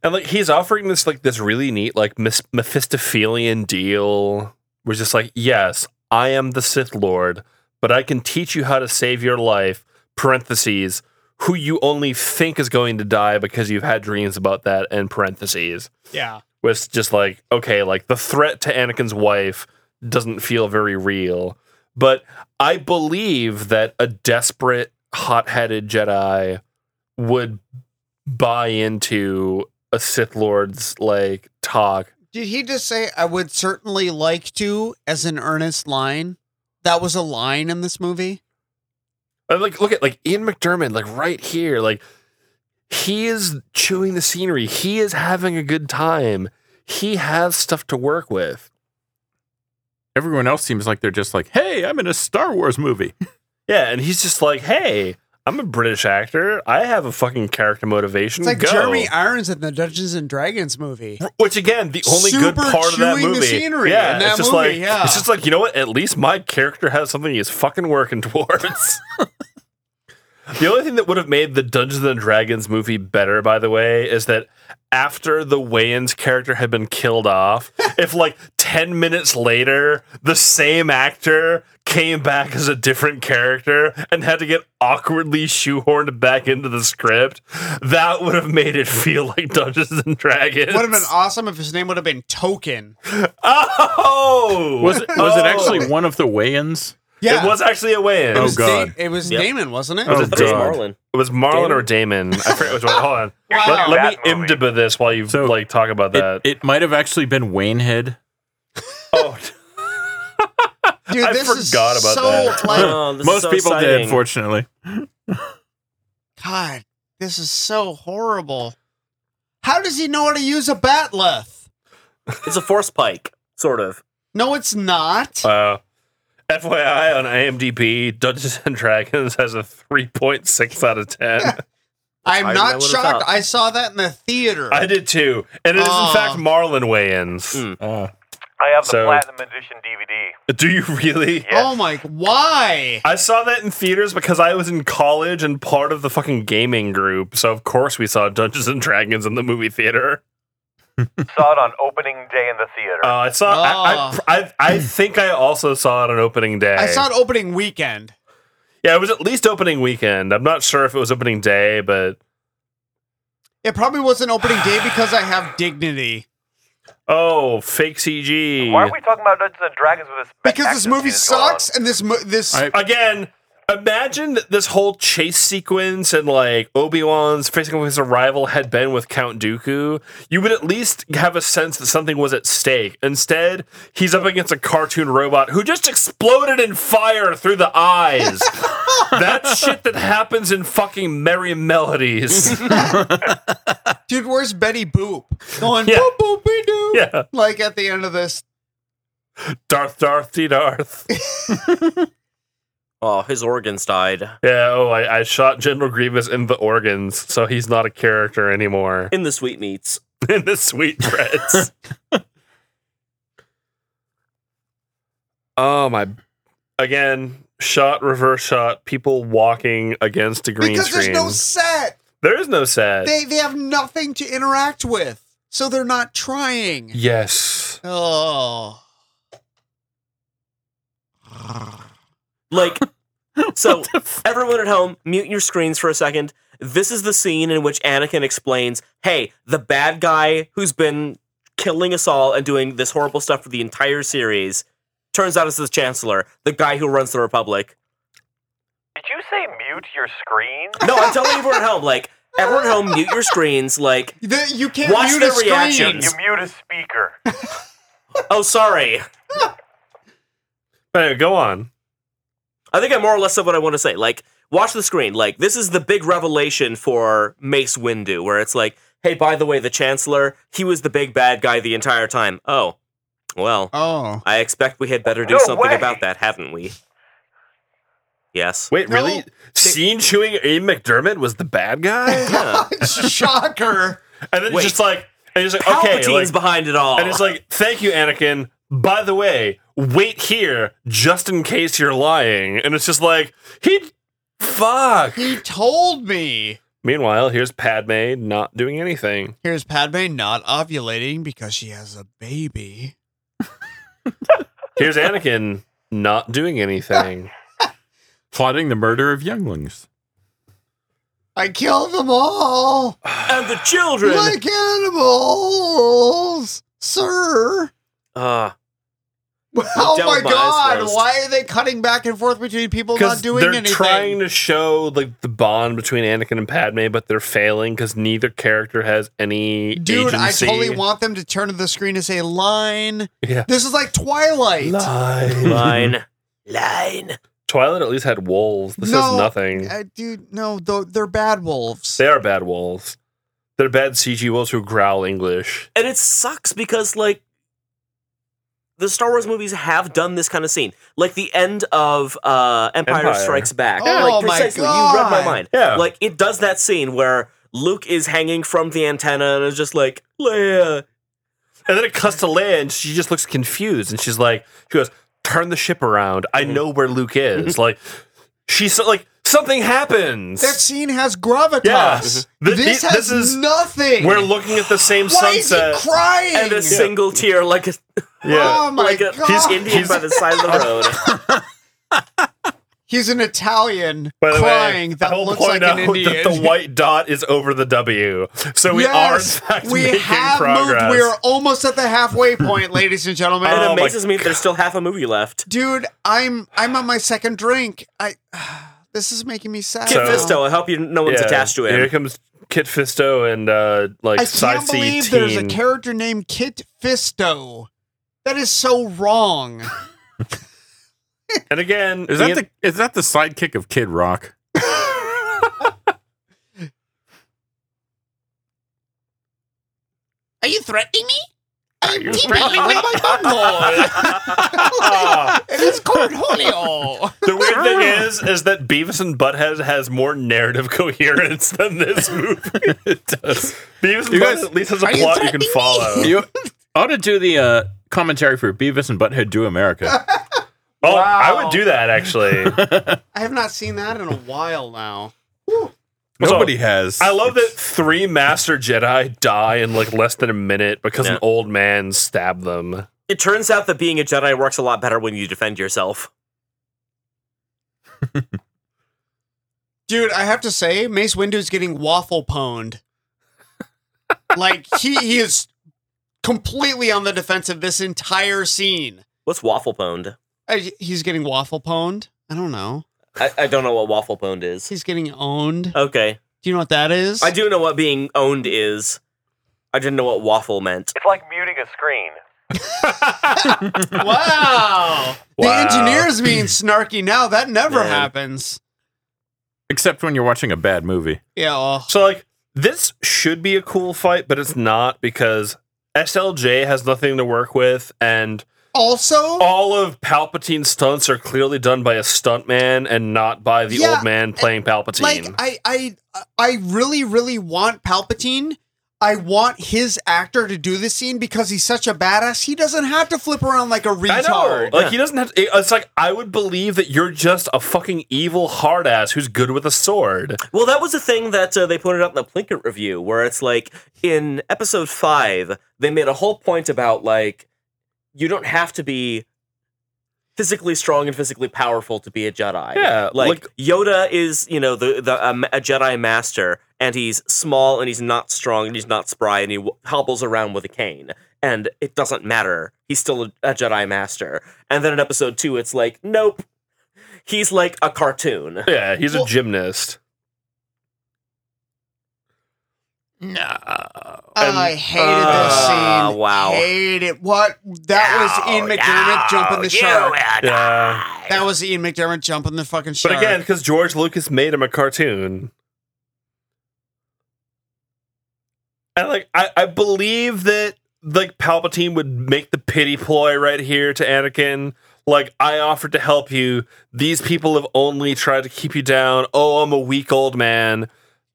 and like he's offering this like this really neat like mis- Mephistophelian deal. Where it's just like, yes, I am the Sith Lord, but I can teach you how to save your life. Parentheses, who you only think is going to die because you've had dreams about that. And parentheses. yeah. was just like, okay, like the threat to Anakin's wife doesn't feel very real. But I believe that a desperate, hot headed Jedi would buy into a Sith Lord's like talk. Did he just say I would certainly like to as an earnest line? That was a line in this movie. And, like, look at like Ian McDermott, like right here, like he is chewing the scenery. He is having a good time. He has stuff to work with. Everyone else seems like they're just like, hey, I'm in a Star Wars movie. Yeah, and he's just like, "Hey, I'm a British actor. I have a fucking character motivation." It's like Go. Jeremy Irons in the Dungeons and Dragons movie. which again, the only good Super part of that chewing the movie. scenery yeah, in that it's just movie, like yeah. it's just like you know what? At least my character has something he's fucking working towards. the only thing that would have made the Dungeons and Dragons movie better, by the way, is that after the Wayans character had been killed off, if like ten minutes later the same actor came back as a different character and had to get awkwardly shoehorned back into the script, that would have made it feel like Dungeons and Dragons. Would have been awesome if his name would have been Token. Oh, Was it, was Oh! Oh. it actually one of the Wayans? Oh. Yeah. It was actually a weigh in. Oh, It was God. Da- it was Yep. Damon, wasn't it? Oh, But it was God. Marlin. It was Marlon or Damon. I forget which one. Hold on. Let, let me That movie. IMDb this while you So, like talk about that. It, it might have actually been Wayne Head. oh, Dude, I this is forgot about so, that. Like, Oh, this is Most so people exciting. did, fortunately. God, this is so horrible. How does he know how to use a bat leth? It's a force pike, sort of. No, it's not. wow. FYI on IMDb, Dungeons and Dragons has a 3.6 out of 10. I'm I- I not would've shocked. thought. I saw that in the theater. I did too. And it is, Aw. in fact, Marlon weigh ins. Mm. Uh. I have the So- Platinum Edition DVD. Do you really? Yes. Oh my, why? I saw that in theaters because I was in college and part of the fucking gaming group. So, of course, we saw Dungeons and Dragons in the movie theater. Saw it on opening day in the theater. Uh, I saw. I, I, I, I think I also saw it on opening day. Oh. I saw it opening weekend. Yeah, it was at least opening weekend. I'm not sure if it was opening day, but It probably wasn't opening day because I have dignity. oh, fake CG. Why are we talking about Dungeons and Dragons with this? Because this action movie scene going on? sucks, and this mo- this I- Again, imagine that this whole chase sequence and like Obi Wan's facing off his arrival had been with Count Dooku. You would at least have a sense that something was at stake. Instead, he's up against a cartoon robot who just exploded in fire through the eyes. That's shit that happens in fucking Merry Melodies. dude, where's Betty Boop going? Yeah. Boop boop we do. yeah, Like at the end of this, Darth, Darth, Dee Darth. Oh, his organs died Yeah, oh, I, I shot General Grievous in the organs, so he's not a character anymore in the sweetmeats. in the sweet dreads. oh my! Again, shot, reverse shot, people walking against a green because screen. there's no set. there is no set. They they have nothing to interact with, so they're not trying. yes, Oh, Like, so everyone at home, mute your screens for a second. This is the scene in which Anakin explains, "Hey, the bad guy who's been killing us all and doing this horrible stuff for the entire series." Turns out it's the Chancellor, the guy who runs the Republic. Did you say mute your screen? No, I'm telling everyone at home, like, everyone at home, mute your screens. Like, The- you can't Watch mute their a screen. reactions. You mute a speaker. oh, sorry. but anyway, go on. I think I more or less said what I want to say. Like, watch the screen. Like, this is the big revelation for Mace Windu, where it's like, hey, by the way, the Chancellor, he was the big bad guy the entire time. Oh, well, Oh, I expect we had better do No something way. about that, haven't we? Yes. Wait, No, really? Scene chewing Ian McDermott was the bad guy, Yeah. shocker! and then Wait. just like, and he's like, okay, Palpatine's like, behind it all. And it's like, thank you, Anakin. By the way, wait here just in case you're lying. And it's just like, he. Fuck. He told me. Meanwhile, here's Padme not doing anything. Here's Padme not ovulating because she has a baby. Here's Anakin not doing anything. Plotting the murder of younglings. I killed them all and the children. like animals, sir. Uh, Oh Devil my Eyes god! roast. Why are they cutting back and forth between people Because not doing they're anything? trying to show like the bond between Anakin and Padme, but they're failing because neither character has any Dude, agency. I totally want them to turn to the screen and say line. Yeah. This is like Twilight. Lie. line. line. Twilight at least had wolves. This No. is nothing. Uh, dude, no, though they're bad wolves. They are bad wolves. They're bad CG wolves who growl English. and it sucks because like the Star Wars movies have done this kind of scene, like the end of uh, Empire, Empire. Strikes Back. Yeah. Oh like, my precisely, you read my God. mind. Yeah. Like it does that scene where Luke is hanging from the antenna and is just like Leia. And then it cuts to Leia, and she just looks confused, and she's like, she goes, "Turn the ship around. I Mm-hmm. know where Luke is." like, she's so- like, something happens. That scene has gravitas. Yeah. Th- this th- has this is- nothing. We're looking at the same Why sunset. is he crying? And a single tear, like a yeah. Oh my like a god! He's- Oh Indian by the side of the road. He's an Italian By the crying way, that I will looks like point an out Indian. that the white dot is over the W, so we are in yes, fact we making have progress. moved. We are almost at the halfway point, ladies and gentlemen. Oh And my it amazes me that there's still half a movie left. Dude, I'm I'm on my second drink. I this is making me sad. Kid So- Fisto, I hope you no one's Yeah, attached to Here him. comes Kit Fisto and uh, like I side can't C believe teen. there's a character named Kit Fisto. That is so wrong. and again, Is that Ian- the is that the sidekick of Kid Rock? Are you threatening me? Are you threatening with my bunghole? it is Cornholio. The weird thing is, is that Beavis and Butthead has more narrative coherence than this movie. it does. Beavis and You guys- Butthead at least has a Are you plot you can threatening me? follow. You ought to do the uh, commentary for Beavis and Butthead Do America. Oh, I Wow. would do that actually. I have not seen that in a while now. Nobody has. I love that three Master Jedi die in like less than a minute because an Yeah. old man stabbed them. It turns out that being a Jedi works a lot better when you defend yourself. Dude, I have to say, Mace Windu's getting waffle pwned. like he, he is completely on the defensive this entire scene. What's waffle pwned? I, he's getting waffle pwned. I don't know. I, I don't know what waffle pwned is. He's getting owned. Okay. Do you know what that is? Uh, I do know what being owned is. I didn't know what waffle meant. It's like muting a screen. Wow. The Wow. engineers being snarky now. That never Man. happens. Except when you're watching a bad movie. Yeah. well, So like this should be a cool fight, but it's not because SLJ has nothing to work with and Also, all of Palpatine's stunts are clearly done by a stuntman and not by the Yeah, old man playing Palpatine. like I, I, I really, really want Palpatine. I want his actor to do this scene because he's such a badass. He doesn't have to flip around like a I know. Uh, retard. Like he doesn't have. To, it- it's like I would believe that you're just a fucking evil hard ass who's good with a sword. Well, that was a thing that uh, they pointed out in the Plinkett review, where it's like in episode five, they made a whole point about like you don't have to be physically strong and physically powerful to be a Jedi. Yeah, like, Yoda is, you know, the the um, a Jedi master, and he's small and he's not strong and he's not spry and he w- hobbles around with a cane, and it doesn't matter. He's still a, a Jedi master. And then in episode two, it's like, nope, he's like a cartoon. Yeah, he's Well- a gymnast. No. Oh, I hated Ah, uh, this scene. wow. Hate it. What? That was Ian Oh, McDermott jumping the shark. Yeah, That was Ian McDermott jumping the fucking shark. but again, because George Lucas made him a cartoon. And like I, I believe that like Palpatine would make the pity ploy right here to Anakin. Like I offered to help you. These people have only tried to keep you down. Oh, I'm a weak old man.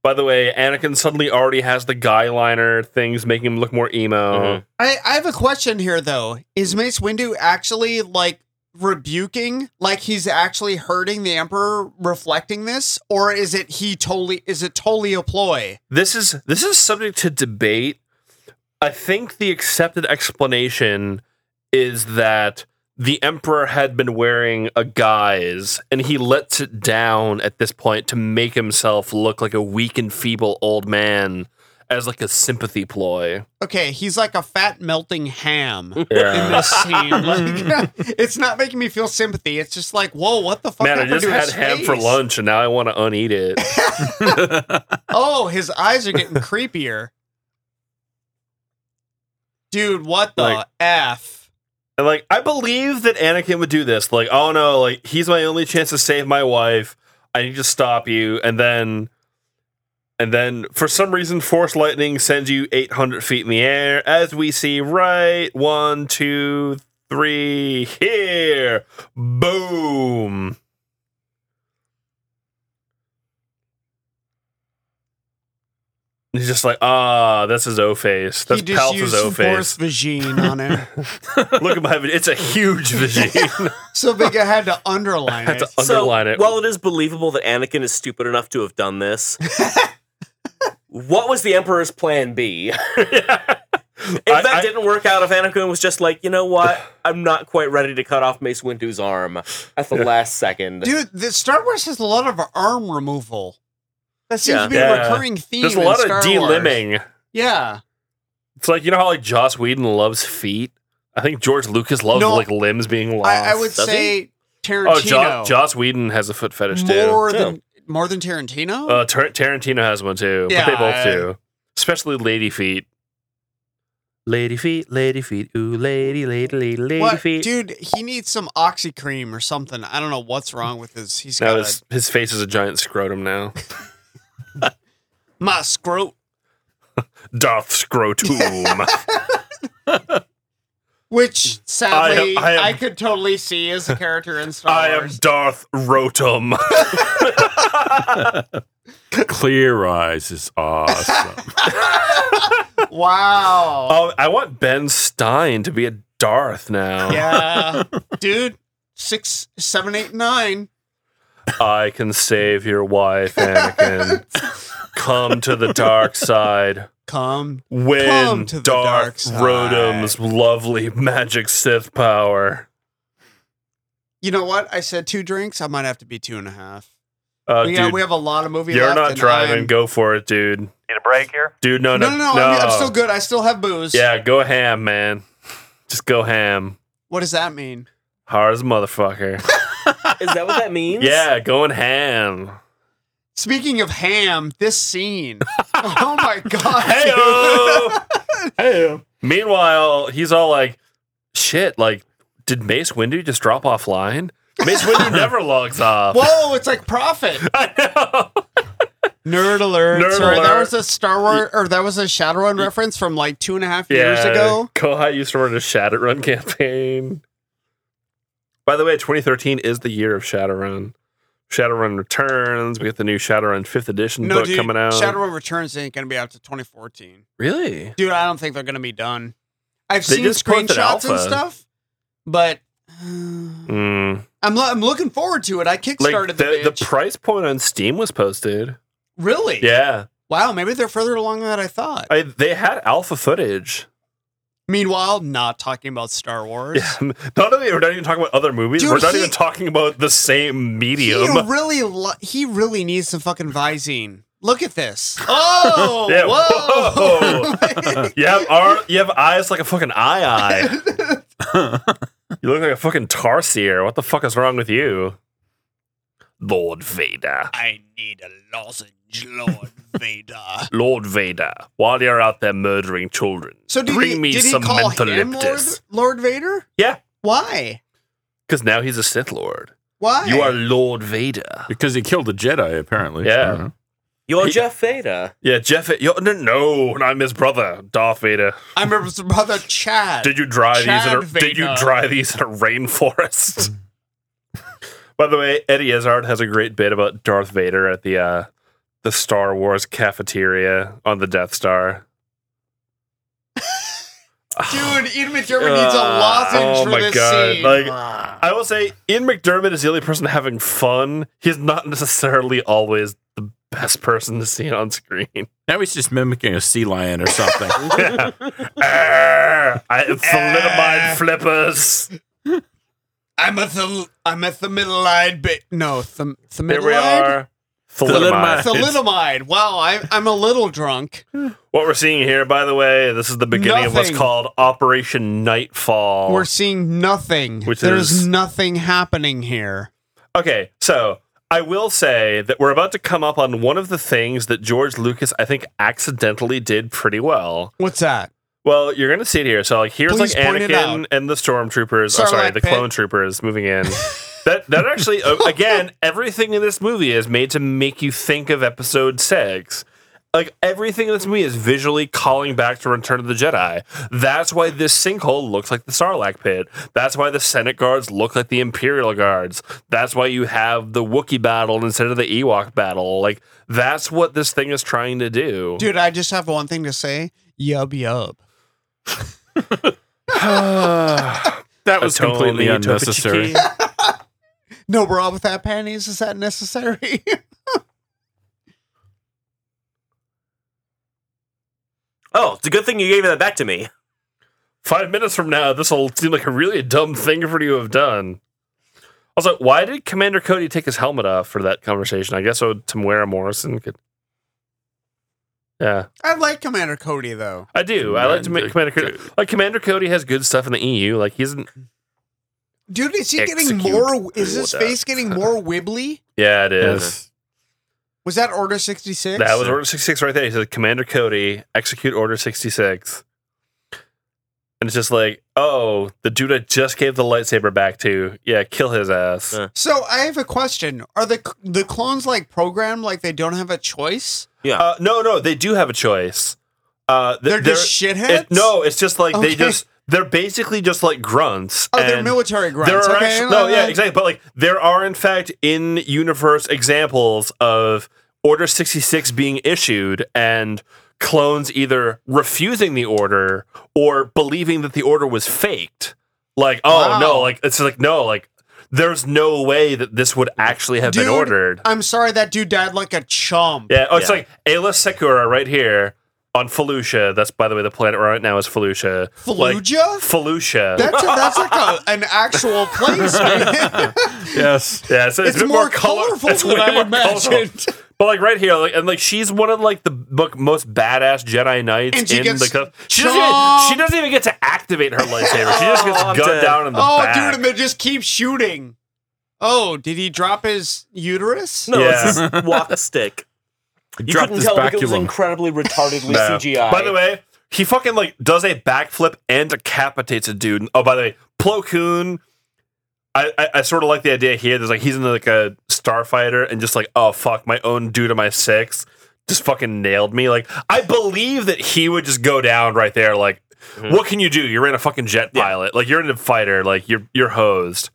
By the way, Anakin suddenly already has the guy liner things making him look more emo. Mhm. I, I have a question here though. Is Mace Windu actually like rebuking, like he's actually hurting the Emperor reflecting this? Or is it he totally is it totally a ploy? this is this is subject to debate. I think the accepted explanation is that the emperor had been wearing a guise and he lets it down at this point to make himself look like a weak and feeble old man as like a sympathy ploy. Okay, he's like a fat melting ham in Yeah. this scene. Like, it's not making me feel sympathy. It's just like, whoa, what the fuck? Man, I happened just to had his ham for face? lunch and now I want to uneat it. Oh, his eyes are getting creepier. Dude, what the Like- F? And like, I believe that Anakin would do this. Like, oh no, like he's my only chance to save my wife. I need to stop you. And then, and then for some reason, Force Lightning sends you 800 feet in the air, as we see right one, two, three, here, boom. He's just like, ah, this is O face. That's he just Palp's used O some force face. vagine on him. Look at my, it's a huge vision. so big I had to underline had it. to underline so, it. While it is believable that Anakin is stupid enough to have done this, what was the Emperor's plan B? If I- that I- didn't work out, if Anakin was just like, you know what, I'm not quite ready to cut off Mace Windu's arm at the last second. Dude, the Star Wars has a lot of arm removal. That seems Yeah. to be Yeah. a recurring theme. There's a in lot Star Wars. of delimbing. Yeah. It's like you know how like Joss Whedon loves feet. I think George Lucas loves No. like limbs being lost. I, I would Does say Oh, Tarantino. jo- Joss Whedon has a foot fetish more too. than more than Tarantino? Uh, Tar- Tarantino has one too. but they Yeah, both I- do, especially lady feet. Lady feet, lady feet, ooh, lady, lady, lady, lady What? feet. Dude, he needs some oxy cream or something. I don't know what's wrong with his. He's now got a, his, his face is a giant scrotum now. my scrot. Doth scrotum. Which sadly, I I, am- could totally see as a character in I Star am Wars. Darth Rotum. Clear eyes is awesome. Wow. Oh, I want Ben Stein to be a Darth now. Yeah, dude, six, seven, eight, nine. I can save your wife, Anakin. Come to the dark side. Come, When Come to the dark Darth side. Rotom's lovely magic Sith power. you know what? I said two drinks. I might have to be two and a half. Uh, we, dude, got- we have a lot of movie. you're left, not and driving. I'm- Go for it, dude. Need a break here? Dude, no, no, No, no, no. I'm, I'm still good. I still have booze. Yeah, go ham, man. Just go ham. What does that mean? Hard as a motherfucker. Is that what that means? yeah, going ham. Speaking of ham, this scene. oh my god. dude. Heyo. Meanwhile, he's all like, "Shit! Like, did Mace Windu just drop offline? Mace Windu never logs off." Whoa, it's like profit. I know. Nerd alert. Nerd Sorry, that alert. was a Star Wars or that was a Shadowrun reference from like two and a half years Yeah, ago. Kohai used to run a Shadowrun campaign. By the way, 2013 is the year of Shadowrun. Shadowrun returns. We get the new Shadowrun fifth edition No, book dude, coming out. Shadowrun Returns ain't gonna be out to 2014. really? Dude, I don't think they're gonna be done. I've They seen just posted screenshots and alpha. stuff, but uh, I'm Mm. lo- I'm looking forward to it. I Like kickstarted the, the, the bitch. price point on Steam was posted. really? Yeah, Wow, maybe they're further along than I thought. I, they had alpha footage. Meanwhile, not talking about Star Wars. Yeah, m- not only we're not even talking about other movies, Dude, we're not he- even talking about the same medium. He um, really, lo- he really needs some fucking Visine. Look at this. Oh, whoa. Yeah, you have ar- you have eyes like a fucking eye eye. you look like a fucking tarsier. What the fuck is wrong with you, Lord Vader? I need a lozenge, Lord Vader. Lord Vader, while you're out there murdering children, So did bring he, me did he some call him Lord, mentholyptus. Lord Vader? Yeah. Why? Because now he's a Sith Lord. Why? You are Lord Vader. because he killed a Jedi, apparently. Yeah. I don't know. You're Jeff Vader. Yeah, Jeff. You're, no, no, and I'm his brother, Darth Vader. I'm his brother Chad. Did you dry Chad these? In a, did you Vader. dry these in a rainforest? By the way, Eddie Izzard has a great bit about Darth Vader at the uh, the Star Wars cafeteria on the Death Star. Dude, Ian McDermott needs a Uh, lozenge oh for my this God, scene. Ah. like- I will say, Ian McDermott is the only person having fun. He's not necessarily always the best person to see on screen. Now he's just mimicking a sea lion or something. Arr, Ah. I thalidomide flippers. I'm at the I'm at the middle line, but no, the the Here middle we are. Thalidomide. Thalidomide. Thalidomide. Wow, I, I'm a little drunk. What we're seeing here, by the way, this is the beginning of what's Nothing. called Operation Nightfall. We're seeing nothing. Which There's is- nothing happening here. okay, so I will say that we're about to come up on one of the things that George Lucas, I think, accidentally did pretty well. What's that? Well, you're gonna see it here. So, like, here's Please like point it Anakin out. and the stormtroopers. I'm sorry, Sarlacc the pit. clone troopers moving in. that that actually, uh, again, everything in this movie is made to make you think of Episode Six. Like everything in this movie is visually calling back to Return of the Jedi. That's why this sinkhole looks like the Sarlacc pit. That's why the Senate guards look like the Imperial guards. That's why you have the Wookiee battle instead of the Ewok battle. Like that's what this thing is trying to do. Dude, I just have one thing to say. Yub yub. That was completely Tony unnecessary. Topachiki. No bra with that panties. Is that necessary? Oh, it's a good thing you gave that back to me. Five minutes from now, this will seem like a really dumb thing for you to have done. Also, why did Commander Cody take his helmet off for that conversation? I guess so Tamara Morrison could. Yeah, I like Commander Cody though. I do. I like to make Commander Commander Cody. Like Commander Cody has good stuff in the EU. Like he's an, Dude, is he getting Execute. more? Is his What face getting more wibbly? yeah, it is. Yes. Was that Order sixty six? That was Order 66 right there. He said, Commander Cody, execute Order 66. And it's just like, oh, the dude I just gave the lightsaber back to, yeah, kill his ass. Uh. So I have a question: Are the the clones like programmed like they don't have a choice? Uh, no, no, they do have a choice. Uh, th- They're, just shitheads. it- No, it's just like they Okay. just, they're basically just like grunts. oh, they're and military there grunts. are okay, actu- no, uh, yeah, exactly. But like, there are in fact in universe examples of Order 66 being issued and clones either refusing the order or believing that the order was faked. Like, oh Wow. no, like it's like no, like there's no way that this would actually have Dude. uh, been ordered. I'm sorry, that dude died like a chump. Yeah, oh, it's Yeah. like Ayla Sekura right here on Felucia. That's by the way, the planet we're on right now is Felucia. Like, Fallujah? Felucia. That's that's like a, an actual place. man. Yes. yeah, so it's, it's a bit more, color- colorful it's than way I more colorful. imagined. But like right here, like and like she's one of like the book most badass Jedi Knights And she in gets the cup. She doesn't, even, she chomped. doesn't even get to activate her lightsaber. She just gets Oh, I'm gunned dead. down in the oh, back. dude, and they just keep shooting. Oh, did he drop his uterus? No, it's Yeah. his walk stick. You Drop couldn't this tell like, it was baculum. incredibly retardedly No. CGI. By the way, he fucking like does a backflip and decapitates a dude. Oh, by the way, Plo Koon. I, I, I sort of like the idea here. There's like he's in like a starfighter and just like oh fuck, my own dude on my six just fucking nailed me. Like I believe that he would just go down right there. Like Mhm. what can you do? You're in a fucking jet Yeah. pilot. Like you're in a fighter. Like you're you're hosed.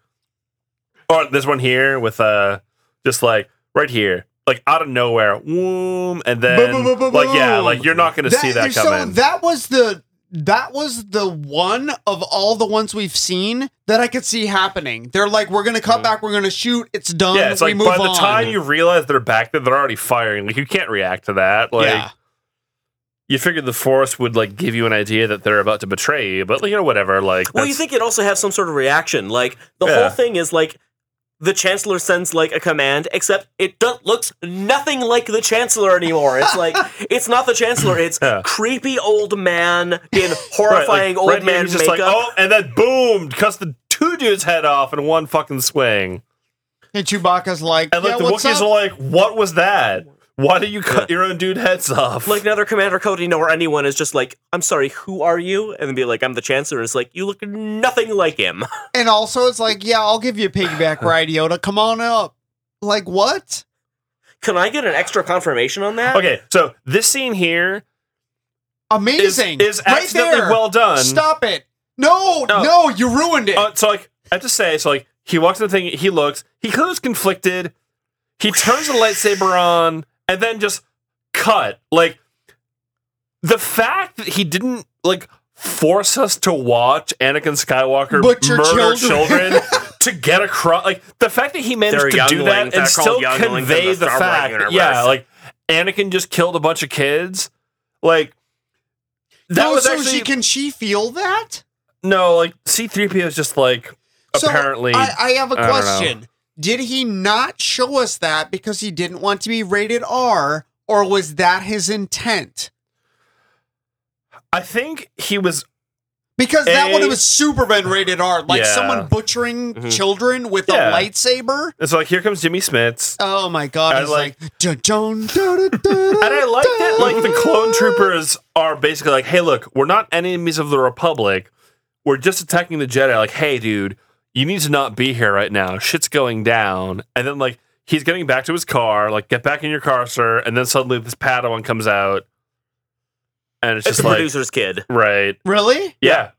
Or this one here with uh just like right here. Like out of nowhere, Whoom, and then Boom, boom, boom, boom, like yeah, boom. like you're not gonna see that so coming. that was the that was the one of all the ones we've seen that I could see happening. They're like, we're gonna cut back, we're gonna shoot, it's done. yeah, it's we like move by the on. time you realize they're back there, they're already firing. Like you can't react to that. Like yeah, you figured the force would like give you an idea that they're about to betray you, but like, you know whatever. Like well, you that's- think it also have some sort of reaction. Like the Yeah. whole thing is like the chancellor sends like a command, except it do- looks nothing like the chancellor anymore. It's like it's not the chancellor. It's Yeah. creepy old man in Right, like, horrifying old right here, man he's makeup. just like oh, and then boom, cuts the two dudes' head off in one fucking swing. and Chewbacca's like, And like yeah, the what's Wookiees up? are like, what was that? Why did you cut your own dude heads off? Like another Commander Cody or anyone is just like, I'm sorry, who are you? And then be like, I'm the Chancellor. And it's like, you look nothing like him. and also it's like, yeah, I'll give you a piggyback ride, Yoda. Come on up. Like what? Can I get an extra confirmation on that? okay, so this scene here is, Amazing. is right accidentally there. well done. Stop it. No, No. no, you ruined it. Uh, so like I have to say, so like he walks in the thing, he looks, he clearly conflicted. He turns the lightsaber on, and then just cut. Like the fact that he didn't like force us to watch Anakin Skywalker Butcher murder children. children. to get across, like the fact that he managed They're to do that younglings. and They're still called younglings in the convey the, Star Wars fact, that, universe. yeah, like Anakin just killed a bunch of kids, like. That no, was Oh, so actually she can she feel that? no, like C3PO is just like apparently I, I have a I don't know. question. Did he not show us that because he didn't want to be rated R, or was that his intent? I think he was. Because that A- would have super been rated R, like Yeah. Mm-hmm. someone butchering Mhm. children with Yeah. a lightsaber. It's like here comes Jimmy Smits, Oh my god! I It's like- like, dun, dun, dun, dun, dun, and I like that. Like the dun. clone troopers are basically like, hey, look, we're not enemies of the Republic. We're just attacking the Jedi. Like, hey, dude, you need to not be here right now. Shit's going down. And then like he's getting back to his car. Like, get back in your car, sir. And then suddenly this Padawan comes out, and it's It's just the like, producer's kid. right, Really? yeah.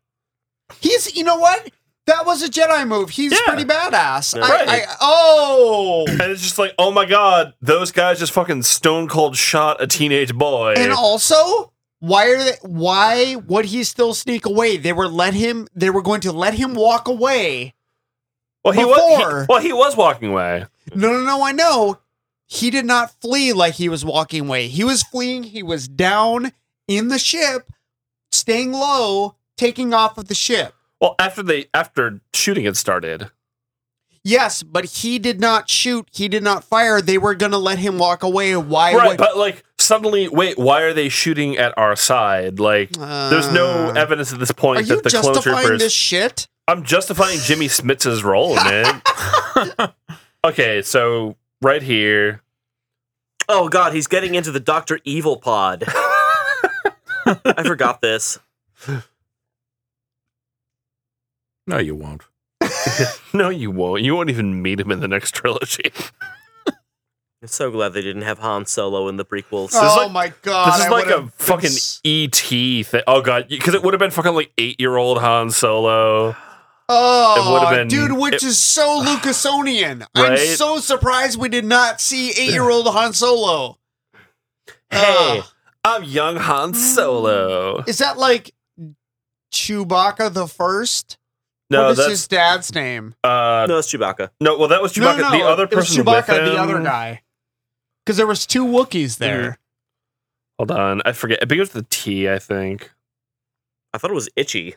He's. You know what? That was a Jedi move. He's Yeah. pretty badass. I- Right. I- oh. And it's just like, oh my god, those guys just fucking stone cold shot a teenage boy. And also, why are they, why would he still sneak away? They were let him. They were going to let him walk away. well, he was. before- He, well, he was walking away. No, no, no. I know. He did not flee like he was walking away. He was fleeing. He was down. in the ship, staying low, taking off of the ship. Well, after they after shooting had started, Yes, but he did not shoot. He did not fire. They were gonna let him walk away. Why? right? would- But like suddenly, wait, why are they shooting at our side? Like, there's no Uh, evidence at this Are point you that the clone justifying troopers. this shit? I'm justifying Jimmy Smits's role, man. okay, so right here, Oh god, he's getting into the Doctor Evil pod. I forgot this. No, you won't. no, you won't. You won't even meet him in the next trilogy. I'm so glad they didn't have Han Solo in the prequels. is oh like- my god! this is I like would've a been fucking s- ET thing. Oh god, because it would have been fucking like eight year old Han Solo. oh, would've been- dude, which it- is so Lucasonian. I'm Right? so surprised we did not see eight-year-old Han Solo. Hey, Ugh. I'm young Han Solo. Is that like Chewbacca the first? what No, is his that's dad's name? uh, no, it's Chewbacca. no. Well, that was Chewbacca. the other it was person Chewbacca, with him. Mm-hmm. the other guy. Because there was two Wookiees there. Hold on, I forget. I think it was the T. I think. I thought it was Itchy.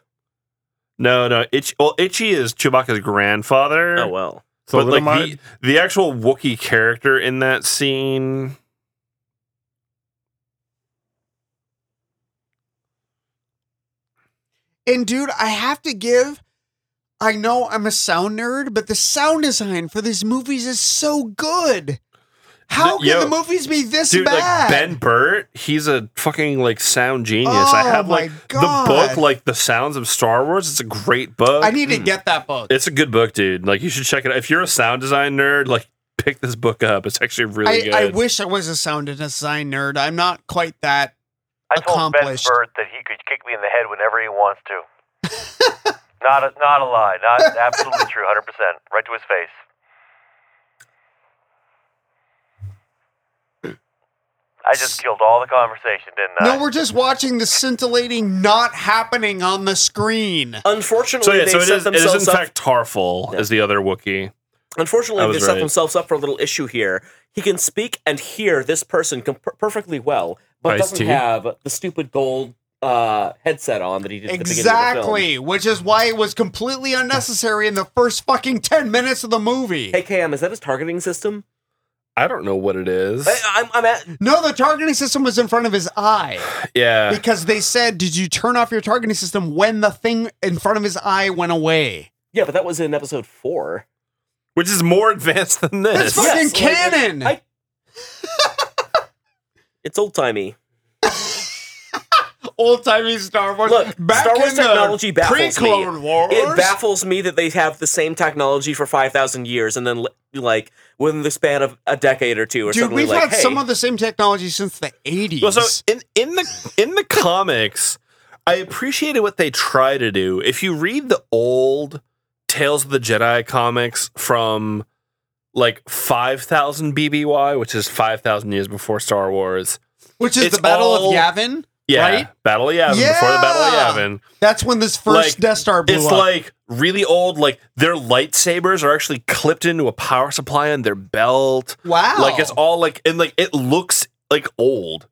No, no. Itch. Well, Itchy is Chewbacca's grandfather. Oh well. So but like Little Mod- the, the actual Wookiee character in that scene. And dude, I have to give. I know I'm a sound nerd, but the sound design for these movies is so good. How The- can yo, the movies be this Dude, bad? like Ben Burt, he's a fucking like sound genius. I Oh have my like God. the book, like the sounds of Star Wars. It's a great book. I need to get that book. mm. It's a good book, dude. Like you should check it out. If you're a sound design nerd, like pick this book up. It's actually really good. I, I wish I was a sound design nerd. I'm not quite that. I told Ben accomplished. Bird that he could kick me in the head whenever he wants to. not a, not a lie. Not absolutely true. Hundred percent. Right to his face. I just killed all the conversation, didn't Uh, I? No, we're just watching the scintillating not happening on the screen. Unfortunately, so yeah, they so it set is, it themselves is in up. fact Tarful is the other Wookiee. I unfortunately, they was set right. themselves up for a little issue here. He can speak and hear this person com- per- perfectly well, but Ice doesn't tea? have the stupid gold uh, headset on that he did at the beginning of the film. Exactly, which is why it was completely unnecessary in the first fucking 10 minutes of the movie. Hey KM, is that his targeting system? I don't know what it is. I, I'm, I'm at No, the targeting system was in front of his eye yeah. because they said, Did you turn off your targeting system when the thing in front of his eye went away? yeah, but that was in episode four. Which is more advanced than That's this. fucking Yes, like, canon! I- It's old timey. Old timey Star Wars. Look, Star Wars in the technology baffles me. pre-Clone Wars. It baffles me that they have the same technology for five thousand years, and then li- like within the span of a decade or two, or Dude, suddenly we've like, had hey, some of the same technology since the 80s. Well, so in in the in the comics, I appreciated what they try to do. If you read the old Tales of the Jedi comics from like 5000 BBY, which is 5000 years before Star Wars. Which is it's the Battle all- of Yavin. Yeah, Right? Battle of Yavin before the Battle of Yeah. Yavin. That's when this first Like, Death Star blew It's up. like really old like their lightsabers are actually clipped into a power supply on their belt. wow. Like it's all like and like it looks like old.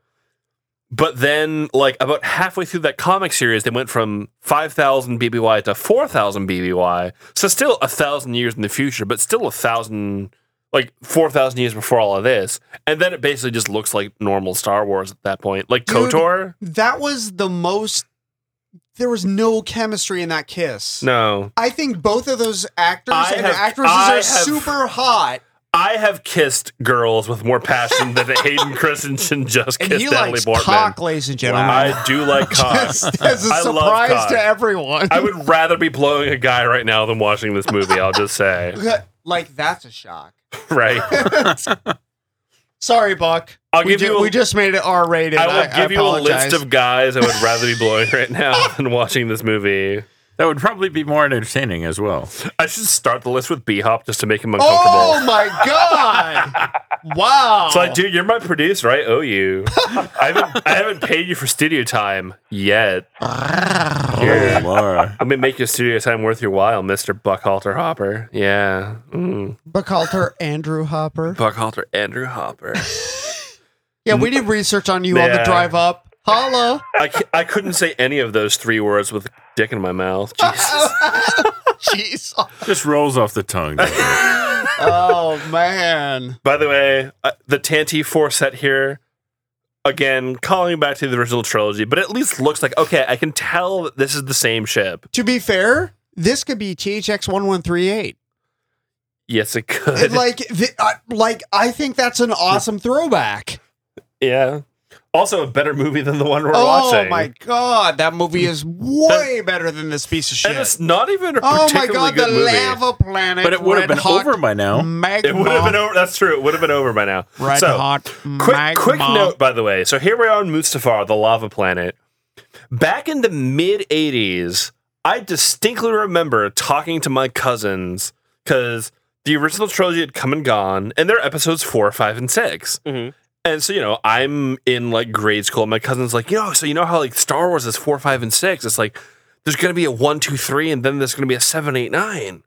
But then like about halfway through that comic series, they went from five thousand BBY to four thousand BBY. So still a thousand years in the future, but still a thousand like four thousand years before all of this. And then it basically just looks like normal Star Wars at that point. Like Dude. Kotor? That was the most. There was no chemistry in that kiss. No. I think both of those actors I and have- actresses I are have- super hot, I have kissed girls with more passion than Hayden Christensen just and kissed he Natalie likes Portman. cock, ladies and gentlemen. I do like cock. As, as a I love surprise cock. to everyone, I would rather be blowing a guy right now than watching this movie, I'll just say. like that's a shock. Right. Sorry, Buck. I'll we, give ju- you a- we just made it R rated. I will give you a list of guys I would rather be blowing right now than watching this movie. that would probably be more entertaining as well. I should start the list with B Hop just to make him uncomfortable. Oh my god! wow. It's like, dude, you're my producer. I owe you. I haven't, I haven't paid you for studio time yet. Oh, Laura. I'm gonna make your studio time worth your while, Mister Buckhalter Hopper. Yeah, mm. Buckhalter Andrew Hopper. Buckhalter Andrew Hopper. Yeah, we did research on you on the Yeah. drive up. Holla. I, c- I couldn't say any of those three words with dick in my mouth. Jesus. Jeez. Just rolls off the tongue. doesn't it? Oh, man. By the way, uh, the Tanty four set here, again, calling back to the original trilogy, but at least looks like, okay, I can tell that this is the same ship. To be fair, this could be THX 1138. Yes, it It, could. like, th- I, like, I think that's an awesome throwback. yeah. Also, a better movie than the one we're oh, watching. my God. That movie is way better than this piece of And shit. it's not even a Oh, my God. particularly The good movie. lava planet. But it would have red Mm. been hot over by now. Magma. It would have been over. That's true. It would have been over by now. Red so, hot. Quick, magma. quick note, by the way. So here we are on Mustafar, the lava planet. Back in the mid 80s, I distinctly remember talking to my cousins because the original trilogy had come and gone, and they're episodes four, five, and 6 Mhm. And so, you know, I'm in like grade school. and My cousin's like, you know, so you know how like Star Wars is four, five, and six? It's like there's going to be a one, two, three, and then there's going to be a seven, eight, nine.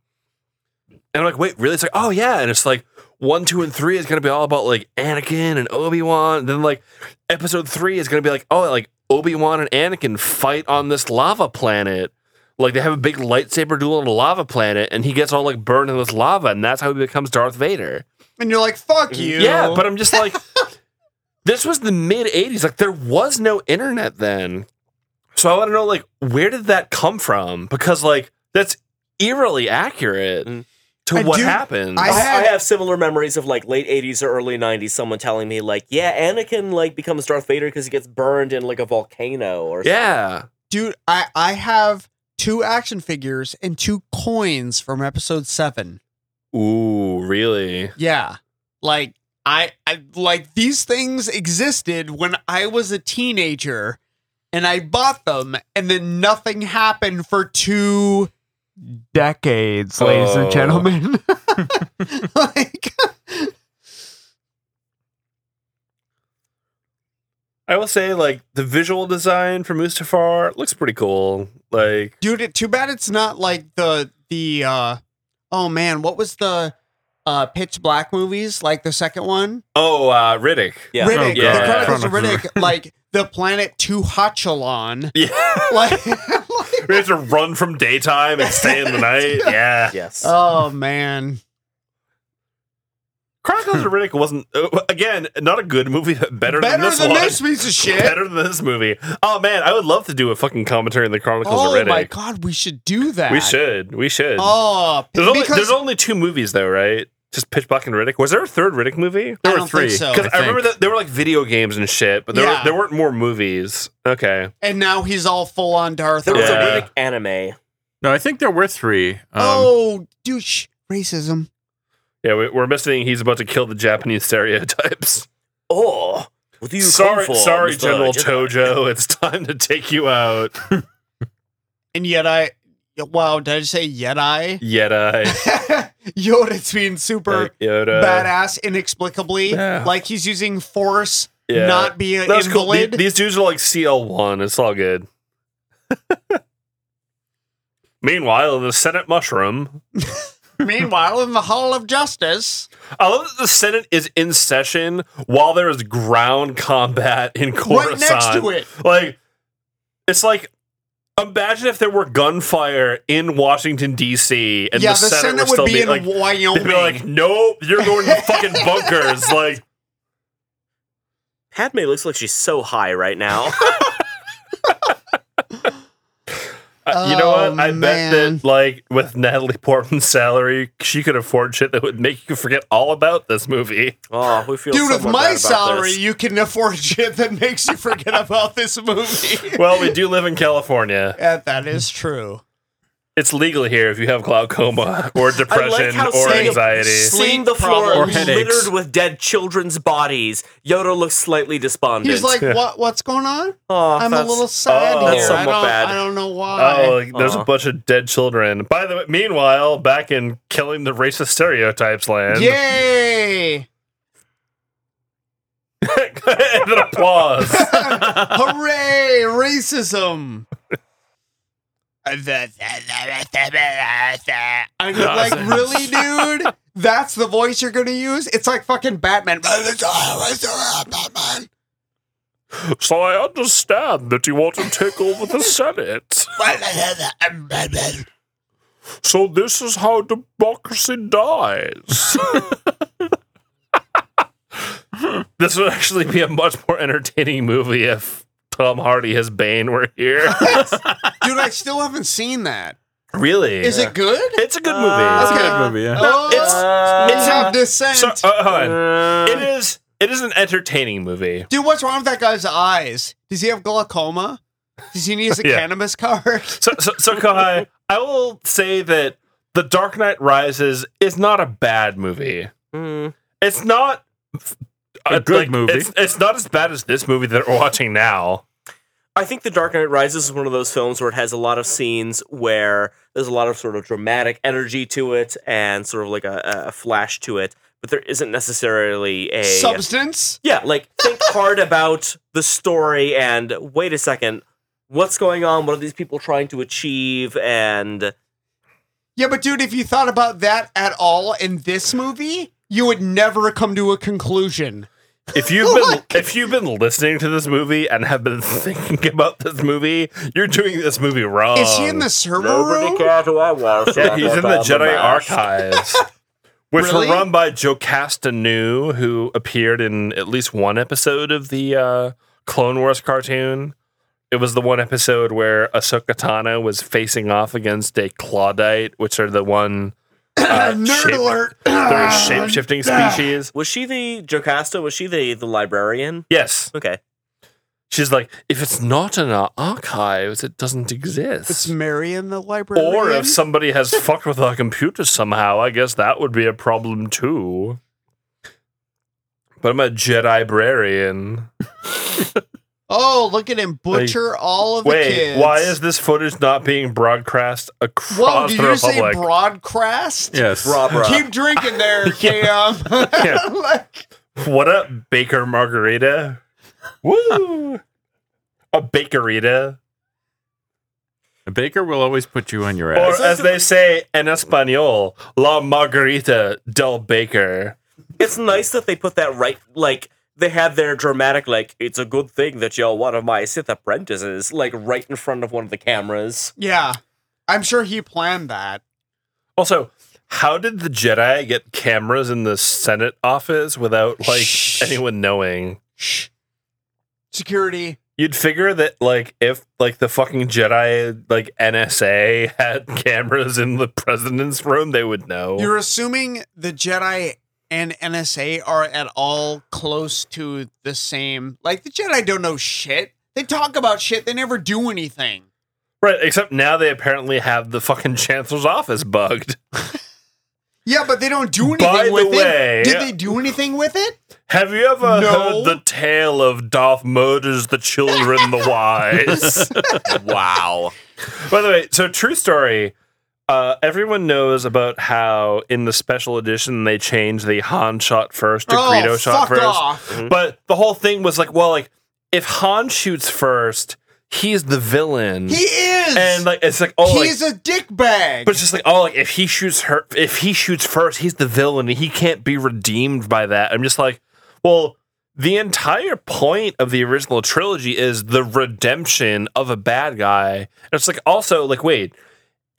And I'm like, wait, really? It's like, oh yeah. And it's like one, two, and three is gonna be all about like Anakin and Obi Wan. Then like episode three is gonna be like, oh, like Obi Wan and Anakin fight on this lava planet. Like they have a big lightsaber duel on a lava planet, and he gets all like burned in this lava, and that's how he becomes Darth Vader. And you're like, fuck you. Yeah, but I'm just like, this was the mid '80s. Like there was no internet then, so I want to know like where did that come from? Because like that's eerily accurate Mm. to I what do- happened. I, I had- I have similar memories of like late 80s or early 90s someone telling me like yeah Anakin like becomes Darth Vader because he gets burned in like a volcano or yeah. dude i i have two action figures and two coins from episode seven Ooh, really? yeah like i i like these things existed when i was a teenager and i bought them and then nothing happened for two decades ladies Oh. and gentlemen like I will say, like, the visual design for Mustafar looks pretty cool. Like, dude it, too bad it's not like the the uh oh man what was the uh pitch black movies like the second one oh, uh, Riddick. Yeah. Riddick, Oh, God. the Chronicles of Chronicles. Riddick, like the planet Tuhachalon. Yeah. Like, we have to run from daytime and stay in the night. Yeah. yes oh man, Chronicles of Riddick wasn't, uh, again, not a good movie, but better, better than this than one. this piece of shit. better than this movie. Oh, man, I would love to do a fucking commentary on the Chronicles Oh of Riddick. my god, we should do that. We should. We should. Oh, there's, only, because there's only two movies, though, right? Just Pitch Black and Riddick. Was there a third Riddick movie? I There were don't think three. so. Because Oh, I I, remember think. that there were like video games and shit, but there, Yeah. were, there weren't more movies. Okay. and now he's all full on Darth. there was Yeah. a Riddick anime No, I think there were three. Um, oh, douche racism. Yeah, we, we're missing. He's about to kill the Japanese stereotypes. oh what do you come sorry, for, sorry, Mr. General Jedi? Tojo. It's time to take you out, And yet I, wow, did I just say yet I? Jedi. Yoda's being super Like Yoda. badass inexplicably, Yeah. like he's using force, Yeah. not be an That's cool. The- invalid. These, dudes are like CL one. It's all good. Meanwhile, in the Senate mushroom. Meanwhile, in the Hall of Justice. I love that the Senate is in session while there is ground combat in right Coruscant. next to it. Like, it's like imagine if there were gunfire in Washington D.C. and yeah, the, Senate, were would still be being in like, Wyoming. they'd be like, "Nope, you're going to fucking bunkers." Like, Padme looks like she's so high right now uh, you know Oh, what? I man. bet that like with Natalie Portman's salary, she could afford shit that would make you forget all about this movie. oh we feel Dude, so with bad my about salary, this. you can afford shit that makes you forget about this movie. Well, we do live in California. Yeah, that is true. It's legal here if you have glaucoma or I like depression how or seeing- anxiety. Seeing the floor Or headaches. littered with dead children's bodies, Yoda looks slightly despondent. He's like, what? What's going on? oh, I'm a that's- little sad oh, that's here. I somewhat don't, bad. I don't know why. Oh, like, there's Aw. a bunch of dead children. By the way, meanwhile, back in killing the racist stereotypes land. Yay! and then applause. Hooray! Racism. I'm like, really, dude? That's the voice you're gonna use? It's like fucking Batman. So I understand that you want to take over the Senate. So this is how democracy dies. this would actually be a much more entertaining movie if Tom Hardy as Bane were here. Dude, I still haven't seen that. really? Is it Uh, good? It's a good movie. That's It's a a good movie. Yeah. Oh, it's- it's have dissent. good- so- uh, hold on. It is. It is an entertaining movie. Dude, what's wrong with that guy's eyes? Does he have glaucoma? Does he need his Yeah. cannabis card? So, so, so Kohai, I will say that The Dark Knight Rises is not a bad movie. Mm. It's not A good movie. It's, it's not as bad as this movie that we're watching now. I think The Dark Knight Rises is one of those films where it has a lot of scenes where there's a lot of sort of dramatic energy to it and sort of like a, a flash to it, but there isn't necessarily a Substance? yeah, like think hard about the story and wait a second, what's going on? What are these people trying to achieve? And Yeah, but dude, if you thought about that at all in this movie, you would never come to a conclusion. If you've been Look. if you've been listening to this movie and have been thinking about this movie, you're doing this movie wrong. Is he in the server room? cares who I was. Yeah, he's in the Jedi archives, which Really? were run by Jocasta New, who appeared in at least one episode of the uh, Clone Wars cartoon. It was the one episode where Ahsoka Tano was facing off against a Claudite, which are the one uh, Nerd shape- alert. They're a shape shifting Ah, species. Was she the Jocasta? Was she the the librarian? Yes, Okay. she's like, if it's not in our archives, it doesn't exist. It's Mary in the library. Or if somebody has fucked with our computer somehow, I guess that would be a problem too. But I'm a Jedi Brarian. Oh, look at him butcher all of the Wait, kids. why is this footage not being broadcast across Whoa, did the you say Republic? broadcast? Yes. Robra. Keep drinking there, Cam. what up, Baker Margarita? Woo! a Bakerita. A baker will always put you on your Or ass. as they say in Espanol, La Margarita del Baker. It's nice that they put that right like they had their dramatic like it's a good thing that y'all one of my Sith apprentices like right in front of one of the cameras. yeah. I'm sure he planned that. Also, how did the Jedi get cameras in the Senate office without like Shh. anyone knowing? Shh. Security. You'd figure that like if like the fucking Jedi like NSA had cameras in the president's room, they would know. You're assuming the Jedi and NSA are at all close to the same. Like the Jedi don't know shit. They talk about shit. They never do anything. right, except now they apparently have the fucking chancellor's office bugged. Yeah, but they don't do anything By the with way- it. Did they do anything with it? Have you ever No. heard the tale of Darth murders the children the wise? wow. By the way, so true story. Uh, everyone knows about how in the special edition they changed the Han shot first to Greedo shot Oh, fuck first. off. But the whole thing was like, well, like if Han shoots first, he's the villain, He is. and like it's like oh, like, He's a dickbag. but it's just like oh, like if he shoots her, if he shoots first, he's the villain, and he can't be redeemed by that. I'm just like, well. The entire point of the original trilogy is the redemption of a bad guy. And it's like also like wait,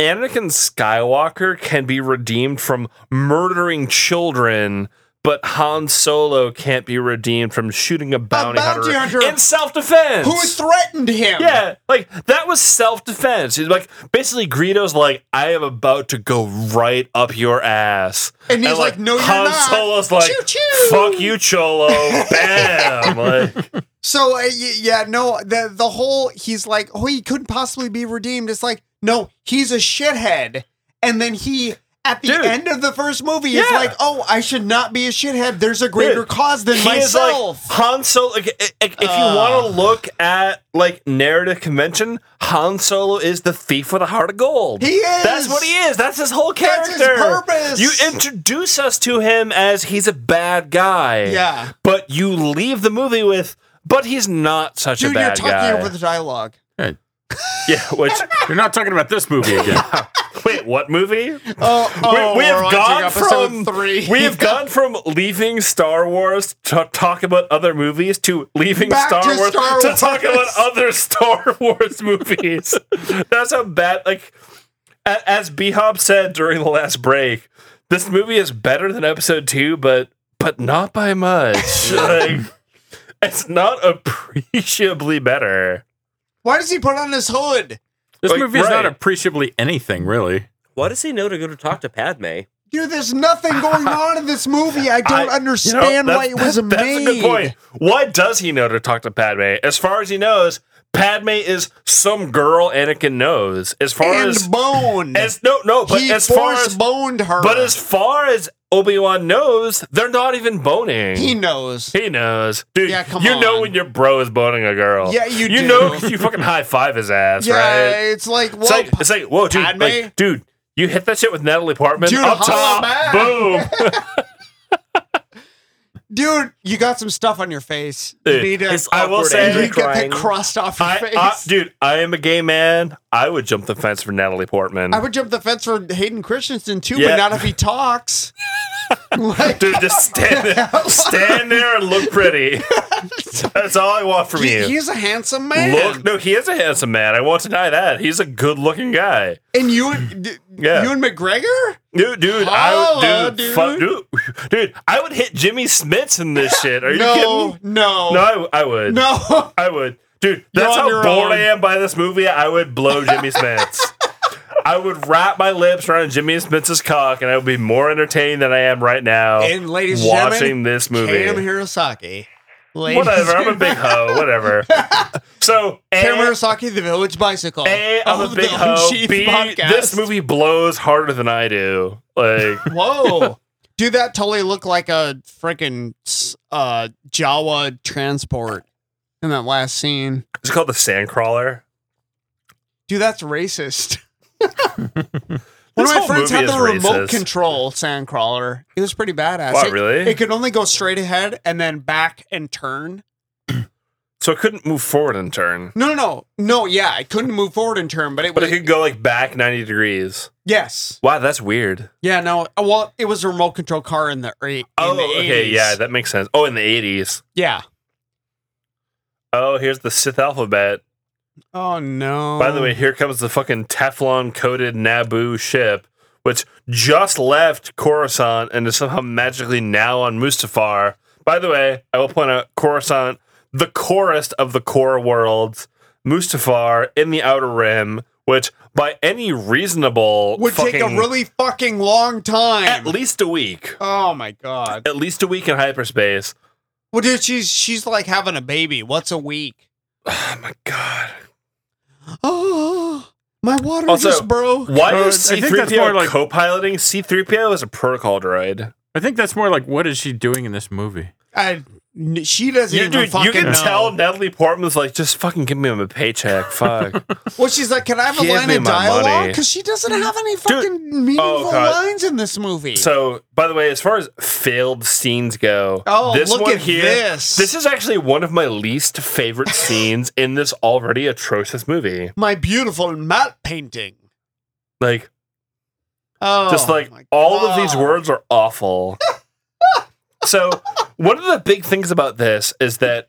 Anakin Skywalker can be redeemed from murdering children, but Han Solo can't be redeemed from shooting a bounty, bounty hunter, hunter in self-defense. Who threatened him? yeah, like that was self-defense. He's like basically Greedo's like, I am about to go right up your ass. And he's like, "No, you're Han not." Solo's like, Choo-choo. fuck you, Cholo. Bam. like, So uh, y- yeah, no, the the whole he's like, oh, he couldn't possibly be redeemed. It's like, no, he's a shithead, and then he at the Dude. end of the first movie is Yeah. like, oh, I should not be a shithead. There's a greater Dude, cause than He is, like, myself. Han Solo. Like, i- i- if you Uh. want to look at like narrative convention, Han Solo is the thief with a heart of gold. He is. That's what he is. That's his whole That's character. his purpose. You introduce us to him as he's a bad guy. Yeah. But you leave the movie with, but he's not such Dude, a you're bad talking guy. over the dialogue. Yeah, which You're not talking about this movie again. wait, what movie? Oh, oh, we, we we're have on to gone episode from three. we have gone from leaving Star Wars to talk about other movies to leaving Back Star, to Wars Star to Wars. talk about other Star Wars movies. That's how bad. Like a- as B Hop said during the last break, this movie is better than Episode Two, but but not by much. like it's not appreciably better. Why does he put on his hood? This Like, movie is not right. appreciably anything, really. Why does he know to go to talk to Padme? Dude, there's nothing going on in this movie. I don't I- You know, understand why that's- it was that's- That's made. a good point. Why does he know to talk to Padme? As far as he knows, Padme is some girl Anakin knows. As far as And bone. as no no, but he as far force as boned her. but as far as Obi Wan knows, they're not even boning. he knows. He knows, dude. Yeah, come you know on. when your bro is boning a girl. Yeah, you You do. know 'cause you fucking high five his ass, yeah, right? it's like It's well, like it's like whoa, dude, Padme? like, dude. You hit that shit with Natalie Portman Dude, up holla top, back. boom. dude, you got some stuff on your face. You Dude, need to, his I will awkward say- you anger need to get crying. that crust off your I, face. I, dude, I am a gay man. I would jump the fence for Natalie Portman. I would jump the fence for Hayden Christensen too, Yeah. but not if he talks. like, dude, just stand there, stand there and look pretty. That's all I want from he- you. he's a handsome man. Look, no, he is a handsome man. I won't deny that. He's a good-looking guy. and you and d- Yeah. you and McGregor. Dude, dude, I Holla, would, dude, fuck, dude, dude, I would hit Jimmy Smits in this shit. Are you No, kidding? no, No, I, w- I would. no. I would, dude. You're That's on how your own. bored I am by this movie. I would blow Jimmy Smits. I would wrap my lips around Jimmy Smits's cock, and I would be more entertained than I am right now. And ladies and watching gentlemen, this movie, Cam Hirosaki. Ladies- whatever. I'm a big hoe. Whatever. So, Cam a, Hirosaki, The Village Bicycle. a, of Eh, I'm a Oh, the big hoe. Unsheathed B, podcast. this movie blows harder than I do. Like, Whoa. Dude, that totally looked like a freaking uh, Jawa transport in that last scene. it's called the Sandcrawler. Dude, that's racist. One This of my whole friends movie had the is remote racist. control sandcrawler. It was pretty badass. Wow, It- really? It could only go straight ahead and then back and turn. So it couldn't move forward and turn, No, no, no, no. Yeah, it couldn't move forward and turn, but it but was it could go like back 90 degrees. yes, Wow, that's weird. yeah, no. uh, Well, it was a remote control car in the eight. in Oh, the okay, 80s. yeah, that makes sense. Oh, in the 80s. yeah. Oh, here's the Sith alphabet. Oh no. By the way, here comes the fucking Teflon coated Naboo ship, which just left Coruscant and is somehow magically now on Mustafar. By the way, I will point out Coruscant, the corest of the core worlds, Mustafar in the Outer Rim, which by any reasonable would take a fucking- really fucking long time. at least a week, Oh my god. at least a week in hyperspace. Well, dude, she's she's like having a baby. What's a week? Oh my god! Oh, my water Also, just broke. Why Uh, is I C think three that's more PO like- co-piloting? C three PO is a protocol droid. I think that's more like what is she doing in this movie? I, n- she doesn't You, even dude, fucking you can know. tell Natalie Portman's like, just fucking give me my paycheck. Fuck. Well, she's like, "Can I have a Give line me of my dialogue?" money. Because she doesn't have any fucking meaningful oh, God. lines in this movie. so, by the way, as far as failed scenes go, Oh, this look one at here, this. this is actually one of my least favorite scenes in this already atrocious movie. my beautiful matte painting. Like, Oh, just like my all of these God. words are awful. so, one of the big things about this is that.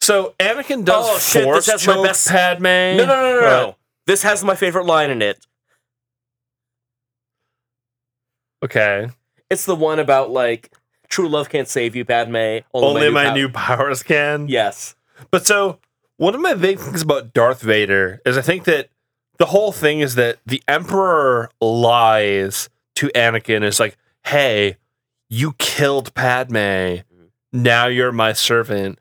So Anakin does Oh, shit, force this has my choke best- Padme. No, no, no, no, no. What? This has my favorite line in it. Okay. It's the one about like true love can't save you, Padme. Only, Only my pow- new powers can. Yes. But so one of my big things about Darth Vader is I think that the whole thing is that the Emperor lies to Anakin. It's like, hey, you killed Padme. Now you're my servant.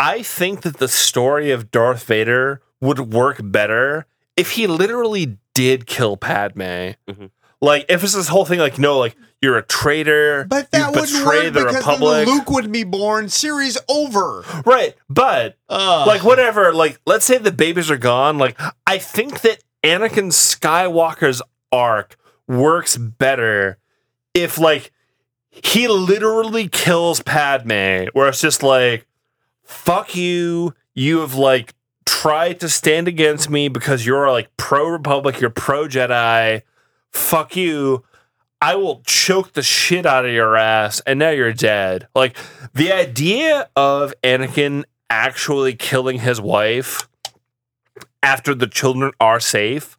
I think that the story of Darth Vader would work better if he literally did kill Padme. Mhm. Like, if it's this whole thing, like, no, like, you're a traitor. But you that wouldn't work because then Luke would be born. Series over. Right. But Uh, like whatever like let's say the babies are gone like i think that anakin skywalker's arc works better if like he literally kills padme where it's just like fuck you you have like try to stand against me because you're like pro Republic, you're pro Jedi. Fuck you. I will choke the shit out of your ass, and now you're dead. Like the idea of Anakin actually killing his wife after the children are safe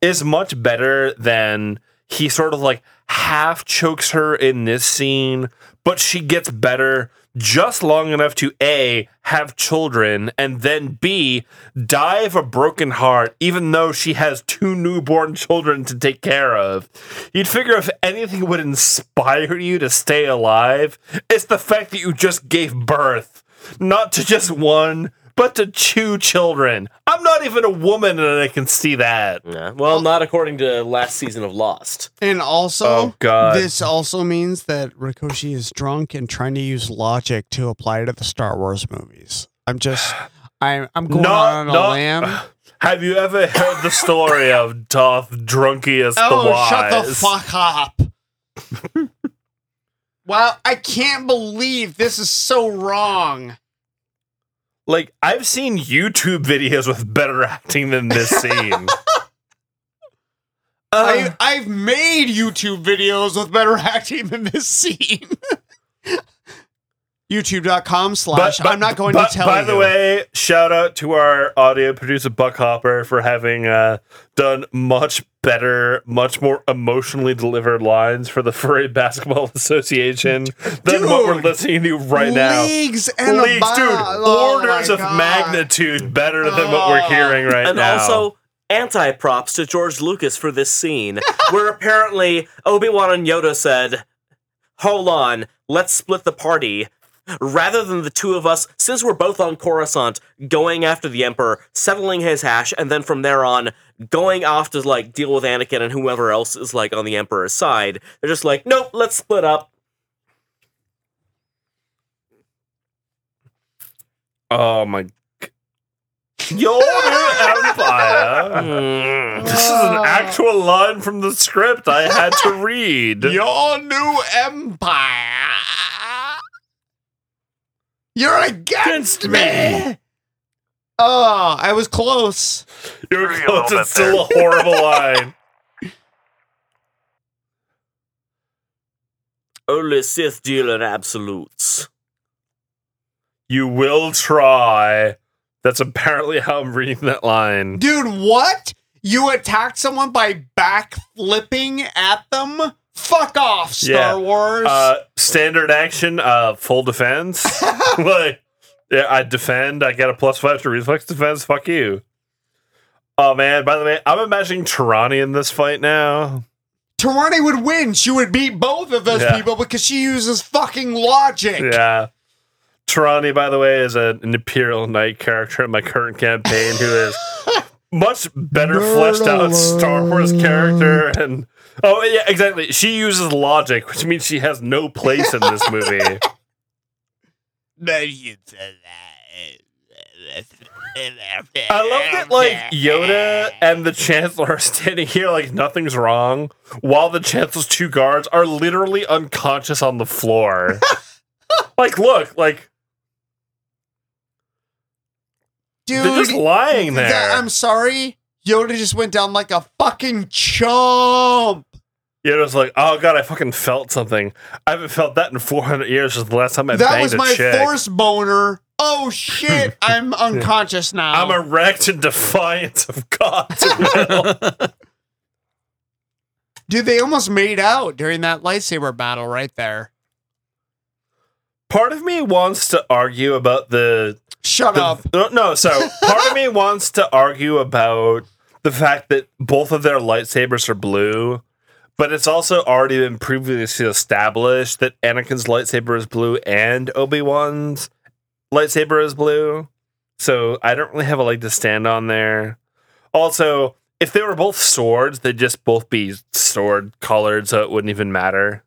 is much better than he sort of like half chokes her in this scene, but she gets better just long enough to A, have children, and then B, die of a broken heart, even though she has two newborn children to take care of. You'd figure if anything would inspire you to stay alive, it's the fact that you just gave birth, not to just one. But to two children. I'm not even a woman and I can see that. Yeah. Well, not according to last season of Lost. And also, Oh, God. this also means that Rikoshi is drunk and trying to use logic to apply to the Star Wars movies. I'm just, I'm, I'm going on a lamb. Have you ever heard the story of Darth Drunkius the Oh, Wise? shut the fuck up. wow, I can't believe this is so wrong. Like I've seen YouTube videos with better acting than this scene. Uh, I, I've made YouTube videos with better acting than this scene. YouTube.com slash. I'm not going but- to tell By you. the way, shout out to our audio producer Buck Hopper for having uh, done much better, much more emotionally delivered lines for the Furry Basketball Association than what we're Dude, listening to right now. leagues and Leagues, above. dude, Oh my orders of God. magnitude better than what we're Oh. hearing right and now. also anti props to George Lucas for this scene, where apparently Obi Wan and Yoda said, "Hold on, let's split the party." Rather than the two of us, since we're both on Coruscant, going after the Emperor, settling his hash, and then from there on, going off to like deal with Anakin and whoever else is like on the Emperor's side, they're just like, nope, let's split up. oh my, g- your empire. Mm. This is Oh. an actual line from the script I had to read. Your new empire. You're against me. Oh, I was close. You're Real close. bit It's still a horrible line. Only Sith deal in absolutes. You will try. That's apparently how I'm reading that line. Dude, what? You attacked someone by backflipping at them? Fuck off, Star Yeah. Wars. Uh, standard action, uh, full defense. like, yeah, I defend. I get a plus five to reflex defense. Fuck you. Oh man! By the way, I'm imagining Tarani in this fight now. Tarani would win. She would beat both of those Yeah. people because she uses fucking logic. Yeah. Tarani, by the way, is a- an Imperial Knight character in my current campaign who is much better fleshed out Star Wars character. And oh yeah, exactly. She uses logic, which means she has no place in this movie. I love that like Yoda and the Chancellor are standing here like nothing's wrong, while the Chancellor's two guards are literally unconscious on the floor. like, look, like Dude, they're just lying there. that- I'm sorry. Yoda just went down like a fucking chump. Yoda's like, oh god, I fucking felt something. I haven't felt that in 400 years since the last time I that banged was a my chick. force boner. Oh shit, I'm unconscious now. I'm erect in defiance of God's will. Dude, they almost made out during that lightsaber battle right there. Part of me wants to argue about the Shut the- up. No, no, so part of me wants to argue about the fact that both of their lightsabers are blue, but it's also already been previously established that Anakin's lightsaber is blue and Obi Wan's lightsaber is blue. So I don't really have a leg to stand on there. Also, if they were both swords, they'd just both be sword colored, so it wouldn't even matter.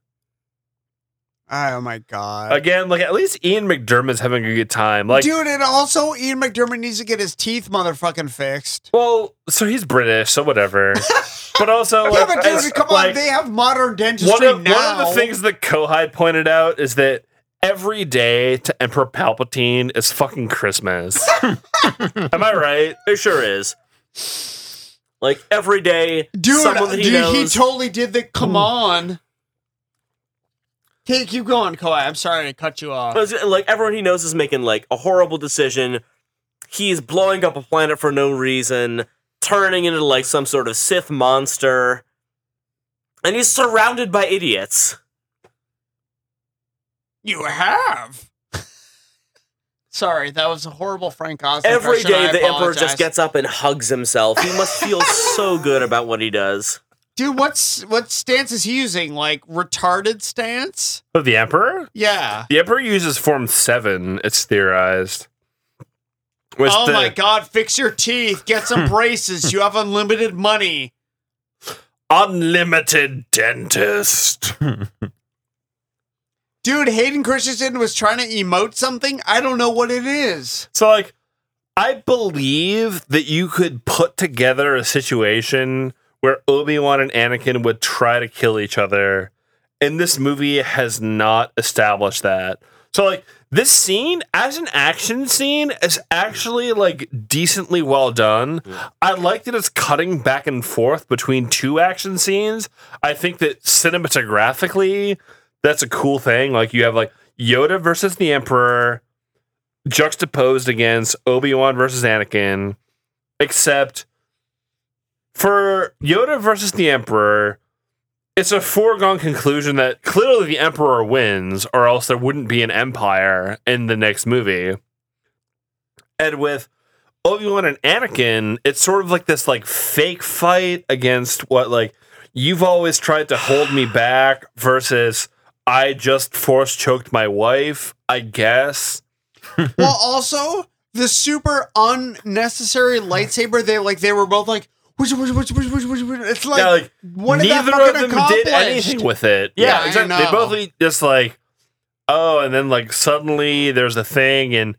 Oh my god. Again, like at least Ian McDermott's having a good time. Like Dude, and also Ian McDermott needs to get his teeth motherfucking fixed. Well, so he's British, so whatever. but also, yeah, like, but dude, it's come on, like, they have modern one dentistry of, now. one of the things that Kohai pointed out is that every day to Emperor Palpatine is fucking Christmas. Am I right? It sure is. Like every day, Dude, someone that he dude, he knows. totally did the Hmm. come on. Okay, keep going, Koi. I'm sorry to cut you off. like everyone he knows is making like a horrible decision. He's blowing up a planet for no reason, turning into like some sort of Sith monster, and he's surrounded by idiots. You have. sorry, that was a horrible Frank Oz. Every impression. day, I the Emperor apologize. just gets up and hugs himself. He must feel so good about what he does. Dude, what's what stance is he using? Like retarded stance? But Oh, the Emperor? Yeah. The Emperor uses Form 7, it's theorized. Which oh the- my god, fix your teeth, get some braces. You have unlimited money. Unlimited dentist. Dude, Hayden Christensen was trying to emote something. I don't know what it is. So like I believe that you could put together a situation where Obi-Wan and Anakin would try to kill each other and this movie has not established that. So like this scene as an action scene is actually like decently well done. I like that it's cutting back and forth between two action scenes. I think that cinematographically that's a cool thing. Like you have like Yoda versus the Emperor juxtaposed against Obi-Wan versus Anakin, except for Yoda versus the Emperor, it's a foregone conclusion that clearly the Emperor wins, or else there wouldn't be an empire in the next movie. And with Obi-Wan and Anakin, it's sort of like this like fake fight against what like you've always tried to hold me back versus I just force choked my wife, I guess. well, also the super unnecessary lightsaber. They like they were both like, which, which, which, which, which, which, which. It's like, yeah, like what did that neither fucking of them did accomplish? anything with it. Yeah, Yeah, I exactly. know. They both e- just like, oh, and then like suddenly there's a thing, and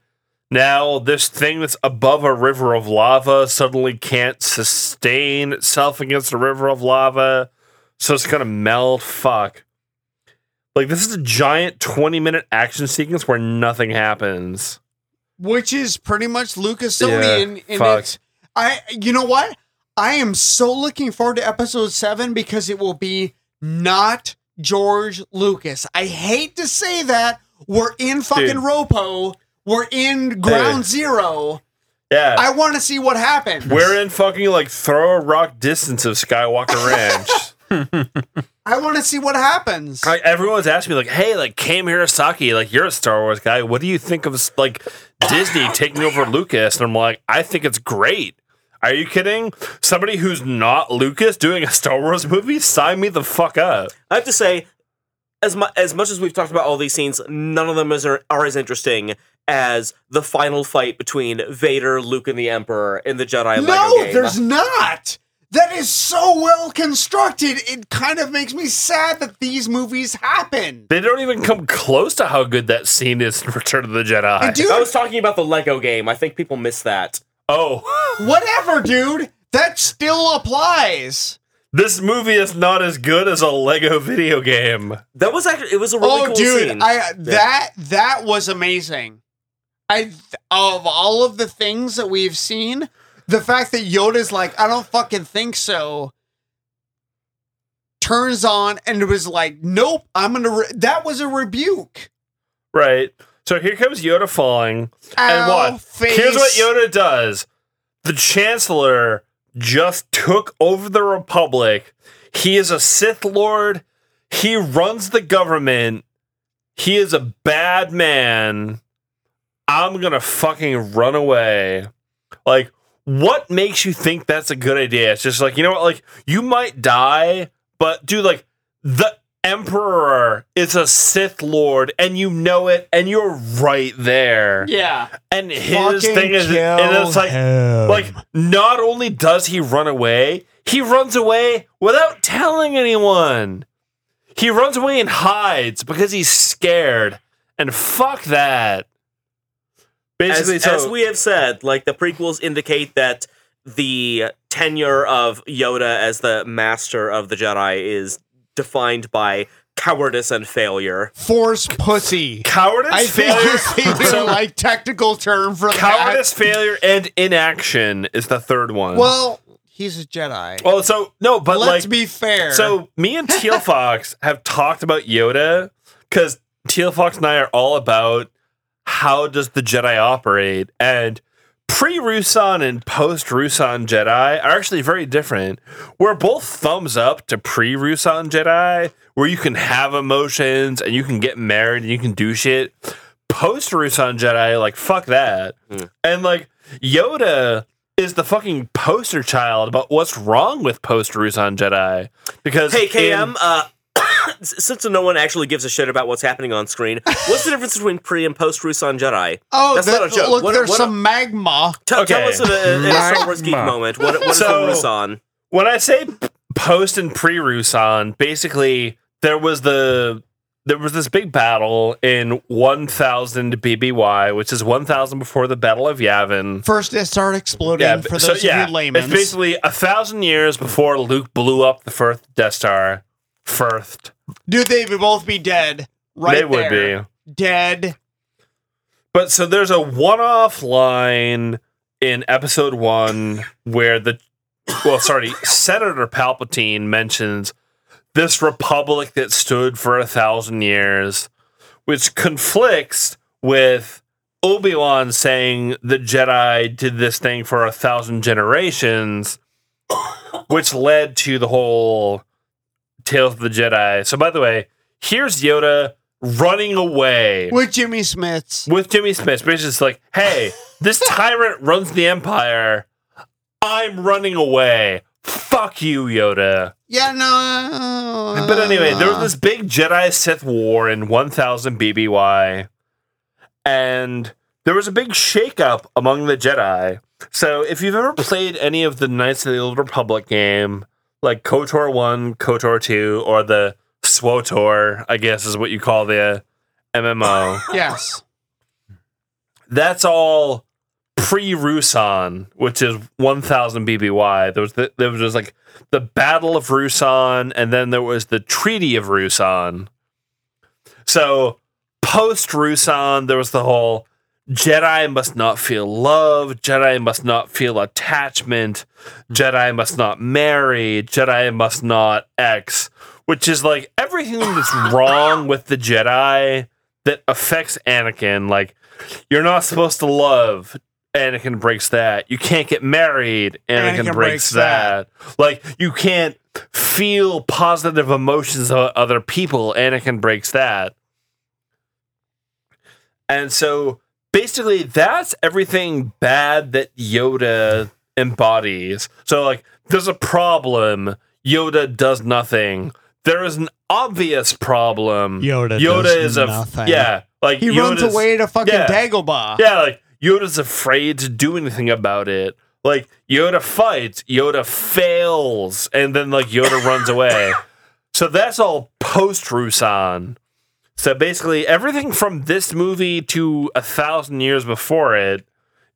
now this thing that's above a river of lava suddenly can't sustain itself against a river of lava, so it's gonna melt. Fuck. Like this is a giant twenty minute action sequence where nothing happens. which is pretty much Lucas Yeah, Sony in, in fuck. its- I you know what? I am so looking forward to episode seven because it will be not George Lucas. I hate to say that. We're in fucking Dude. Ropo. We're in ground zero. Yeah. I want to see what happens. we're in fucking like throw a rock distance of Skywalker Ranch. I want to see what happens. Like everyone's asking me, like, "Hey, like, Cam Hirasaki, like, you're a Star Wars guy. What do you think of like Disney taking over Lucas?" And I'm like, "I think it's great." Are you kidding? Somebody who's not Lucas doing a Star Wars movie, sign me the fuck up. I have to say, as mu- as much as we've talked about all these scenes, none of them is are, are as interesting as the final fight between Vader, Luke, and the Emperor in the Jedi Lego no, game. there's not. That is so well constructed. It kind of makes me sad that these movies happen. They don't even come close to how good that scene is in Return of the Jedi. And dude, I was talking about the Lego game. I think people miss that. oh, Whatever, dude. That still applies. this movie is not as good as a Lego video game. That was actually it was a really oh, cool dude, scene. I that that was amazing. I th- of all of the things that we've seen, the fact that Yoda's like, I don't fucking think so. Turns on and it was like, nope, I'm gonna. Re-. That was a rebuke. Right. So here comes Yoda falling. And Ow, what? Face. Here's what Yoda does. The Chancellor just took over the Republic. He is a Sith Lord. He runs the government. He is a bad man. I'm going to fucking run away. Like, what makes you think that's a good idea? It's just like, you know what? Like, you might die, but dude, like, the Emperor is a Sith Lord, and you know it, and you're right there. Yeah, And his thing is, and it's like, like, not only does he run away, he runs away without telling anyone. He runs away and hides because he's scared. And fuck that. as, Basically, so as we have said, like the prequels indicate that the tenure of Yoda as the master of the Jedi is defined by cowardice and failure. Force pussy. Cowardice, I think failure, is the new, like technical term for cowardice, failure, and inaction is the third one. that. Well, he's a Jedi. well, so no, but Let's like, be fair. so me and Teal Fox have talked about Yoda because Teal Fox and I are all about how does the Jedi operate and. Pre Rusan and post Rusan Jedi are actually very different. We're both thumbs up to pre Rusan Jedi, where you can have emotions and you can get married and you can do shit. Post Rusan Jedi, like, fuck that. Hmm. And like Yoda is the fucking poster child about what's wrong with post Rusan Jedi. Because Hey, in- KM, uh, since no one actually gives a shit about what's happening on screen, what's the difference between pre and post Rusan Jedi? oh, that's that- not a joke. look, What- there's what- some magma. Tell, tell Okay. us in a, in a Star Wars geek Magma. moment. What, what is So- the Rusan? when I say p- post and pre Rusan, basically there was the there was this big battle in 1000 BBY, which is 1000 before the Battle of Yavin. First, it started exploding for those so, of you laymen. It's basically a thousand years before Luke blew up the first Death Star. First, Dude, they would both be dead. Right they would there. be. Dead. But so there's a one-off line in episode one where the well, sorry, Senator Palpatine mentions this republic that stood for a thousand years, which conflicts with Obi Wan saying the Jedi did this thing for a thousand generations, which led to the whole Tales of the Jedi. So, by the way, here's Yoda running away With Jimmy Smith's. with Jimmy Smith, but it's just like, hey, this tyrant runs the empire. I'm running away. Fuck you, Yoda. Yeah, no. But anyway, there was this big Jedi Sith war in 1000 BBY, and there was a big shakeup among the Jedi. So if you've ever played any of the Knights of the Old Republic game, like KOTOR 1, KOTOR 2, or the SWOTOR, I guess is what you call the MMO. Yes. that's all pre Rusan, which is 1000 BBY. There was the, there was just like the Battle of Rusan, and then there was the Treaty of Rusan. So post Rusan, there was the whole Jedi must not feel love, Jedi must not feel attachment, Jedi must not marry, Jedi must not X, which is like everything that's wrong with the Jedi that affects Anakin. Like, you're not supposed to love. Anakin breaks that. You can't get married. Anakin, breaks, that. Like, you can't feel positive emotions of other people. Anakin breaks that. And so basically, that's everything bad that Yoda embodies. So, like, there's a problem. Yoda does nothing. There is an obvious problem. Yoda Yoda does is a nothing. yeah. Like He runs Yoda's- away to fucking yeah. Dagobah. Yeah, like Yoda's afraid to do anything about it. Like Yoda fights, Yoda fails, and then like Yoda runs away. So that's all post Rusan. So basically, everything from this movie to a thousand years before it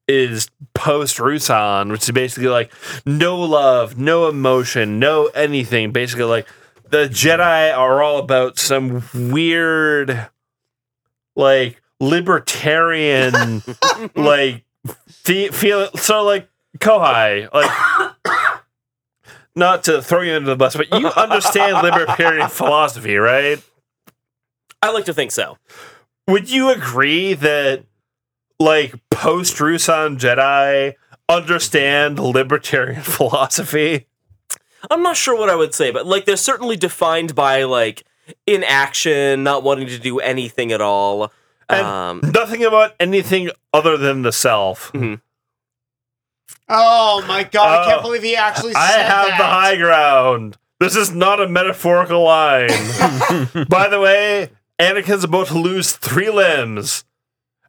is post Rusan, which is basically like no love, no emotion, no anything. Basically, like the Jedi are all about some weird, like libertarian, like fe- feel. So like Kohai, like. Not to throw you under the bus, but you understand libertarian philosophy, right? I like to think so. would you agree that like post Rusan Jedi understand libertarian philosophy? I'm not sure what I would say, but like they're certainly defined by like inaction, not wanting to do anything at all. And- um, Nothing about anything other than the self. Oh my god, I Oh. can't believe he actually said I have that. the high ground. This is not a metaphorical line. By the way, Anakin's about to lose three limbs.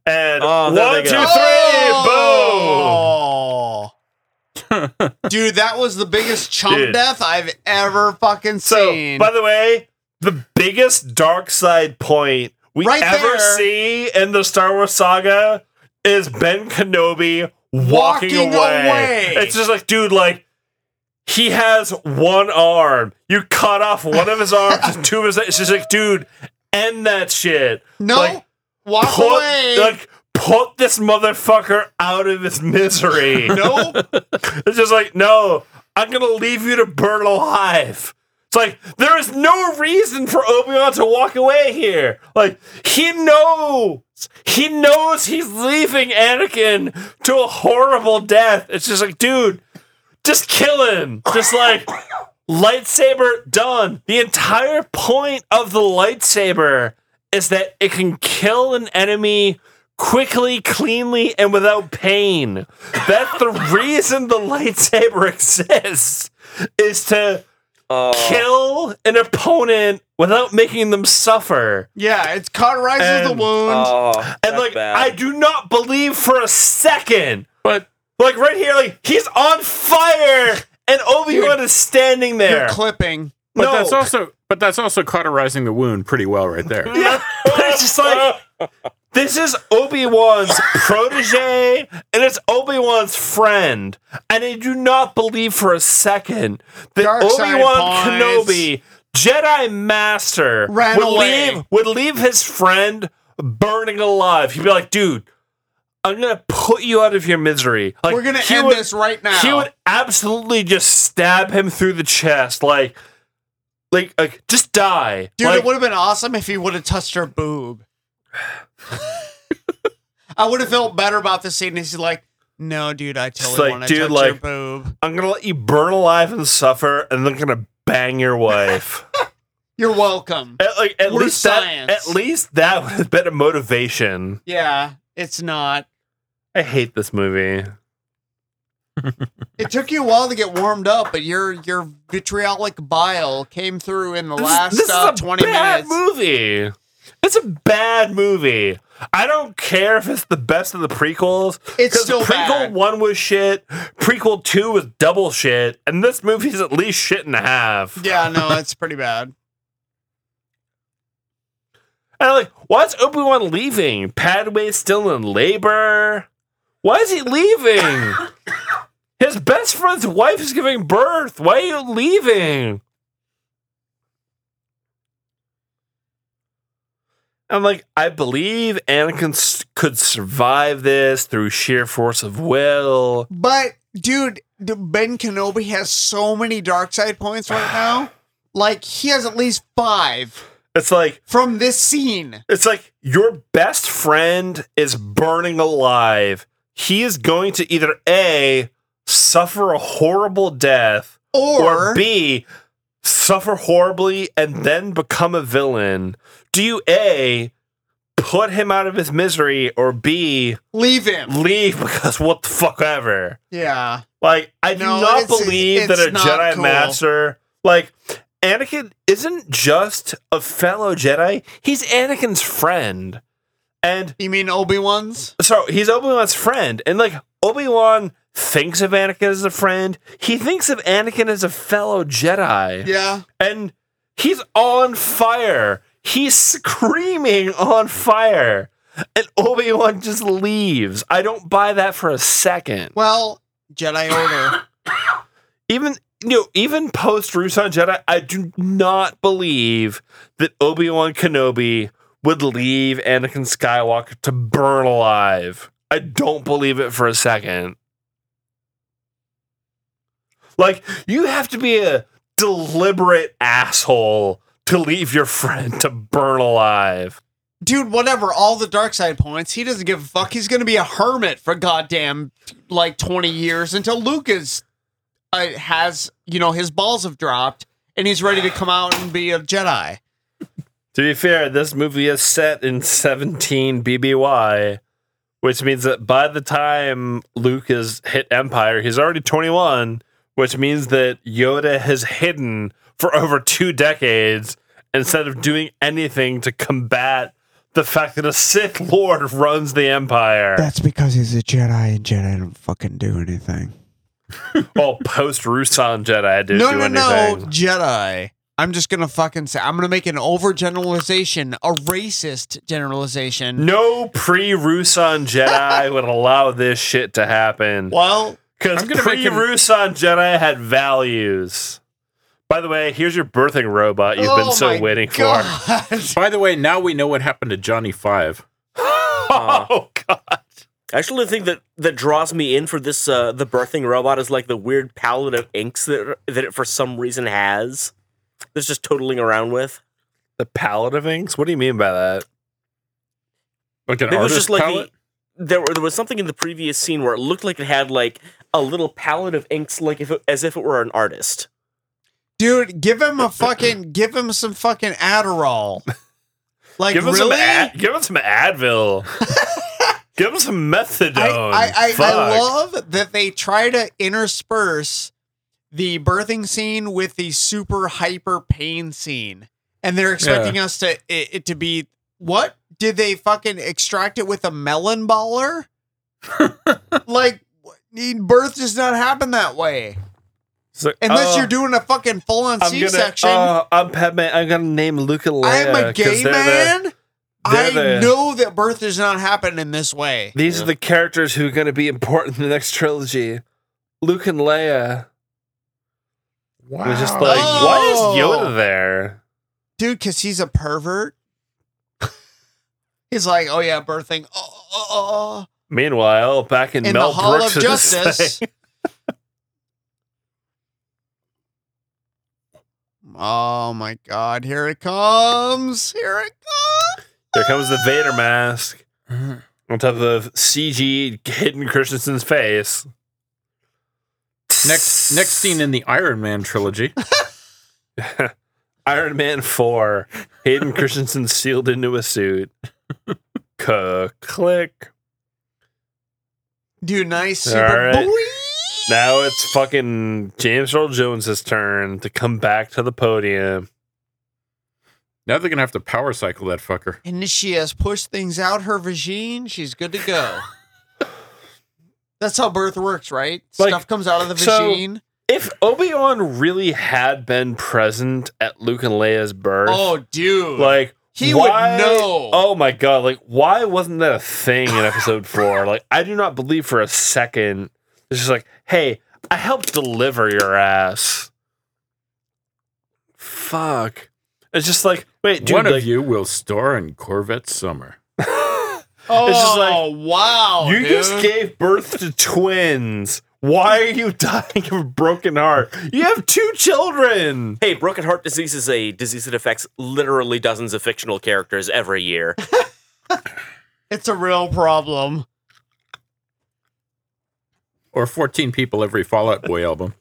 And Oh, one, there they two, three, go. boom! Oh. Dude, that was the biggest chump Dude. death I've ever fucking So, seen. by the way, the biggest dark side point we Right ever there. see in the Star Wars saga is Ben Kenobi walking, Walking away. away. It's just like, dude, like He has one arm. You cut off one of his arms, two of his. It's just like, dude, end that shit. No, Like, walk Put, away. like, put this motherfucker out of his misery. no, It's just like, no, I'm gonna leave you to burn alive. It's like there is no reason for Obi-Wan to walk away here. Like he knows, he knows he's leaving Anakin to a horrible death. It's just like, dude, just kill him. Just like lightsaber done. The entire point of the lightsaber is that it can kill an enemy quickly, cleanly, and without pain. That's the reason the lightsaber exists is to Oh. kill an opponent without making them suffer. yeah, it's cauterizes the And- uh, wound. Oh, And that's like bad. I do not believe for a second. But Like right here, like he's on fire and Obi-Wan is standing You're there. clipping. but No. that's also but that's also cauterizing the wound pretty well right there. Yeah, but it's just like this is Obi Wan's protege, and it's Obi Wan's friend, and I do not believe for a second that Dark side Obi Wan pies. Kenobi, Jedi Master, Ran would away. leave would leave his friend burning alive. He'd be like, "Dude, I'm gonna put you out of your misery. Like, We're gonna he end would- this right now. he would absolutely just stab him through the chest, like, like, like just die, Dude, Like, it would have been awesome if he would have touched her boob. I would have felt better about the scene. He's like, "No, dude, I totally like, want to dude, touch like- your boob. I'm gonna let you burn alive and suffer, and then gonna bang your wife. You're welcome." at, like, at We're least science. that, at least that would have been a motivation. Yeah, it's not. I hate this movie. It took you a while to get warmed up, but your your vitriolic bile came through in the last this uh, is a twenty bad minutes. movie. It's a bad movie. I don't care if it's the best of the prequels. It's 'cause still prequel bad. one was shit, prequel two was double shit, and this movie's at least shit and a half. Yeah, no, it's pretty bad. And I'm like, why is Obi Wan leaving? Padme's still in labor. Why is he leaving? His best friend's wife is giving birth. Why are you leaving? I'm like, I believe Anakin s- could survive this through sheer force of will. But dude, the- Ben Kenobi has so many dark side points right now. Like he has at least five It's like, from this scene. It's like your best friend is burning alive. He is going to either A, suffer a horrible death, or, Or, B, suffer horribly and then become a villain. Do you A, put him out of his misery, or B, leave him. leave because what the fuck ever? Yeah. Like, I do No, not it's- believe it's that a not Jedi cool. Master, like, Anakin isn't just a fellow Jedi, he's Anakin's friend. And You mean Obi Wan's? so he's Obi Wan's friend. And, like, Obi Wan thinks of Anakin as a friend, he thinks of Anakin as a fellow Jedi. Yeah. And he's on fire. He's screaming on fire. And Obi Wan just leaves. I don't buy that for a second. Well, Jedi Order. even you know, even post Rusan Jedi, I do not believe that Obi Wan Kenobi would leave Anakin Skywalker to burn alive. I don't believe it for a second. Like you have to be a deliberate asshole to leave your friend to burn alive. Dude, whatever, all the dark side points. He doesn't give a fuck. He's gonna be a hermit for goddamn like twenty years until Luke is uh, has you know his balls have dropped and he's ready to come out and be a Jedi. To be fair, this movie is set in 17 BBY, which means that by the time Luke has hit Empire, he's already 21, which means that Yoda has hidden for over two decades instead of doing anything to combat the fact that a Sith Lord runs the Empire. because he's a Jedi and Jedi don't fucking do anything. well, post Rusan Jedi didn't no, do no, anything. no, Jedi. I'm just gonna fucking say I'm gonna make an overgeneralization, a racist generalization. No pre Rusan Jedi would allow this shit to happen. Well, Because I'm gonna make pre him- Rusan Jedi had values. By the way, here's your birthing robot you've Oh been so waiting for. By the way, now we know what happened to Johnny Five. Oh God! Actually, the thing that that draws me in for this uh, the birthing robot is like the weird palette of inks that that it for some reason has. That's just totaling around with. The palette of inks. What do you mean by that? Like an Maybe it was artist just like palette? the, there were, there was something in the previous scene where it looked like it had like a little palette of inks, like if it, as if it were an artist. Dude, give him a fucking give him some fucking Adderall. Like Give him some. really? Ad- give him some Advil. give him some methadone. I, I, I, Fuck. I love that they try to intersperse the birthing scene with the super hyper pain scene. And they're expecting us to it, it to be what? Did they fucking extract it with a melon baller? like wh- birth does not happen that way. So- Unless uh, you're doing a fucking full on I'm C gonna. section. uh, I'm Padme. I'm gonna name Luke and Leia. I am a 'cause gay they're the- man. I they're the- know that birth does not happen in this way. These are the characters who are going to be important in the next trilogy. Luke and Leia. It was just like, Oh. why is Yoda there? Dude, because he's a pervert. he's like, oh yeah, birthing. Oh, oh, oh, Meanwhile, back in, In Mel the Hall Brooks' of Justice. thing. oh. oh my God, here it comes. Here it comes. There comes the Vader mask on top of CG hidden Christensen's face. Next, next scene in the Iron Man trilogy. Iron Man 4, Hayden Christensen sealed into a suit. Cuh, click. Dude, nice. All Super right. boy. Now it's fucking James Earl Jones' turn to come back to the podium. Now they're gonna have to power cycle that fucker. And she has pushed things out her vagine. She's good to go. That's how birth works, right? Like, Stuff comes out of the so- vagine. If Obi Wan really had been present at Luke and Leia's birth, oh, dude. like he why- would know. Oh my god! Like, why wasn't that a thing in Episode Four? Like, I do not believe for a second. It's just like, hey, I helped deliver your ass. Fuck! It's just like, wait, dude, One like, of you will star in Corvette Summer. oh, it's just like, wow. You dude. just gave birth to twins. Why are you dying of a broken heart? You have two children. Hey, broken heart disease is a disease that affects literally dozens of fictional characters every year. It's a real problem. Or 14 people every Fallout Boy album.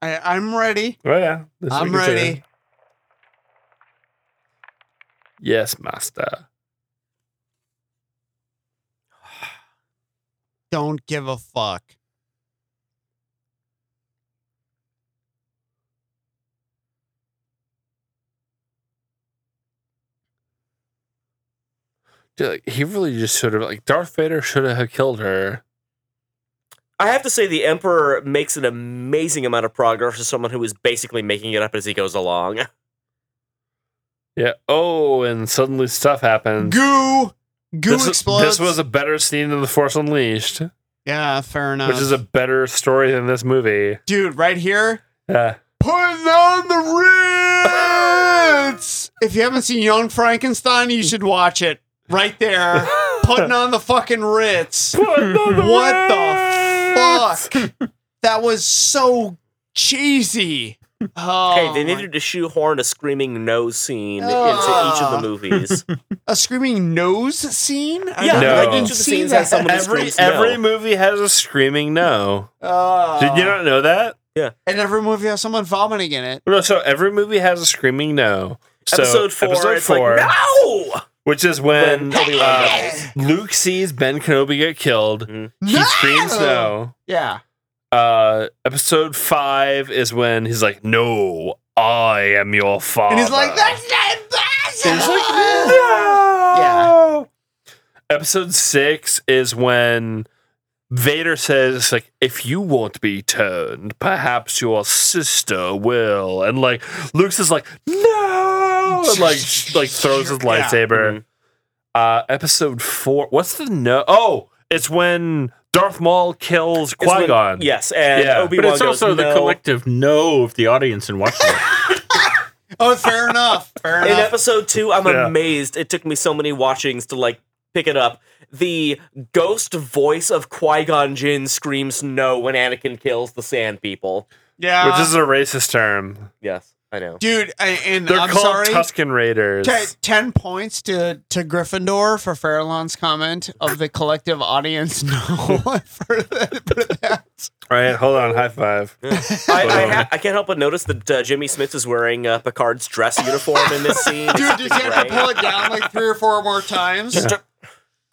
I, I'm ready. Oh yeah, This I'm we can say. ready. Yes, master. Don't give a fuck. Dude, like, he really just should have like Darth Vader should have killed her. I have to say, the Emperor makes an amazing amount of progress for someone who is basically making it up as he goes along. Yeah. Oh, and suddenly stuff happens. Goo. Goo this, explodes. this was a better scene than The Force Unleashed, yeah, fair enough. which is a better story than this movie. dude right here. Yeah. Putting on the Ritz. if you haven't seen Young Frankenstein, you should watch it. Right there, putting on the fucking Ritz. what the fuck? That was so cheesy. Oh, hey, they my- needed to shoehorn a screaming no scene into each of Ah. the movies. a screaming nose scene. I yeah, No. never like did each of the see scenes that. has someone who Every screams every no. movie has a screaming no. Oh. Did you not know that? And Uh, every movie has someone vomiting in it. No, so every movie has a screaming no. So episode four, episode it's four, like no. which is when When Obi-Wan uh, dies. Luke sees Ben Kenobi get killed. He No! screams no. Yeah. Uh, episode five is when he's like, "No, I am your father," And he's like, that's not And he's possible. like, "No." Episode six is when Vader says, "Like, if you won't be turned, perhaps your sister will." And like, Luke's is like, "No," and like, sh- like throws his Yeah. lightsaber. Uh, episode four. What's the no? Oh, It's when Darth Maul kills Qui Gon. Yes, and Yeah. Obi But But Wan. it's also the collective no of the audience in watching it. Oh, fair enough. Fair In enough. episode two, I'm Yeah. amazed. It took me so many watchings to like pick it up. The ghost voice of Qui Gon Jinn screams no when Anakin kills the Sand People. Yeah, Which is a racist term. Yes, I know. dude. And, and They're I'm called sorry. Tuscan Raiders. Te- ten points to to Gryffindor for Farallon's comment of the collective audience. No, for that. For that. All right, hold on. High five. I, I, ha- I can't help but notice that uh, Jimmy Smith is wearing uh, Picard's dress uniform in this scene. Dude, did you have to Right. pull it down like three or four more times?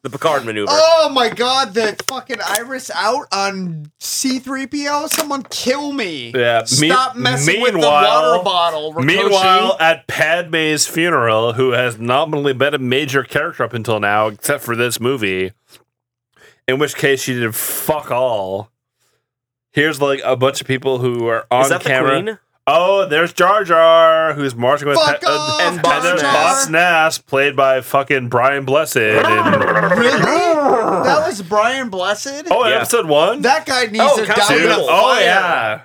the Picard maneuver. Oh my god, the fucking iris out on C3PO? Someone kill me. Yeah, me- Stop messing with the meanwhile- water bottle. E. Rakoshi. Meanwhile, at Padme's funeral, who has nominally been a major character up until now, except for this movie, in which case she did fuck all. Here's like a bunch of people who are on is that camera. the Queen? Oh, there's Jar Jar, who's marching with uh, Fuck off, and and Jar then Jar. Boss Nass, played by fucking Brian Blessed. in- Really? That was Brian Blessed? oh, in Yeah. episode one. That guy needs Oh, a Count Dude, down Daniel. oh yeah.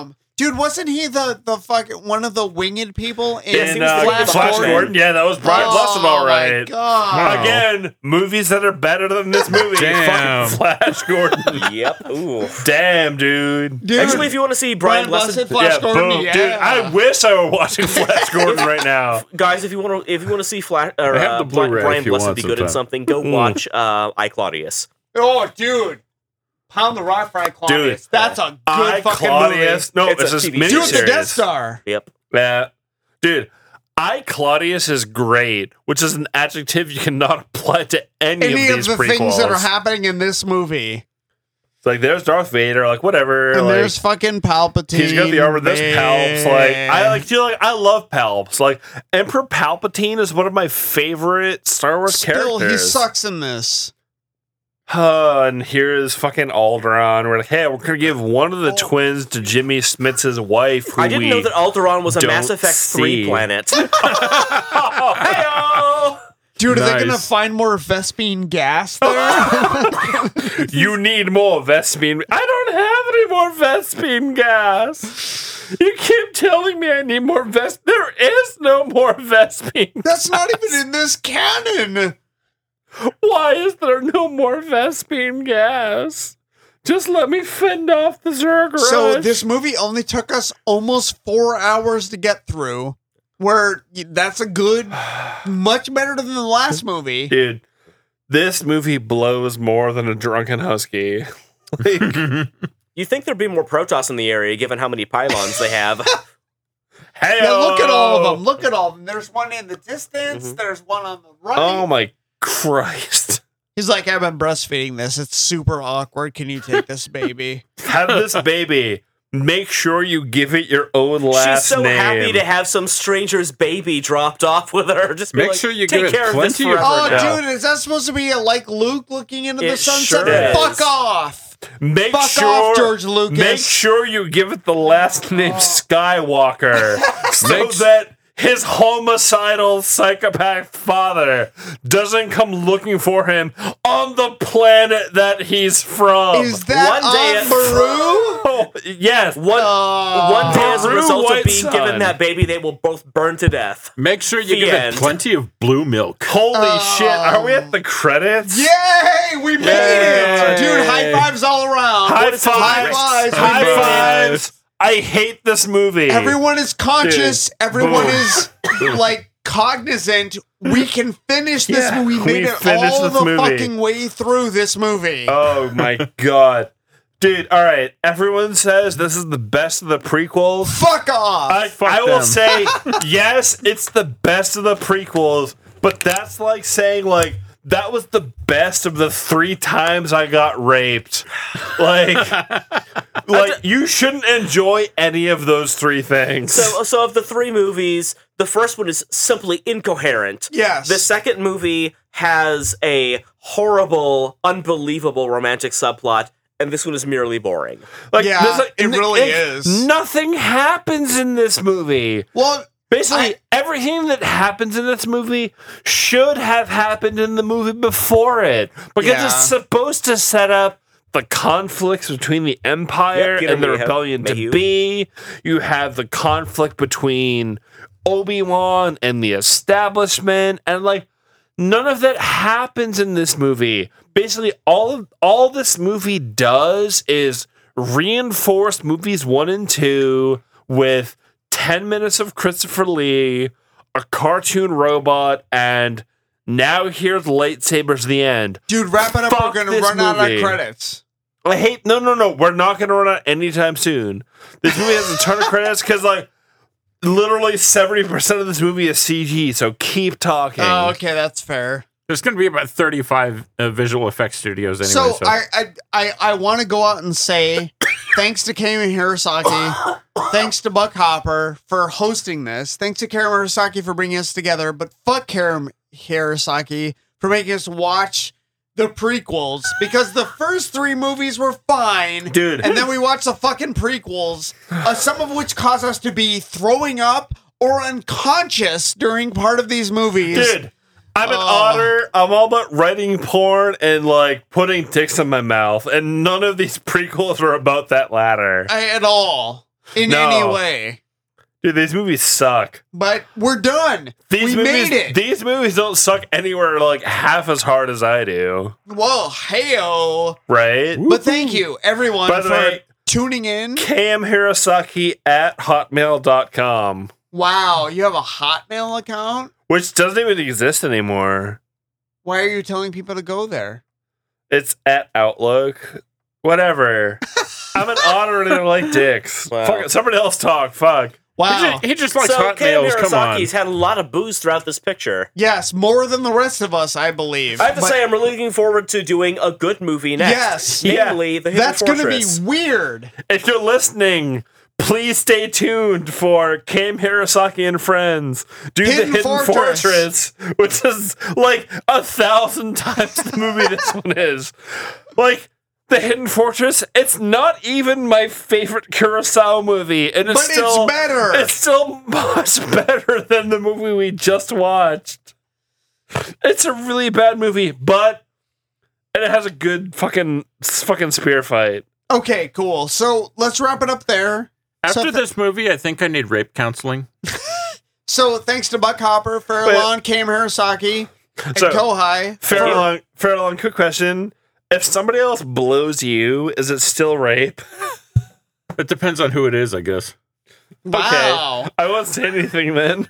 Um, dude, wasn't he the the fucking one of the winged people in, Yes, he In was uh, the Flash, Flash, Gordon. Gordon. yeah, that was Brian oh, Blessed, all My right. god. Wow. Again, movies that are better than this movie. Damn. Fucking Flash Gordon. Yep. Ooh. Damn, dude. Dude, Actually, if you want to see Brian, Brian Blessed, Blessed, Flash yeah, Gordon, boom, yeah. dude. I wish I were watching Flash Gordon right now. guys, if you want to, if you want to see Flash or They have uh, the Bri- Blu-ray Brian if you Blessed want be good in sometime. something, go watch uh, I Claudius. oh, dude. Pound the rock for I Claudius. Dude. That's a good I fucking Claudius. No, It's it's, a just TV miniseries. movie. Dude, the Death Star. Yep. Yeah. Dude, I Claudius is great, which is an adjective you cannot apply to any, any of of these the prequels. things that are happening in this movie. It's like there's Darth Vader, like whatever. And like, there's fucking Palpatine. He's got the armor. There's Palps. Like I like feel like I love Palps. Like Emperor Palpatine is one of my favorite Star Wars Still, he characters. sucks in this. Uh, and here is fucking Alderaan. We're like, hey, we're gonna give one of the Oh. twins to Jimmy Smith's wife. Who I didn't we- know that Alderaan was a don't Mass Effect see. three planet. Heyo! Dude, are they gonna Nice. find more Vespine gas there? you need more Vespine. I don't have any more Vespine gas. You keep telling me I need more Ves. There is no more Vespine. That's not even in this canon. Why is there no more Vespine gas? Just let me fend off the Zerg So Rush. this movie only took us almost four hours to get through. Where y- that's a good, much better than the last movie. dude, this movie blows more than a drunken husky. You think there'd be more Protoss in the area, given how many pylons they have? Hey, Now look at all of them. Look at all of them. There's one in the distance. There's one on the right. Mm-hmm. Oh my Christ! He's like, I've been breastfeeding this. It's super awkward. Can you take this baby? Have this baby. Make sure you give it your own last She's so name. happy to have some stranger's baby dropped off with her. Just be Make like, sure you take give it care of this plenty of- forever. oh, now." Yeah. dude, is that supposed to be a, like Luke looking into the It sunset? sure is. Fuck off. make Fuck sure, off, George Lucas. Oh. Make sure you give it the last name Skywalker, so Make s- that his homicidal psychopath father doesn't come looking for him on the planet that he's from. Is that One on day it- Maru? oh, yes. One, Oh. one day, as a Baru result of White being Sun. given that baby, they will both burn to death. Make sure you The give end. it plenty of blue milk. Holy shit! Are we Um, at the credits? Yay! We made it! Dude, high fives all around. High What fives! is it? High fives! High We made it. fives! I hate this movie. Everyone is conscious. Dude. Everyone Boom. is like cognizant. We can finish this Yeah, movie. We we made it finished all this the movie. fucking way through this movie. Oh my god, dude! All right, everyone says this is the best of the prequels. Fuck off. I, I will say yes, it's the best of the prequels, but that's like saying like that was the best of the three times I got raped. Like, like you shouldn't enjoy any of those three things. So, so of the three movies, the first one is simply incoherent. yes. The second movie has a horrible, unbelievable romantic subplot, and this one is merely boring. like, Yeah, there's, like, it really it- is. Nothing happens in this movie. well, Basically, everything that happens in this movie should have happened in the movie before it because Yeah. it's supposed to set up the conflicts between the empire Yep, get and the him, Mayhew. rebellion to Mayhew. be. You have the conflict between Obi Wan and the establishment, and like none of that happens in this movie. Basically, all of, all this movie does is reinforce movies one and two with ten minutes of Christopher Lee, a cartoon robot, and now here's lightsabers. The end. Dude, wrap it up. Fuck We're gonna this run out of movie. credits. I hate no no no. We're not gonna run out anytime soon. This movie has a ton of credits because like literally seventy percent of this movie is CG. So keep talking. Oh, okay, that's fair. There's going to be about 35 uh, visual effects studios anyway. so I I I, I want to go out and say thanks to Kami Hirasaki, thanks to Buck Hopper for hosting this, thanks to Karen Hirasaki for bringing us together, but fuck Karen Hirasaki for making us watch the prequels because the first three movies were fine, Dude. and then we watched the fucking prequels, uh, some of which caused us to be throwing up or unconscious during part of these movies. Dude, I'm Oh. an otter. I'm all about writing porn and like putting dicks in my mouth, and none of these prequels were about that latter. I- at all in No. any way. Dude, these movies suck. But we're done. These we movies, made it. these movies don't suck anywhere like half as hard as I do, Whoa, heyo! right? But thank you, everyone, By the for way- tuning in. Cam Hirasaki at hotmail.com, Wow, you have a Hotmail account. which doesn't even exist anymore. Why are you telling people to go there? It's at Outlook. Whatever. I'm an otter and I like dicks. Wow. Fuck it, somebody else talk. Fuck. he, Wow. just, he just likes so hot Cam nails. Come on. Mirasaki's had a lot of booze throughout this picture. Yes, more than the rest of us, I believe. I have to But say, I'm really looking forward to doing a good movie next. Yes. namely the Hidden that's going to be Fortress. weird. If you're listening, please stay tuned for Cam Hirasaki and Friends do the Hidden Hidden Fortress. Fortress. which is like a thousand times the movie this one is. Like the Hidden Fortress, it's not even my favorite Kurosawa movie, and it's But it's still better. It's still much better than the movie we just watched. It's a really bad movie, but and it has a good fucking fucking spear fight. Okay, cool. So let's wrap it up there. After Something- this movie, I think I need rape counseling. So thanks to Buck Hopper, Farallon, Cam Hirasaki, and So- Kohai. Fair long, fair long. Quick question: If somebody else blows you, is it still rape? It depends on who it is, I guess. Wow. I won't say anything then.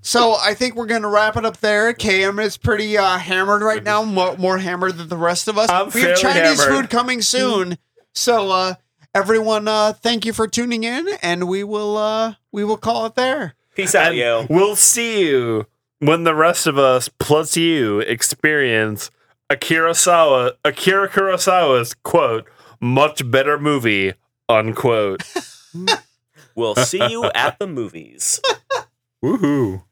So I think we're gonna wrap it up there. KM is pretty uh, hammered right now, more, more hammered than the rest of us. I'm we have fairly Chinese hammered. food coming soon, so uh, everyone, uh, thank you for tuning in, and we will uh, we will call it there. Peace out, And yo. We'll see you when the rest of us plus you experience Akira Sawa, Akira Kurosawa's quote much better movie unquote. We'll see you at the movies. Woohoo.